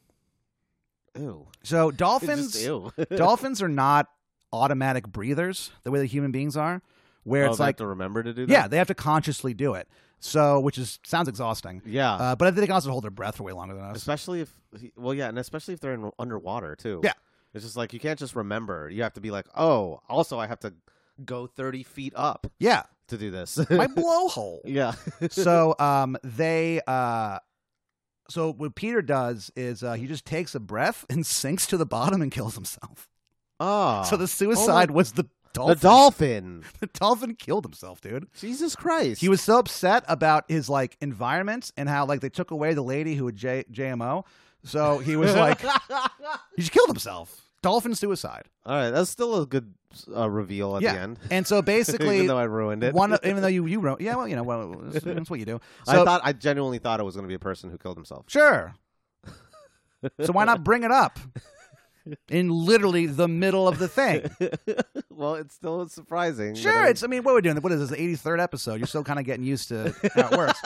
[SPEAKER 3] ew. <laughs>
[SPEAKER 2] so
[SPEAKER 3] It's just
[SPEAKER 2] dolphins
[SPEAKER 3] ew. <laughs>
[SPEAKER 2] dolphins are not automatic breathers the way that human beings are, where
[SPEAKER 3] oh,
[SPEAKER 2] it's
[SPEAKER 3] they
[SPEAKER 2] like
[SPEAKER 3] have to remember to do that.
[SPEAKER 2] yeah they have to consciously do it. So which is sounds exhausting.
[SPEAKER 3] Yeah.
[SPEAKER 2] Uh, but I think they can also hold their breath for way longer than
[SPEAKER 3] <laughs>
[SPEAKER 2] us.
[SPEAKER 3] especially if well yeah and especially if they're in underwater too
[SPEAKER 2] Yeah.
[SPEAKER 3] it's just like you can't just remember you have to be like oh also i have to go 30 feet up
[SPEAKER 2] Yeah,
[SPEAKER 3] to do this
[SPEAKER 2] <laughs> my blowhole.
[SPEAKER 3] <laughs> yeah <laughs>
[SPEAKER 2] so um they uh so what Peter does is uh, he just takes a breath and <laughs> sinks to the bottom and kills himself.
[SPEAKER 3] oh
[SPEAKER 2] so the suicide was the
[SPEAKER 3] the
[SPEAKER 2] dolphin.
[SPEAKER 3] dolphin
[SPEAKER 2] <laughs> The dolphin killed himself, dude.
[SPEAKER 3] jesus christ
[SPEAKER 2] He was so upset about his like environment and how like they took away the lady who had J- JMO. So he
[SPEAKER 3] <laughs>
[SPEAKER 2] was like, he just killed himself. Dolphin suicide.
[SPEAKER 3] all right that's still a good uh, reveal at
[SPEAKER 2] Yeah.
[SPEAKER 3] the end <laughs>
[SPEAKER 2] And so
[SPEAKER 3] even
[SPEAKER 2] basically,
[SPEAKER 3] though i ruined it
[SPEAKER 2] one even though you you wrote, yeah, well, you know, well, that's, that's what you do. So
[SPEAKER 3] <laughs> i thought i genuinely thought it was going to be a person who killed himself
[SPEAKER 2] Sure. so why not bring it up in literally the middle of the thing?
[SPEAKER 3] <laughs> well it's still surprising but
[SPEAKER 2] Sure.
[SPEAKER 3] I'm-
[SPEAKER 2] It's. I mean, what we're doing. What is this? The eighty third episode. You're still kind of getting used to how it
[SPEAKER 3] <laughs>
[SPEAKER 2] works.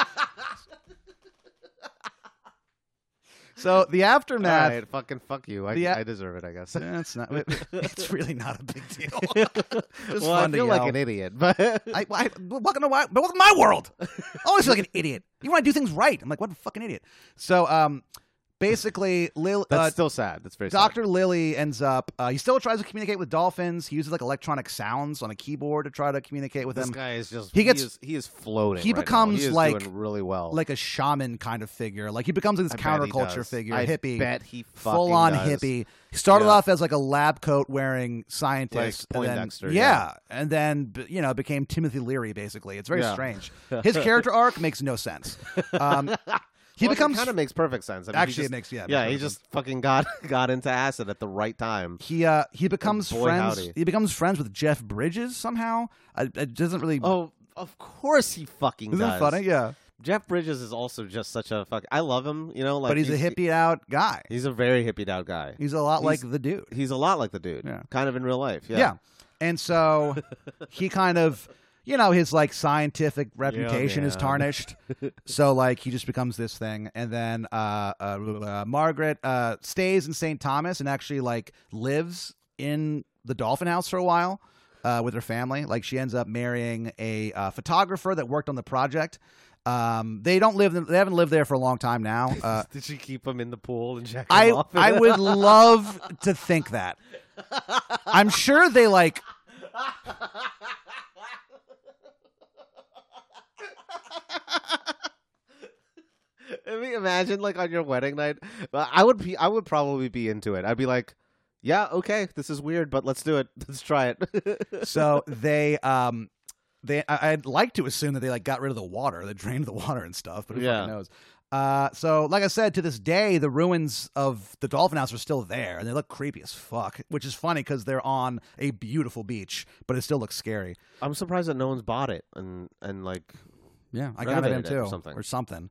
[SPEAKER 2] so the
[SPEAKER 3] all
[SPEAKER 2] aftermath.
[SPEAKER 3] right, fucking fuck you I,
[SPEAKER 2] The a-
[SPEAKER 3] I deserve it i guess
[SPEAKER 2] That's not. It's really not a big deal.
[SPEAKER 3] <laughs> well, I
[SPEAKER 2] fun to
[SPEAKER 3] feel like
[SPEAKER 2] yell.
[SPEAKER 3] an idiot, but <laughs>
[SPEAKER 2] I, I welcome to my but welcome to my world. Oh, I always feel like an idiot. You want to do things right. I'm like, what a fucking idiot. So, um, basically, Lil.
[SPEAKER 3] that's
[SPEAKER 2] uh,
[SPEAKER 3] still sad. That's very
[SPEAKER 2] Dr. Lilly ends up, uh, he still tries to communicate with dolphins. He uses like electronic sounds on a keyboard to try to communicate with
[SPEAKER 3] Sad. This
[SPEAKER 2] them.
[SPEAKER 3] guy is just
[SPEAKER 2] He
[SPEAKER 3] he
[SPEAKER 2] gets-
[SPEAKER 3] gets he is, he is floating.
[SPEAKER 2] he
[SPEAKER 3] right now.
[SPEAKER 2] becomes
[SPEAKER 3] He is
[SPEAKER 2] like-
[SPEAKER 3] doing really well.
[SPEAKER 2] Like a shaman kind of figure. Like he becomes like this
[SPEAKER 3] I bet he
[SPEAKER 2] counterculture
[SPEAKER 3] does.
[SPEAKER 2] figure,
[SPEAKER 3] I
[SPEAKER 2] hippie.
[SPEAKER 3] Bet he
[SPEAKER 2] Full on
[SPEAKER 3] fucking does.
[SPEAKER 2] hippie. He started
[SPEAKER 3] Yeah.
[SPEAKER 2] off as like a lab coat wearing scientist,
[SPEAKER 3] Like
[SPEAKER 2] and
[SPEAKER 3] Poindexter,
[SPEAKER 2] then yeah,
[SPEAKER 3] yeah.
[SPEAKER 2] and then b- you know became Timothy Leary. Basically, it's very
[SPEAKER 3] Yeah. <laughs>
[SPEAKER 2] strange. His character arc makes no sense. Um, he
[SPEAKER 3] Well,
[SPEAKER 2] becomes
[SPEAKER 3] it kind of makes perfect sense. I mean, he
[SPEAKER 2] actually
[SPEAKER 3] just-
[SPEAKER 2] it makes yeah. it
[SPEAKER 3] yeah,
[SPEAKER 2] makes
[SPEAKER 3] he
[SPEAKER 2] perfect sense.
[SPEAKER 3] just fucking got <laughs> got into acid at the right time.
[SPEAKER 2] he uh he becomes
[SPEAKER 3] boy,
[SPEAKER 2] friends.
[SPEAKER 3] howdy.
[SPEAKER 2] He becomes friends with Jeff Bridges somehow. I, it doesn't really
[SPEAKER 3] Oh, of course he fucking
[SPEAKER 2] Isn't
[SPEAKER 3] does.
[SPEAKER 2] that funny? Yeah.
[SPEAKER 3] Jeff Bridges is also just such a fuck. I love him. You know, like
[SPEAKER 2] but he's, a hippied out guy.
[SPEAKER 3] He's a very hippied out guy.
[SPEAKER 2] He's a lot like
[SPEAKER 3] he's-
[SPEAKER 2] the dude.
[SPEAKER 3] He's a lot like the dude.
[SPEAKER 2] Yeah.
[SPEAKER 3] Kind of in real life.
[SPEAKER 2] Yeah. And so he kind of, you know, his like scientific reputation is
[SPEAKER 3] man.
[SPEAKER 2] tarnished. so like he just becomes this thing. And then uh, uh, uh, Margaret uh, stays in St. Thomas and actually like lives in the dolphin house for a while. Uh, with her family, like she ends up marrying a uh, photographer that worked on the project. Um, they don't live; they haven't lived there for a long time now. Uh,
[SPEAKER 3] <laughs> Did she keep him in the pool and jack him
[SPEAKER 2] I
[SPEAKER 3] off?
[SPEAKER 2] I
[SPEAKER 3] <laughs>
[SPEAKER 2] would love to think that. I'm sure they like.
[SPEAKER 3] I mean, imagine like on your wedding night. Well, I would be. I would probably be into it. I'd be like, yeah, okay, this is weird, but let's do it. <laughs> Let's try it. <laughs>
[SPEAKER 2] So they um they I, I'd like to assume that they like got rid of the water, they drained the water and stuff, but who
[SPEAKER 3] Yeah.
[SPEAKER 2] fucking knows? Uh, so, like I said, to this day, the ruins of the dolphin house are still there, and they look creepy as fuck. Which is funny because they're on a beautiful beach, but it still looks scary.
[SPEAKER 3] I'm surprised that no one's bought it and and like
[SPEAKER 2] Yeah, I got it in
[SPEAKER 3] Renovated it
[SPEAKER 2] too,
[SPEAKER 3] or something.
[SPEAKER 2] or something.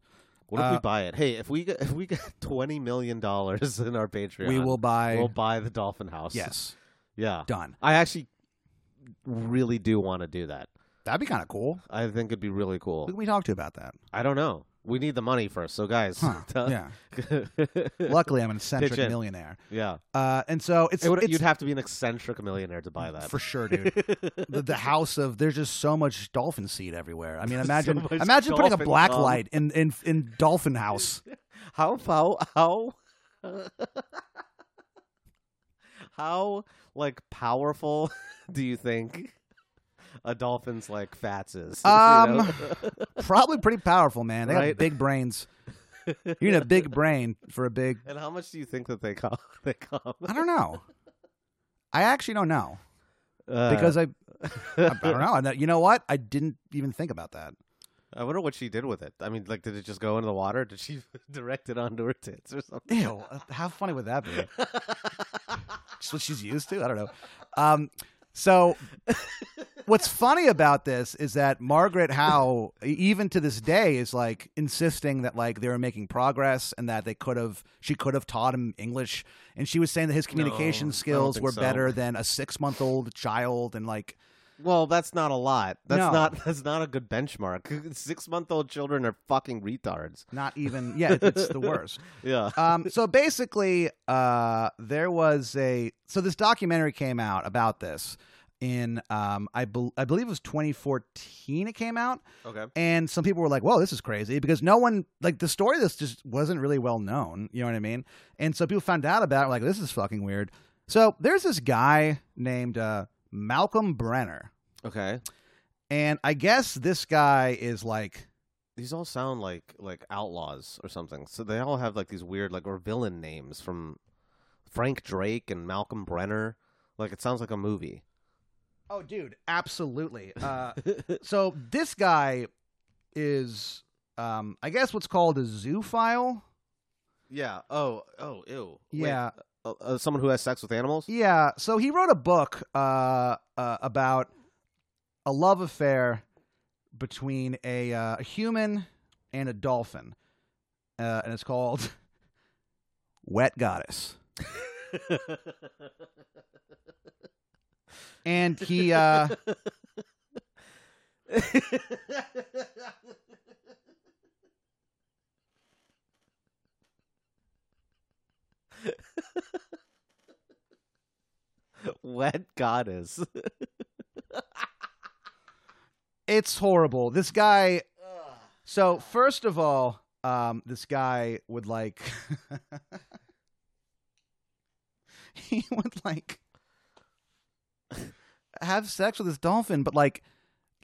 [SPEAKER 3] what if
[SPEAKER 2] Uh,
[SPEAKER 3] we buy it? Hey, if we get, if we get <laughs> 20 million dollars in our Patreon,
[SPEAKER 2] We will buy.
[SPEAKER 3] we'll buy the dolphin house.
[SPEAKER 2] yes,
[SPEAKER 3] Yeah.
[SPEAKER 2] done.
[SPEAKER 3] I actually really do want to do that.
[SPEAKER 2] That'd be kind of cool.
[SPEAKER 3] I think it'd be really
[SPEAKER 2] Who can
[SPEAKER 3] cool.
[SPEAKER 2] we talk to about
[SPEAKER 3] <laughs>
[SPEAKER 2] that?
[SPEAKER 3] I don't know. We need the money first. So guys,
[SPEAKER 2] Huh,
[SPEAKER 3] <laughs> tell-
[SPEAKER 2] yeah. Luckily, I'm an eccentric
[SPEAKER 3] in.
[SPEAKER 2] millionaire,
[SPEAKER 3] yeah.
[SPEAKER 2] uh, and so it's
[SPEAKER 3] It would,
[SPEAKER 2] it's
[SPEAKER 3] you'd have to be an eccentric millionaire to buy that.
[SPEAKER 2] for sure, dude. the,
[SPEAKER 3] <laughs>
[SPEAKER 2] the house of there's just so much dolphin seed everywhere. I mean,
[SPEAKER 3] So
[SPEAKER 2] imagine
[SPEAKER 3] much
[SPEAKER 2] imagine putting a
[SPEAKER 3] dolphin
[SPEAKER 2] black
[SPEAKER 3] cum.
[SPEAKER 2] light in in in dolphin house.
[SPEAKER 3] how how how <laughs> how like powerful <laughs> do you think a dolphin's like fats is? <laughs> You
[SPEAKER 2] Um,
[SPEAKER 3] know?
[SPEAKER 2] Probably pretty powerful, man. They
[SPEAKER 3] Right?
[SPEAKER 2] got big
[SPEAKER 3] <laughs>
[SPEAKER 2] brains. You need a big brain for a big.
[SPEAKER 3] and how much do you think that they come? They come
[SPEAKER 2] I don't know. I actually don't know
[SPEAKER 3] uh,
[SPEAKER 2] because I, <laughs> I I
[SPEAKER 3] <laughs>
[SPEAKER 2] don't know. I know. You know what? I didn't even think about that.
[SPEAKER 3] I wonder what she did with it. I mean, like, did it just go into the water? Did she <laughs> direct it onto her tits or something?
[SPEAKER 2] Ew! uh, How funny would
[SPEAKER 3] <laughs>
[SPEAKER 2] that be? Just what she's used to. I don't know. Um, so, what's funny about this is that Margaret Howe, e, even to this day, is like insisting that like they were making progress and that they could have she could have taught him English, and she was saying that his communication
[SPEAKER 3] I don't
[SPEAKER 2] skills
[SPEAKER 3] think
[SPEAKER 2] were
[SPEAKER 3] so.
[SPEAKER 2] better than a six month old child, and like
[SPEAKER 3] Well, that's not a lot. That's
[SPEAKER 2] No.
[SPEAKER 3] not <laughs> that's not a good benchmark. <laughs> Six month old children are fucking retards.
[SPEAKER 2] not even yeah, it's the worst.
[SPEAKER 3] Yeah.
[SPEAKER 2] um, so basically, uh, there was a so this documentary came out about this in um, I, bel I believe it was 2014. It came out,
[SPEAKER 3] Okay.
[SPEAKER 2] and some people were like, "Whoa, this is crazy," because no one like the story. of This just wasn't really well known. You know what I mean? And so people found out about it, like, "This is fucking weird." So there's this guy named uh, Malcolm Brenner,
[SPEAKER 3] Okay.
[SPEAKER 2] and I guess this guy is like
[SPEAKER 3] These all sound like like outlaws or something. So they all have like these weird like or villain names from Frank Drake and Malcolm Brenner. Like it sounds like a movie.
[SPEAKER 2] Oh, dude, absolutely. Uh, so this guy is, um, I guess, what's called a zoophile.
[SPEAKER 3] <laughs> Yeah. Oh. Oh. Ew.
[SPEAKER 2] Yeah,
[SPEAKER 3] uh, uh, someone who has sex with
[SPEAKER 2] <laughs>
[SPEAKER 3] animals.
[SPEAKER 2] yeah. So he wrote a book uh, uh, about a love affair between a, uh, a human and a dolphin, uh, and it's called <laughs> Wet Goddess. And he,
[SPEAKER 3] <laughs>
[SPEAKER 2] uh,
[SPEAKER 3] Wet goddess.
[SPEAKER 2] it's horrible. This guy So first of all, um, this guy would like <laughs> he would like have sex with this dolphin, but like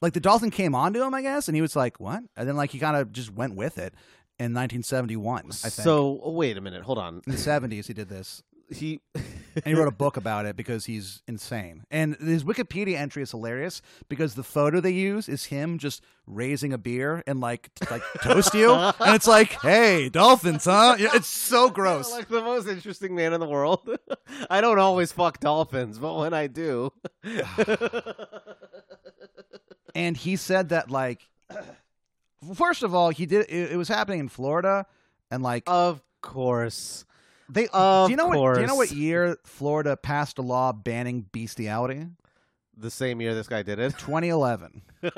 [SPEAKER 2] like the dolphin came onto him, I guess, and he was like, "What?" And then like he kind of just went with it in 1971. I think.
[SPEAKER 3] So oh, wait a minute. Hold on.
[SPEAKER 2] in the 70s, he did this,
[SPEAKER 3] He.
[SPEAKER 2] and he wrote a book about it because he's insane. And his Wikipedia entry is hilarious because the photo they use is him just raising a beer and like t- like toast you, and it's like, hey, dolphins, huh? Yeah, It's so gross.
[SPEAKER 3] <laughs> like the most interesting man in the world. <laughs> I don't always fuck dolphins, but when
[SPEAKER 2] <laughs>
[SPEAKER 3] I do,
[SPEAKER 2] And he said that like, first of all, he did it, it was happening in Florida, and like
[SPEAKER 3] of course.
[SPEAKER 2] they.
[SPEAKER 3] Uh, of
[SPEAKER 2] do you know what? Do you know
[SPEAKER 3] course.
[SPEAKER 2] what year Florida passed a law banning bestiality?
[SPEAKER 3] The same year this guy did it.
[SPEAKER 2] 2011.
[SPEAKER 3] <laughs>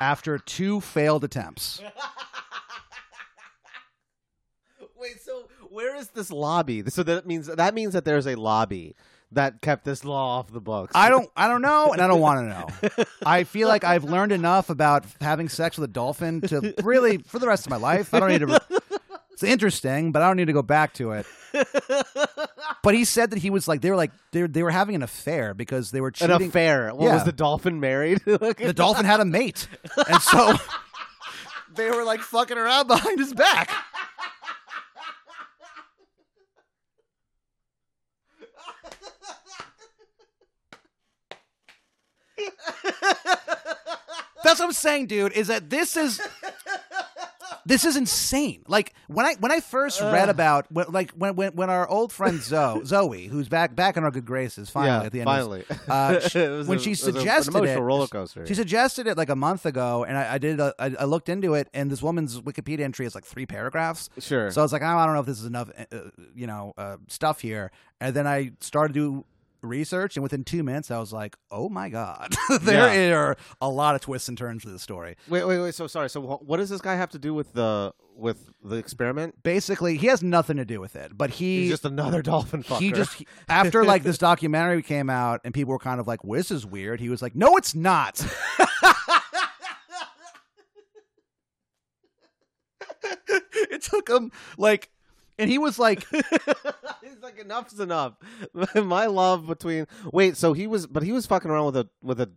[SPEAKER 2] after two failed attempts.
[SPEAKER 3] <laughs> Wait, so where is this lobby? So that means that means that there's a lobby that kept this law off the books.
[SPEAKER 2] <laughs> I don't I don't know and I don't want to know. I feel like I've learned enough about having sex with a dolphin to really for the rest of my life. I don't need to It's interesting, but I don't need to go back to it. But he said that he was like they were like they were, they were having an affair because they were
[SPEAKER 3] an
[SPEAKER 2] cheating.
[SPEAKER 3] affair. What
[SPEAKER 2] Yeah.
[SPEAKER 3] was the dolphin married?
[SPEAKER 2] The dolphin had a mate. And so <laughs> they were like fucking around behind his
[SPEAKER 3] <laughs>
[SPEAKER 2] back. That's what I'm saying, dude, is that this is This is insane. Like when I when I first read about when, like when when when our old friend
[SPEAKER 3] <laughs>
[SPEAKER 2] Zoe Zoe, who's back back in our good graces finally
[SPEAKER 3] yeah,
[SPEAKER 2] at the end of this-
[SPEAKER 3] finally.
[SPEAKER 2] uh,
[SPEAKER 3] <laughs>
[SPEAKER 2] sh-
[SPEAKER 3] It was
[SPEAKER 2] when
[SPEAKER 3] a-
[SPEAKER 2] she
[SPEAKER 3] it was a-
[SPEAKER 2] suggested
[SPEAKER 3] an emotional
[SPEAKER 2] it,
[SPEAKER 3] roller coaster.
[SPEAKER 2] She suggested it like a month ago, and I, I did. A, I, I looked into it, and this woman's Wikipedia entry is like three paragraphs.
[SPEAKER 3] sure.
[SPEAKER 2] So I was like, oh, I don't know if this is enough, uh, you know, uh, stuff here. And then I started to do research, and within two minutes, I was like, oh my god, <laughs> there are a lot of twists and turns to this story.
[SPEAKER 3] wait, wait, wait. So sorry. So wh- what does this guy have to do with the with the experiment?
[SPEAKER 2] Basically, he has nothing to do with it, but he
[SPEAKER 3] He's just another dolphin fucker.
[SPEAKER 2] He just he- after like
[SPEAKER 3] <laughs>
[SPEAKER 2] this documentary came out and people were kind of like, well, "This is weird." He was like, "No, it's
[SPEAKER 3] <laughs>
[SPEAKER 2] not." it took him like, and he was like,
[SPEAKER 3] <laughs> He's like enough's enough. <laughs> My love between wait. So he was, but he was fucking around with a with a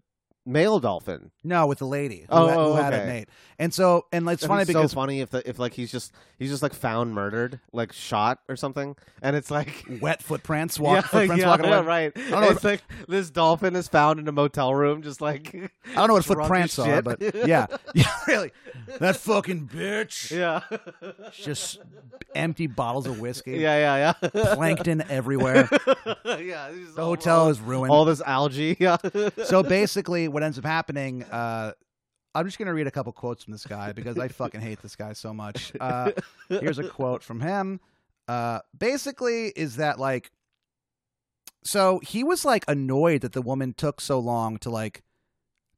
[SPEAKER 3] male dolphin.
[SPEAKER 2] "No," with the lady who,
[SPEAKER 3] Oh,
[SPEAKER 2] had, who
[SPEAKER 3] oh,
[SPEAKER 2] had it,
[SPEAKER 3] okay.
[SPEAKER 2] mate. And so, and like, it's
[SPEAKER 3] That'd
[SPEAKER 2] funny
[SPEAKER 3] be
[SPEAKER 2] because
[SPEAKER 3] so funny if the, if like he's just he's just like found murdered, like shot or something, and
[SPEAKER 2] <laughs>
[SPEAKER 3] it's like. <laughs>
[SPEAKER 2] wet footprints walk, footprints
[SPEAKER 3] yeah,
[SPEAKER 2] walking
[SPEAKER 3] yeah,
[SPEAKER 2] away.
[SPEAKER 3] <laughs> right.
[SPEAKER 2] don't know
[SPEAKER 3] It's like this dolphin is found in a motel room, just like <laughs>
[SPEAKER 2] I don't know what
[SPEAKER 3] Drunk as
[SPEAKER 2] footprints are,
[SPEAKER 3] shit.
[SPEAKER 2] but
[SPEAKER 3] <laughs>
[SPEAKER 2] yeah, <laughs> yeah, really, that fucking bitch.
[SPEAKER 3] yeah,
[SPEAKER 2] Just empty bottles of whiskey,
[SPEAKER 3] <laughs> yeah, yeah,
[SPEAKER 2] plankton everywhere.
[SPEAKER 3] yeah. <laughs> yeah this is
[SPEAKER 2] The
[SPEAKER 3] all-
[SPEAKER 2] hotel
[SPEAKER 3] all-
[SPEAKER 2] is ruined.
[SPEAKER 3] all this algae. <laughs> Yeah,
[SPEAKER 2] so basically, what ends up happening, uh, I'm just going to read a couple quotes from this guy because I fucking hate this guy so much. Uh, here's a quote from him. Uh, basically, is that like, so he was like annoyed that the woman took so long to like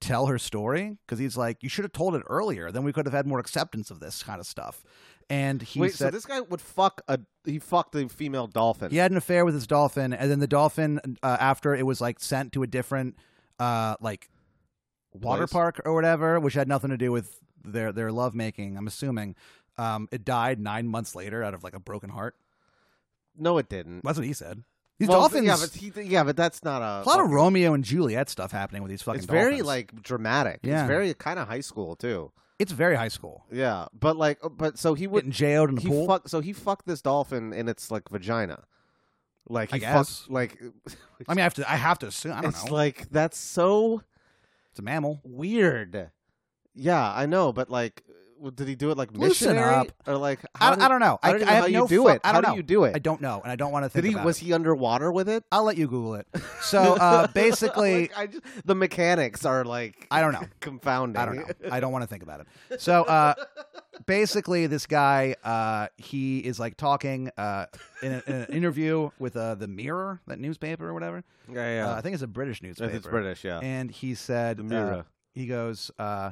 [SPEAKER 2] tell her story because he's like, you should have told it earlier. Then we could have had more acceptance of this kind of stuff. And <laughs> he
[SPEAKER 3] Wait,
[SPEAKER 2] said,
[SPEAKER 3] so this guy would fuck a he fucked a female dolphin.
[SPEAKER 2] he had an affair with his dolphin, and then the dolphin, uh, after it was like sent to a different, uh, like, water
[SPEAKER 3] Place.
[SPEAKER 2] park or whatever, which had nothing to do with their their lovemaking. I'm assuming. Um, it died nine months later out of like a broken heart.
[SPEAKER 3] No, it didn't.
[SPEAKER 2] That's what he said. These
[SPEAKER 3] Well,
[SPEAKER 2] dolphins,
[SPEAKER 3] Yeah, but, he, yeah, but that's not a.
[SPEAKER 2] a lot of Romeo and Juliet stuff happening with these fucking.
[SPEAKER 3] It's very
[SPEAKER 2] dolphins.
[SPEAKER 3] like dramatic.
[SPEAKER 2] Yeah.
[SPEAKER 3] It's very kind of high school too.
[SPEAKER 2] it's very high school.
[SPEAKER 3] Yeah, but like, uh, but so he would
[SPEAKER 2] Getting jailed in a
[SPEAKER 3] he
[SPEAKER 2] pool.
[SPEAKER 3] fuck so he fucked this dolphin in its like vagina. Like
[SPEAKER 2] I
[SPEAKER 3] he
[SPEAKER 2] guess.
[SPEAKER 3] fucked like
[SPEAKER 2] I mean, I have to. I have to assume. I don't
[SPEAKER 3] it's
[SPEAKER 2] know.
[SPEAKER 3] like that's so
[SPEAKER 2] it's a mammal.
[SPEAKER 3] weird. Yeah, I know, but like, w- did he do it like
[SPEAKER 2] Listen
[SPEAKER 3] missionary
[SPEAKER 2] up.
[SPEAKER 3] or like?
[SPEAKER 2] I,
[SPEAKER 3] How did,
[SPEAKER 2] I don't know. I,
[SPEAKER 3] how did-
[SPEAKER 2] I have
[SPEAKER 3] how you
[SPEAKER 2] no
[SPEAKER 3] do
[SPEAKER 2] fuck-
[SPEAKER 3] it?
[SPEAKER 2] I don't
[SPEAKER 3] how
[SPEAKER 2] know.
[SPEAKER 3] do you do it?
[SPEAKER 2] I don't know, and I don't want to think
[SPEAKER 3] did he
[SPEAKER 2] about
[SPEAKER 3] was
[SPEAKER 2] it.
[SPEAKER 3] he underwater with it?
[SPEAKER 2] I'll let you Google
[SPEAKER 3] <laughs>
[SPEAKER 2] it. So uh, basically,
[SPEAKER 3] Like, I just, the mechanics are like
[SPEAKER 2] I don't know.
[SPEAKER 3] confounding.
[SPEAKER 2] I don't know. I don't want to think about it. So uh, basically, this guy, uh, he is like talking uh, in, a, in an interview with uh, the Mirror, that newspaper or whatever.
[SPEAKER 3] Yeah, yeah.
[SPEAKER 2] Uh, I think it's a British
[SPEAKER 3] I think
[SPEAKER 2] newspaper.
[SPEAKER 3] it's British. Yeah,
[SPEAKER 2] And he said,
[SPEAKER 3] the
[SPEAKER 2] uh,
[SPEAKER 3] Mirror.
[SPEAKER 2] he goes, uh,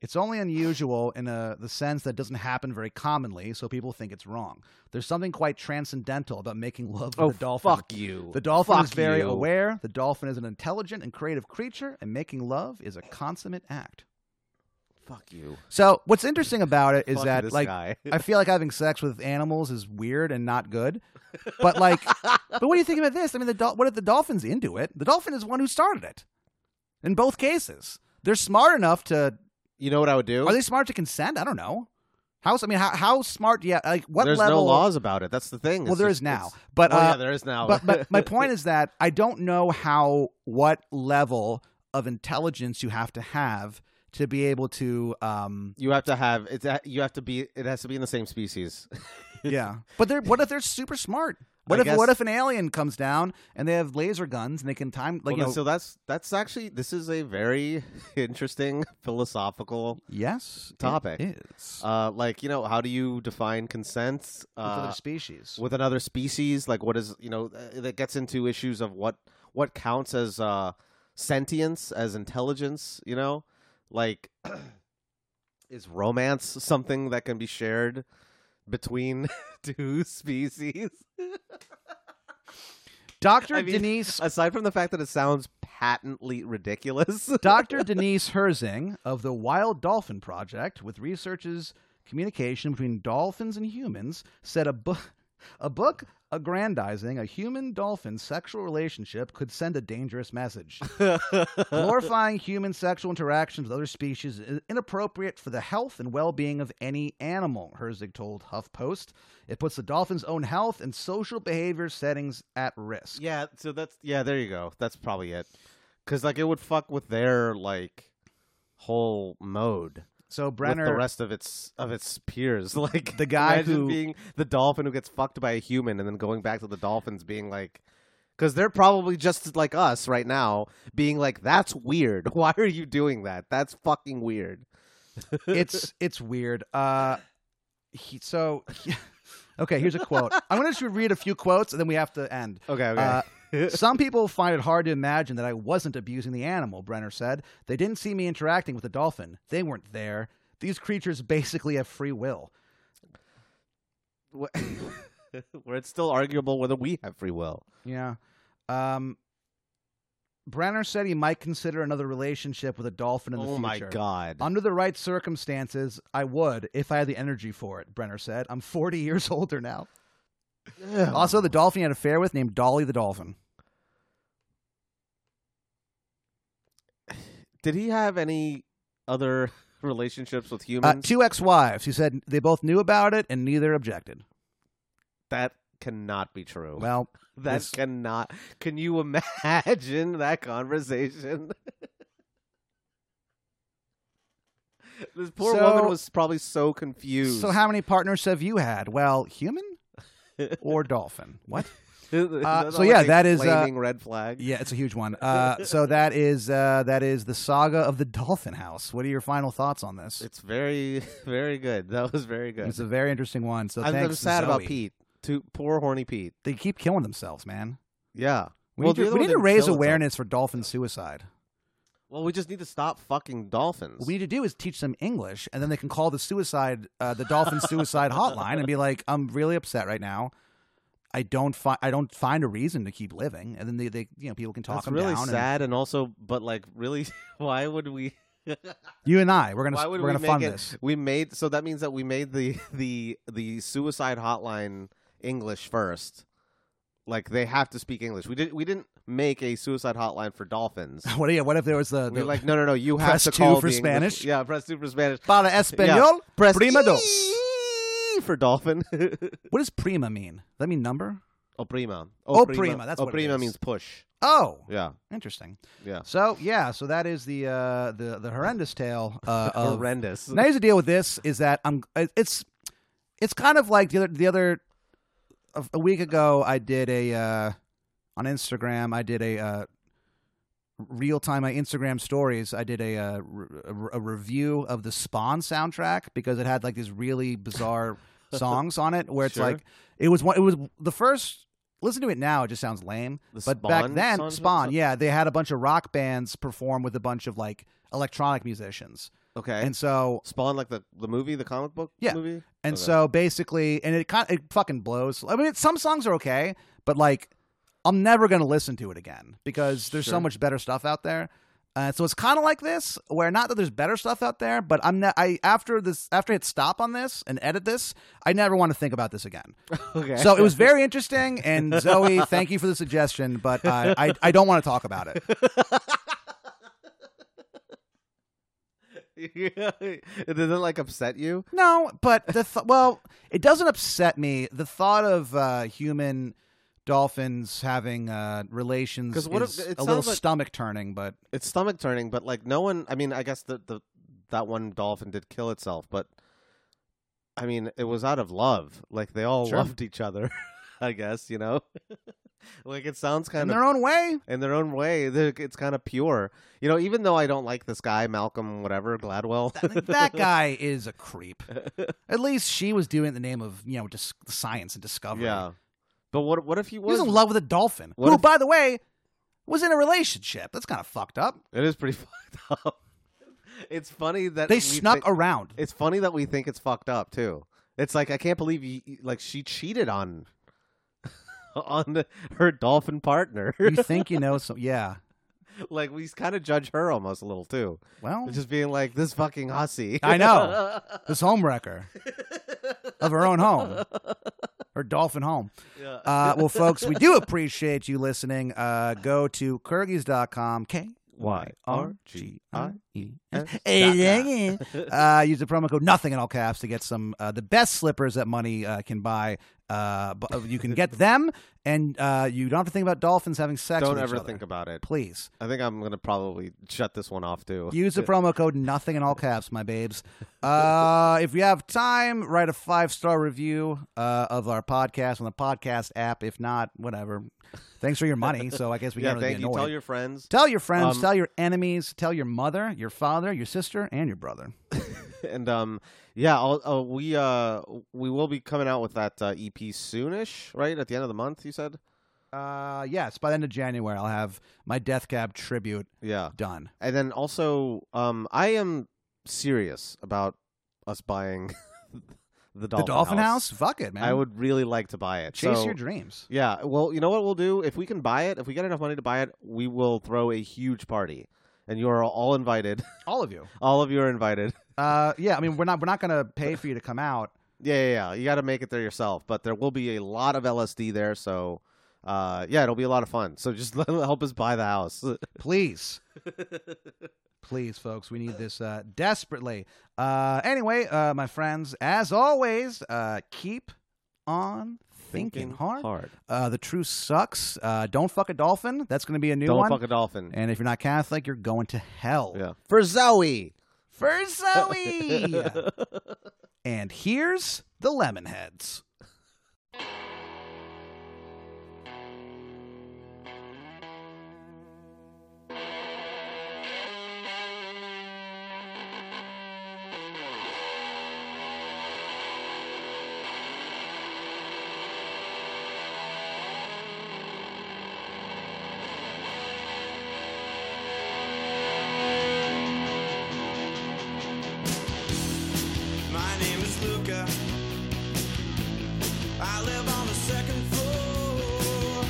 [SPEAKER 2] it's only unusual in a, the sense that doesn't happen very commonly, so people think it's wrong. There's something quite transcendental about making love with
[SPEAKER 3] oh,
[SPEAKER 2] a dolphin.
[SPEAKER 3] fuck you.
[SPEAKER 2] The dolphin
[SPEAKER 3] Fuck
[SPEAKER 2] is very
[SPEAKER 3] you.
[SPEAKER 2] aware. The dolphin is an intelligent and creative creature, and making love is a consummate act.
[SPEAKER 3] Fuck you.
[SPEAKER 2] So what's interesting about it is
[SPEAKER 3] Fuck
[SPEAKER 2] that
[SPEAKER 3] this
[SPEAKER 2] like
[SPEAKER 3] guy.
[SPEAKER 2] I feel like having sex with animals is weird and not good. But <laughs> like but what do you think about this? I mean the dol- what if the dolphin's into it? The dolphin is one who started it. In both cases. They're smart enough to
[SPEAKER 3] <laughs> you know what I would do?
[SPEAKER 2] are they smart to consent? I don't know. How I mean how how smart yeah like what
[SPEAKER 3] There's
[SPEAKER 2] level
[SPEAKER 3] no laws about it. That's the thing.
[SPEAKER 2] Well
[SPEAKER 3] It's
[SPEAKER 2] there
[SPEAKER 3] just-
[SPEAKER 2] is now.
[SPEAKER 3] it's-
[SPEAKER 2] But
[SPEAKER 3] well,
[SPEAKER 2] uh
[SPEAKER 3] yeah, there is now.
[SPEAKER 2] but
[SPEAKER 3] <laughs>
[SPEAKER 2] but my point is that I don't know how what level of intelligence you have to have to be able to
[SPEAKER 3] <laughs>
[SPEAKER 2] um
[SPEAKER 3] you have to have it's. a- You have to be. It has to be in the same species.
[SPEAKER 2] Yeah, but they're what if they're super smart? What
[SPEAKER 3] I
[SPEAKER 2] if
[SPEAKER 3] guess-
[SPEAKER 2] what if an alien comes down and they have laser guns and they can time like
[SPEAKER 3] Well,
[SPEAKER 2] you know?
[SPEAKER 3] so that's that's actually this is a very <laughs> interesting philosophical
[SPEAKER 2] yes,
[SPEAKER 3] topic.
[SPEAKER 2] it is
[SPEAKER 3] uh like you know how do you define consent
[SPEAKER 2] with other
[SPEAKER 3] uh,
[SPEAKER 2] species.
[SPEAKER 3] with another species like what is you know uh, that gets into issues of what what counts as uh sentience as intelligence you know like <clears throat> is romance something that can be shared between <laughs> two species
[SPEAKER 2] Doctor
[SPEAKER 3] I mean-
[SPEAKER 2] Denise
[SPEAKER 3] aside from the fact that it sounds patently ridiculous <laughs>
[SPEAKER 2] Doctor Denise Herzing of the Wild Dolphin Project, with researches communication between dolphins and humans, said a book <laughs> a book aggrandizing a human dolphin sexual relationship could send a dangerous
[SPEAKER 3] <laughs>
[SPEAKER 2] message. Glorifying human sexual interactions with other species is inappropriate for the health and well being of any animal, Herzig told HuffPost. It puts the dolphin's own health and social behavior settings at risk.
[SPEAKER 3] Yeah, so that's yeah. There you go. That's probably it. Because like it would fuck with their like whole mode.
[SPEAKER 2] So
[SPEAKER 3] with the
[SPEAKER 2] Brenner,
[SPEAKER 3] rest of its of its peers. <laughs> Like
[SPEAKER 2] The guy
[SPEAKER 3] imagine
[SPEAKER 2] who-
[SPEAKER 3] being the dolphin who gets fucked by a human, and then going back to the dolphins being like, because they're probably just like us right now, being like, "That's weird. <laughs> Why are you doing that? That's fucking weird."
[SPEAKER 2] it's it's weird. Uh, he, <laughs> so okay, here's a quote. I'm going to just read a few quotes, and then we have to end.
[SPEAKER 3] Okay, okay.
[SPEAKER 2] <laughs> Uh, Some people find it hard to imagine that I wasn't abusing the animal, Brenner said. They didn't see me interacting with the dolphin. They weren't there. These creatures basically have free will.
[SPEAKER 3] Wh- <laughs> Where it's still arguable whether we have free will.
[SPEAKER 2] Yeah. Um, Brenner said he might consider another relationship with a dolphin in the
[SPEAKER 3] oh
[SPEAKER 2] future.
[SPEAKER 3] my god.
[SPEAKER 2] Under the right circumstances, I would if I had the energy for it, Brenner said. I'm 40 years <laughs> older now.
[SPEAKER 3] Ugh.
[SPEAKER 2] Also, the dolphin he had an affair with named Dolly the dolphin.
[SPEAKER 3] did he have any other <laughs> relationships with
[SPEAKER 2] Uh,
[SPEAKER 3] humans?
[SPEAKER 2] two ex-wives. He said they both knew about it and neither objected.
[SPEAKER 3] that cannot be true.
[SPEAKER 2] Well,
[SPEAKER 3] That
[SPEAKER 2] This-
[SPEAKER 3] cannot. Can you imagine <laughs> that conversation? <laughs> this poor
[SPEAKER 2] So-
[SPEAKER 3] woman was probably so confused. <laughs>
[SPEAKER 2] So how many partners have you had? Well, human or dolphin?
[SPEAKER 3] <laughs>
[SPEAKER 2] What?
[SPEAKER 3] That's
[SPEAKER 2] so
[SPEAKER 3] all,
[SPEAKER 2] yeah,
[SPEAKER 3] like,
[SPEAKER 2] that is, uh,
[SPEAKER 3] flaming red flag.
[SPEAKER 2] Yeah, it's a huge one. Uh, so that is uh, that is the saga of the <laughs> dolphin house. What are your final thoughts on this?
[SPEAKER 3] It's very, <laughs> very good. That was very good.
[SPEAKER 2] It's a very interesting one. So
[SPEAKER 3] I'm, I'm
[SPEAKER 2] thanks,
[SPEAKER 3] sad about
[SPEAKER 2] Zoe.
[SPEAKER 3] Pete. Too poor, horny Pete.
[SPEAKER 2] They keep killing themselves, man.
[SPEAKER 3] Yeah.
[SPEAKER 2] We
[SPEAKER 3] Well,
[SPEAKER 2] need, to,
[SPEAKER 3] the other
[SPEAKER 2] we
[SPEAKER 3] one
[SPEAKER 2] need to
[SPEAKER 3] didn't
[SPEAKER 2] raise
[SPEAKER 3] kill itself.
[SPEAKER 2] awareness for dolphin suicide.
[SPEAKER 3] Well, we just need to stop fucking dolphins.
[SPEAKER 2] What we need to do is teach them English, and then they can call the suicide, uh, the dolphin
[SPEAKER 3] <laughs>
[SPEAKER 2] suicide hotline, and be like, "I'm really upset right now. I don't find I don't find a reason to keep living." And then they, they you know, people can talk
[SPEAKER 3] That's
[SPEAKER 2] them
[SPEAKER 3] really
[SPEAKER 2] down. and-
[SPEAKER 3] sad, and also, but like, really, <laughs> why would we?
[SPEAKER 2] you and I, we're gonna
[SPEAKER 3] Why
[SPEAKER 2] we're
[SPEAKER 3] would
[SPEAKER 2] gonna
[SPEAKER 3] we
[SPEAKER 2] fund
[SPEAKER 3] make it?
[SPEAKER 2] this. <laughs>
[SPEAKER 3] We made so that means that we made the <laughs> the the suicide hotline English first. Like they have to speak English. We didn't we didn't make a suicide hotline for
[SPEAKER 2] <laughs>
[SPEAKER 3] dolphins.
[SPEAKER 2] What, yeah, what if there was the,
[SPEAKER 3] We
[SPEAKER 2] the
[SPEAKER 3] like no no no you have
[SPEAKER 2] Oh, Press
[SPEAKER 3] to
[SPEAKER 2] two
[SPEAKER 3] call
[SPEAKER 2] for
[SPEAKER 3] the English-
[SPEAKER 2] Spanish?
[SPEAKER 3] Yeah, press two for Spanish.
[SPEAKER 2] para español?
[SPEAKER 3] Press
[SPEAKER 2] Prima dos.
[SPEAKER 3] E for dolphin. <laughs>
[SPEAKER 2] What does prima mean? Does that mean number?
[SPEAKER 3] o prima.
[SPEAKER 2] O Oh, prima, that's
[SPEAKER 3] o
[SPEAKER 2] what it
[SPEAKER 3] prima
[SPEAKER 2] is.
[SPEAKER 3] means push.
[SPEAKER 2] Oh,
[SPEAKER 3] Yeah,
[SPEAKER 2] interesting.
[SPEAKER 3] yeah.
[SPEAKER 2] So yeah, so that is the uh, the the horrendous tale
[SPEAKER 3] <laughs>
[SPEAKER 2] uh, of
[SPEAKER 3] Horrendous.
[SPEAKER 2] now here's the deal with this is that I'm it- it's it's kind of like the other the other a- a week ago I did a uh, on Instagram I did a uh, real time my Instagram stories I did a, uh, re- a re- a review of the Spawn soundtrack because it had like these really
[SPEAKER 3] <laughs>
[SPEAKER 2] bizarre songs on it where it's
[SPEAKER 3] Sure.
[SPEAKER 2] like it was one it was the first listen to it now it just sounds lame
[SPEAKER 3] The
[SPEAKER 2] but back
[SPEAKER 3] Spawn
[SPEAKER 2] then
[SPEAKER 3] soundtrack?
[SPEAKER 2] Spawn yeah they had a bunch of rock bands perform with a bunch of like electronic musicians
[SPEAKER 3] okay.
[SPEAKER 2] and so
[SPEAKER 3] Spawn like the the movie, the comic book
[SPEAKER 2] Yeah.
[SPEAKER 3] movie. <laughs>
[SPEAKER 2] and
[SPEAKER 3] Okay.
[SPEAKER 2] so basically, and it kind it fucking blows. I mean, it, some songs are okay, but like, I'm never gonna listen to it again because there's so
[SPEAKER 3] Sure.
[SPEAKER 2] much better stuff out there. Uh, so it's kind of like this, where not that there's better stuff out there, but I'm not. I after this, after I hit stop on this and edit this, I never want to think about this again.
[SPEAKER 3] Okay. <laughs>
[SPEAKER 2] So it was very interesting, and Zoe, thank you for the suggestion, but uh, I I don't want to talk about it.
[SPEAKER 3] it didn't like upset you.
[SPEAKER 2] No, but the th- well, it doesn't upset me. The thought of uh, human dolphins having uh, relations
[SPEAKER 3] 'Cause what
[SPEAKER 2] is
[SPEAKER 3] if- it
[SPEAKER 2] a little
[SPEAKER 3] sounds like-
[SPEAKER 2] stomach turning, but
[SPEAKER 3] It's stomach turning, but like no one. I mean, I guess the, the that one dolphin did kill itself, but I mean, it was out of love. Like they all
[SPEAKER 2] Sure.
[SPEAKER 3] loved each other. <laughs> I guess you know. <laughs> like it sounds
[SPEAKER 2] in
[SPEAKER 3] kind of
[SPEAKER 2] their own way.
[SPEAKER 3] in their own way. <laughs> they're- It's kind of pure. You know, even though I don't like this guy, Malcolm, whatever Gladwell.
[SPEAKER 2] Like, that guy is a creep. At least she was doing it in the name of you know dis- science and discovery.
[SPEAKER 3] <laughs> yeah. But what what if he
[SPEAKER 2] he was
[SPEAKER 3] was?
[SPEAKER 2] in love with a dolphin,
[SPEAKER 3] What
[SPEAKER 2] who,
[SPEAKER 3] if-
[SPEAKER 2] by the way, was in a relationship. That's kind of fucked up.
[SPEAKER 3] It is pretty <laughs> fucked up. It's funny that
[SPEAKER 2] They
[SPEAKER 3] we
[SPEAKER 2] snuck
[SPEAKER 3] thi-
[SPEAKER 2] around.
[SPEAKER 3] It's funny that we think it's fucked up too. It's like I can't believe you, you- like she cheated on <laughs> on the, her dolphin partner. <laughs>
[SPEAKER 2] you think you know? So yeah.
[SPEAKER 3] like we kind of judge her almost a little too.
[SPEAKER 2] Well,
[SPEAKER 3] <laughs> Just being like this fucking hussy.
[SPEAKER 2] <laughs> I know. this homewrecker of her own home, her dolphin home.
[SPEAKER 3] <laughs> yeah.
[SPEAKER 2] Uh, well, folks, we do appreciate you listening. Uh, go to Kyrgyz.com. K
[SPEAKER 3] Y
[SPEAKER 2] R G I E <laughs> S.
[SPEAKER 3] S.
[SPEAKER 2] <laughs> Uh, use the promo code nothing in all caps to get some uh, the best slippers that money uh, can buy Uh, but you can get them, and uh, you don't have to think about dolphins having sex.
[SPEAKER 3] Don't
[SPEAKER 2] with
[SPEAKER 3] ever
[SPEAKER 2] each other.
[SPEAKER 3] think about it.
[SPEAKER 2] Please
[SPEAKER 3] I think I'm gonna probably shut this one off too.
[SPEAKER 2] use the promo code nothing in all caps, my babes. Uh, if you have time, write a five star review uh, of our podcast on the podcast app. If not, whatever. Thanks for your money. So I guess we
[SPEAKER 3] <laughs> yeah,
[SPEAKER 2] can't really
[SPEAKER 3] thank
[SPEAKER 2] be
[SPEAKER 3] you.
[SPEAKER 2] annoyed.
[SPEAKER 3] Tell your friends. <laughs>
[SPEAKER 2] Tell your friends,
[SPEAKER 3] Um,
[SPEAKER 2] tell your enemies, tell your mother, your father, your sister, and your brother.
[SPEAKER 3] and um yeah I'll, uh, we uh we will be coming out with that uh, ep soonish right at the end of the month you said
[SPEAKER 2] Uh, yes, by the end of January, I'll have my Death Cab tribute
[SPEAKER 3] yeah
[SPEAKER 2] done.
[SPEAKER 3] and then also um i am serious about us buying <laughs> the dolphin,
[SPEAKER 2] the Dolphin House? Fuck it, man.
[SPEAKER 3] i would really like to buy it
[SPEAKER 2] chase
[SPEAKER 3] So-
[SPEAKER 2] your dreams.
[SPEAKER 3] yeah well you know what we'll do if we can buy it if we get enough money to buy it we will throw a huge party and you are all invited <laughs>
[SPEAKER 2] All of you.
[SPEAKER 3] all of you are invited <laughs>
[SPEAKER 2] Uh, yeah, I mean, we're not we're not gonna pay for you to come out.
[SPEAKER 3] Yeah, yeah, yeah. You got to make it there yourself, but there will be a lot of LSD there, so uh, yeah, it'll be a lot of fun. So just <laughs> let- help us buy the house.
[SPEAKER 2] Please, please, folks, we need this uh, desperately. Uh, anyway, uh, my friends, as always, uh, keep on thinking, hard. Uh, the truth sucks. Uh, don't fuck a dolphin. That's gonna be a new
[SPEAKER 3] Don't
[SPEAKER 2] one.
[SPEAKER 3] fuck a dolphin.
[SPEAKER 2] And if you're not Catholic, you're going to hell.
[SPEAKER 3] yeah. For Zoe.
[SPEAKER 2] For
[SPEAKER 3] <laughs>
[SPEAKER 2] Zoe. and here's the Lemonheads.
[SPEAKER 1] My name is Luca. I live on the second floor.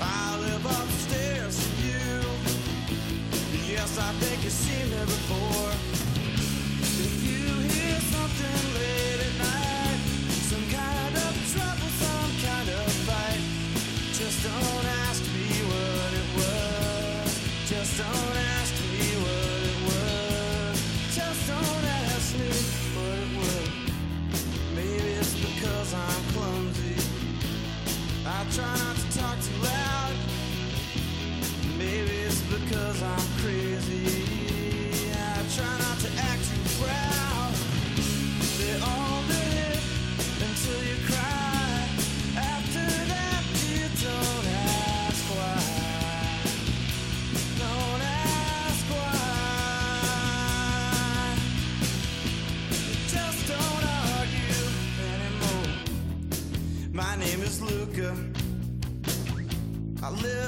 [SPEAKER 1] I live upstairs from you. Yes, I think you've seen me before. If you hear something late at night, some kind of trouble, some kind of fight, just don't ask me what it was. Just don't ask me what it was. Just don't ask me what it was. Maybe it's because I'm clumsy. I try not to talk too loud. Maybe it's because I'm crazy. I try not to act too proud. They all live until you cry. After that, you don't ask why. Don't ask why. Just don't argue anymore. My name is Luca. I live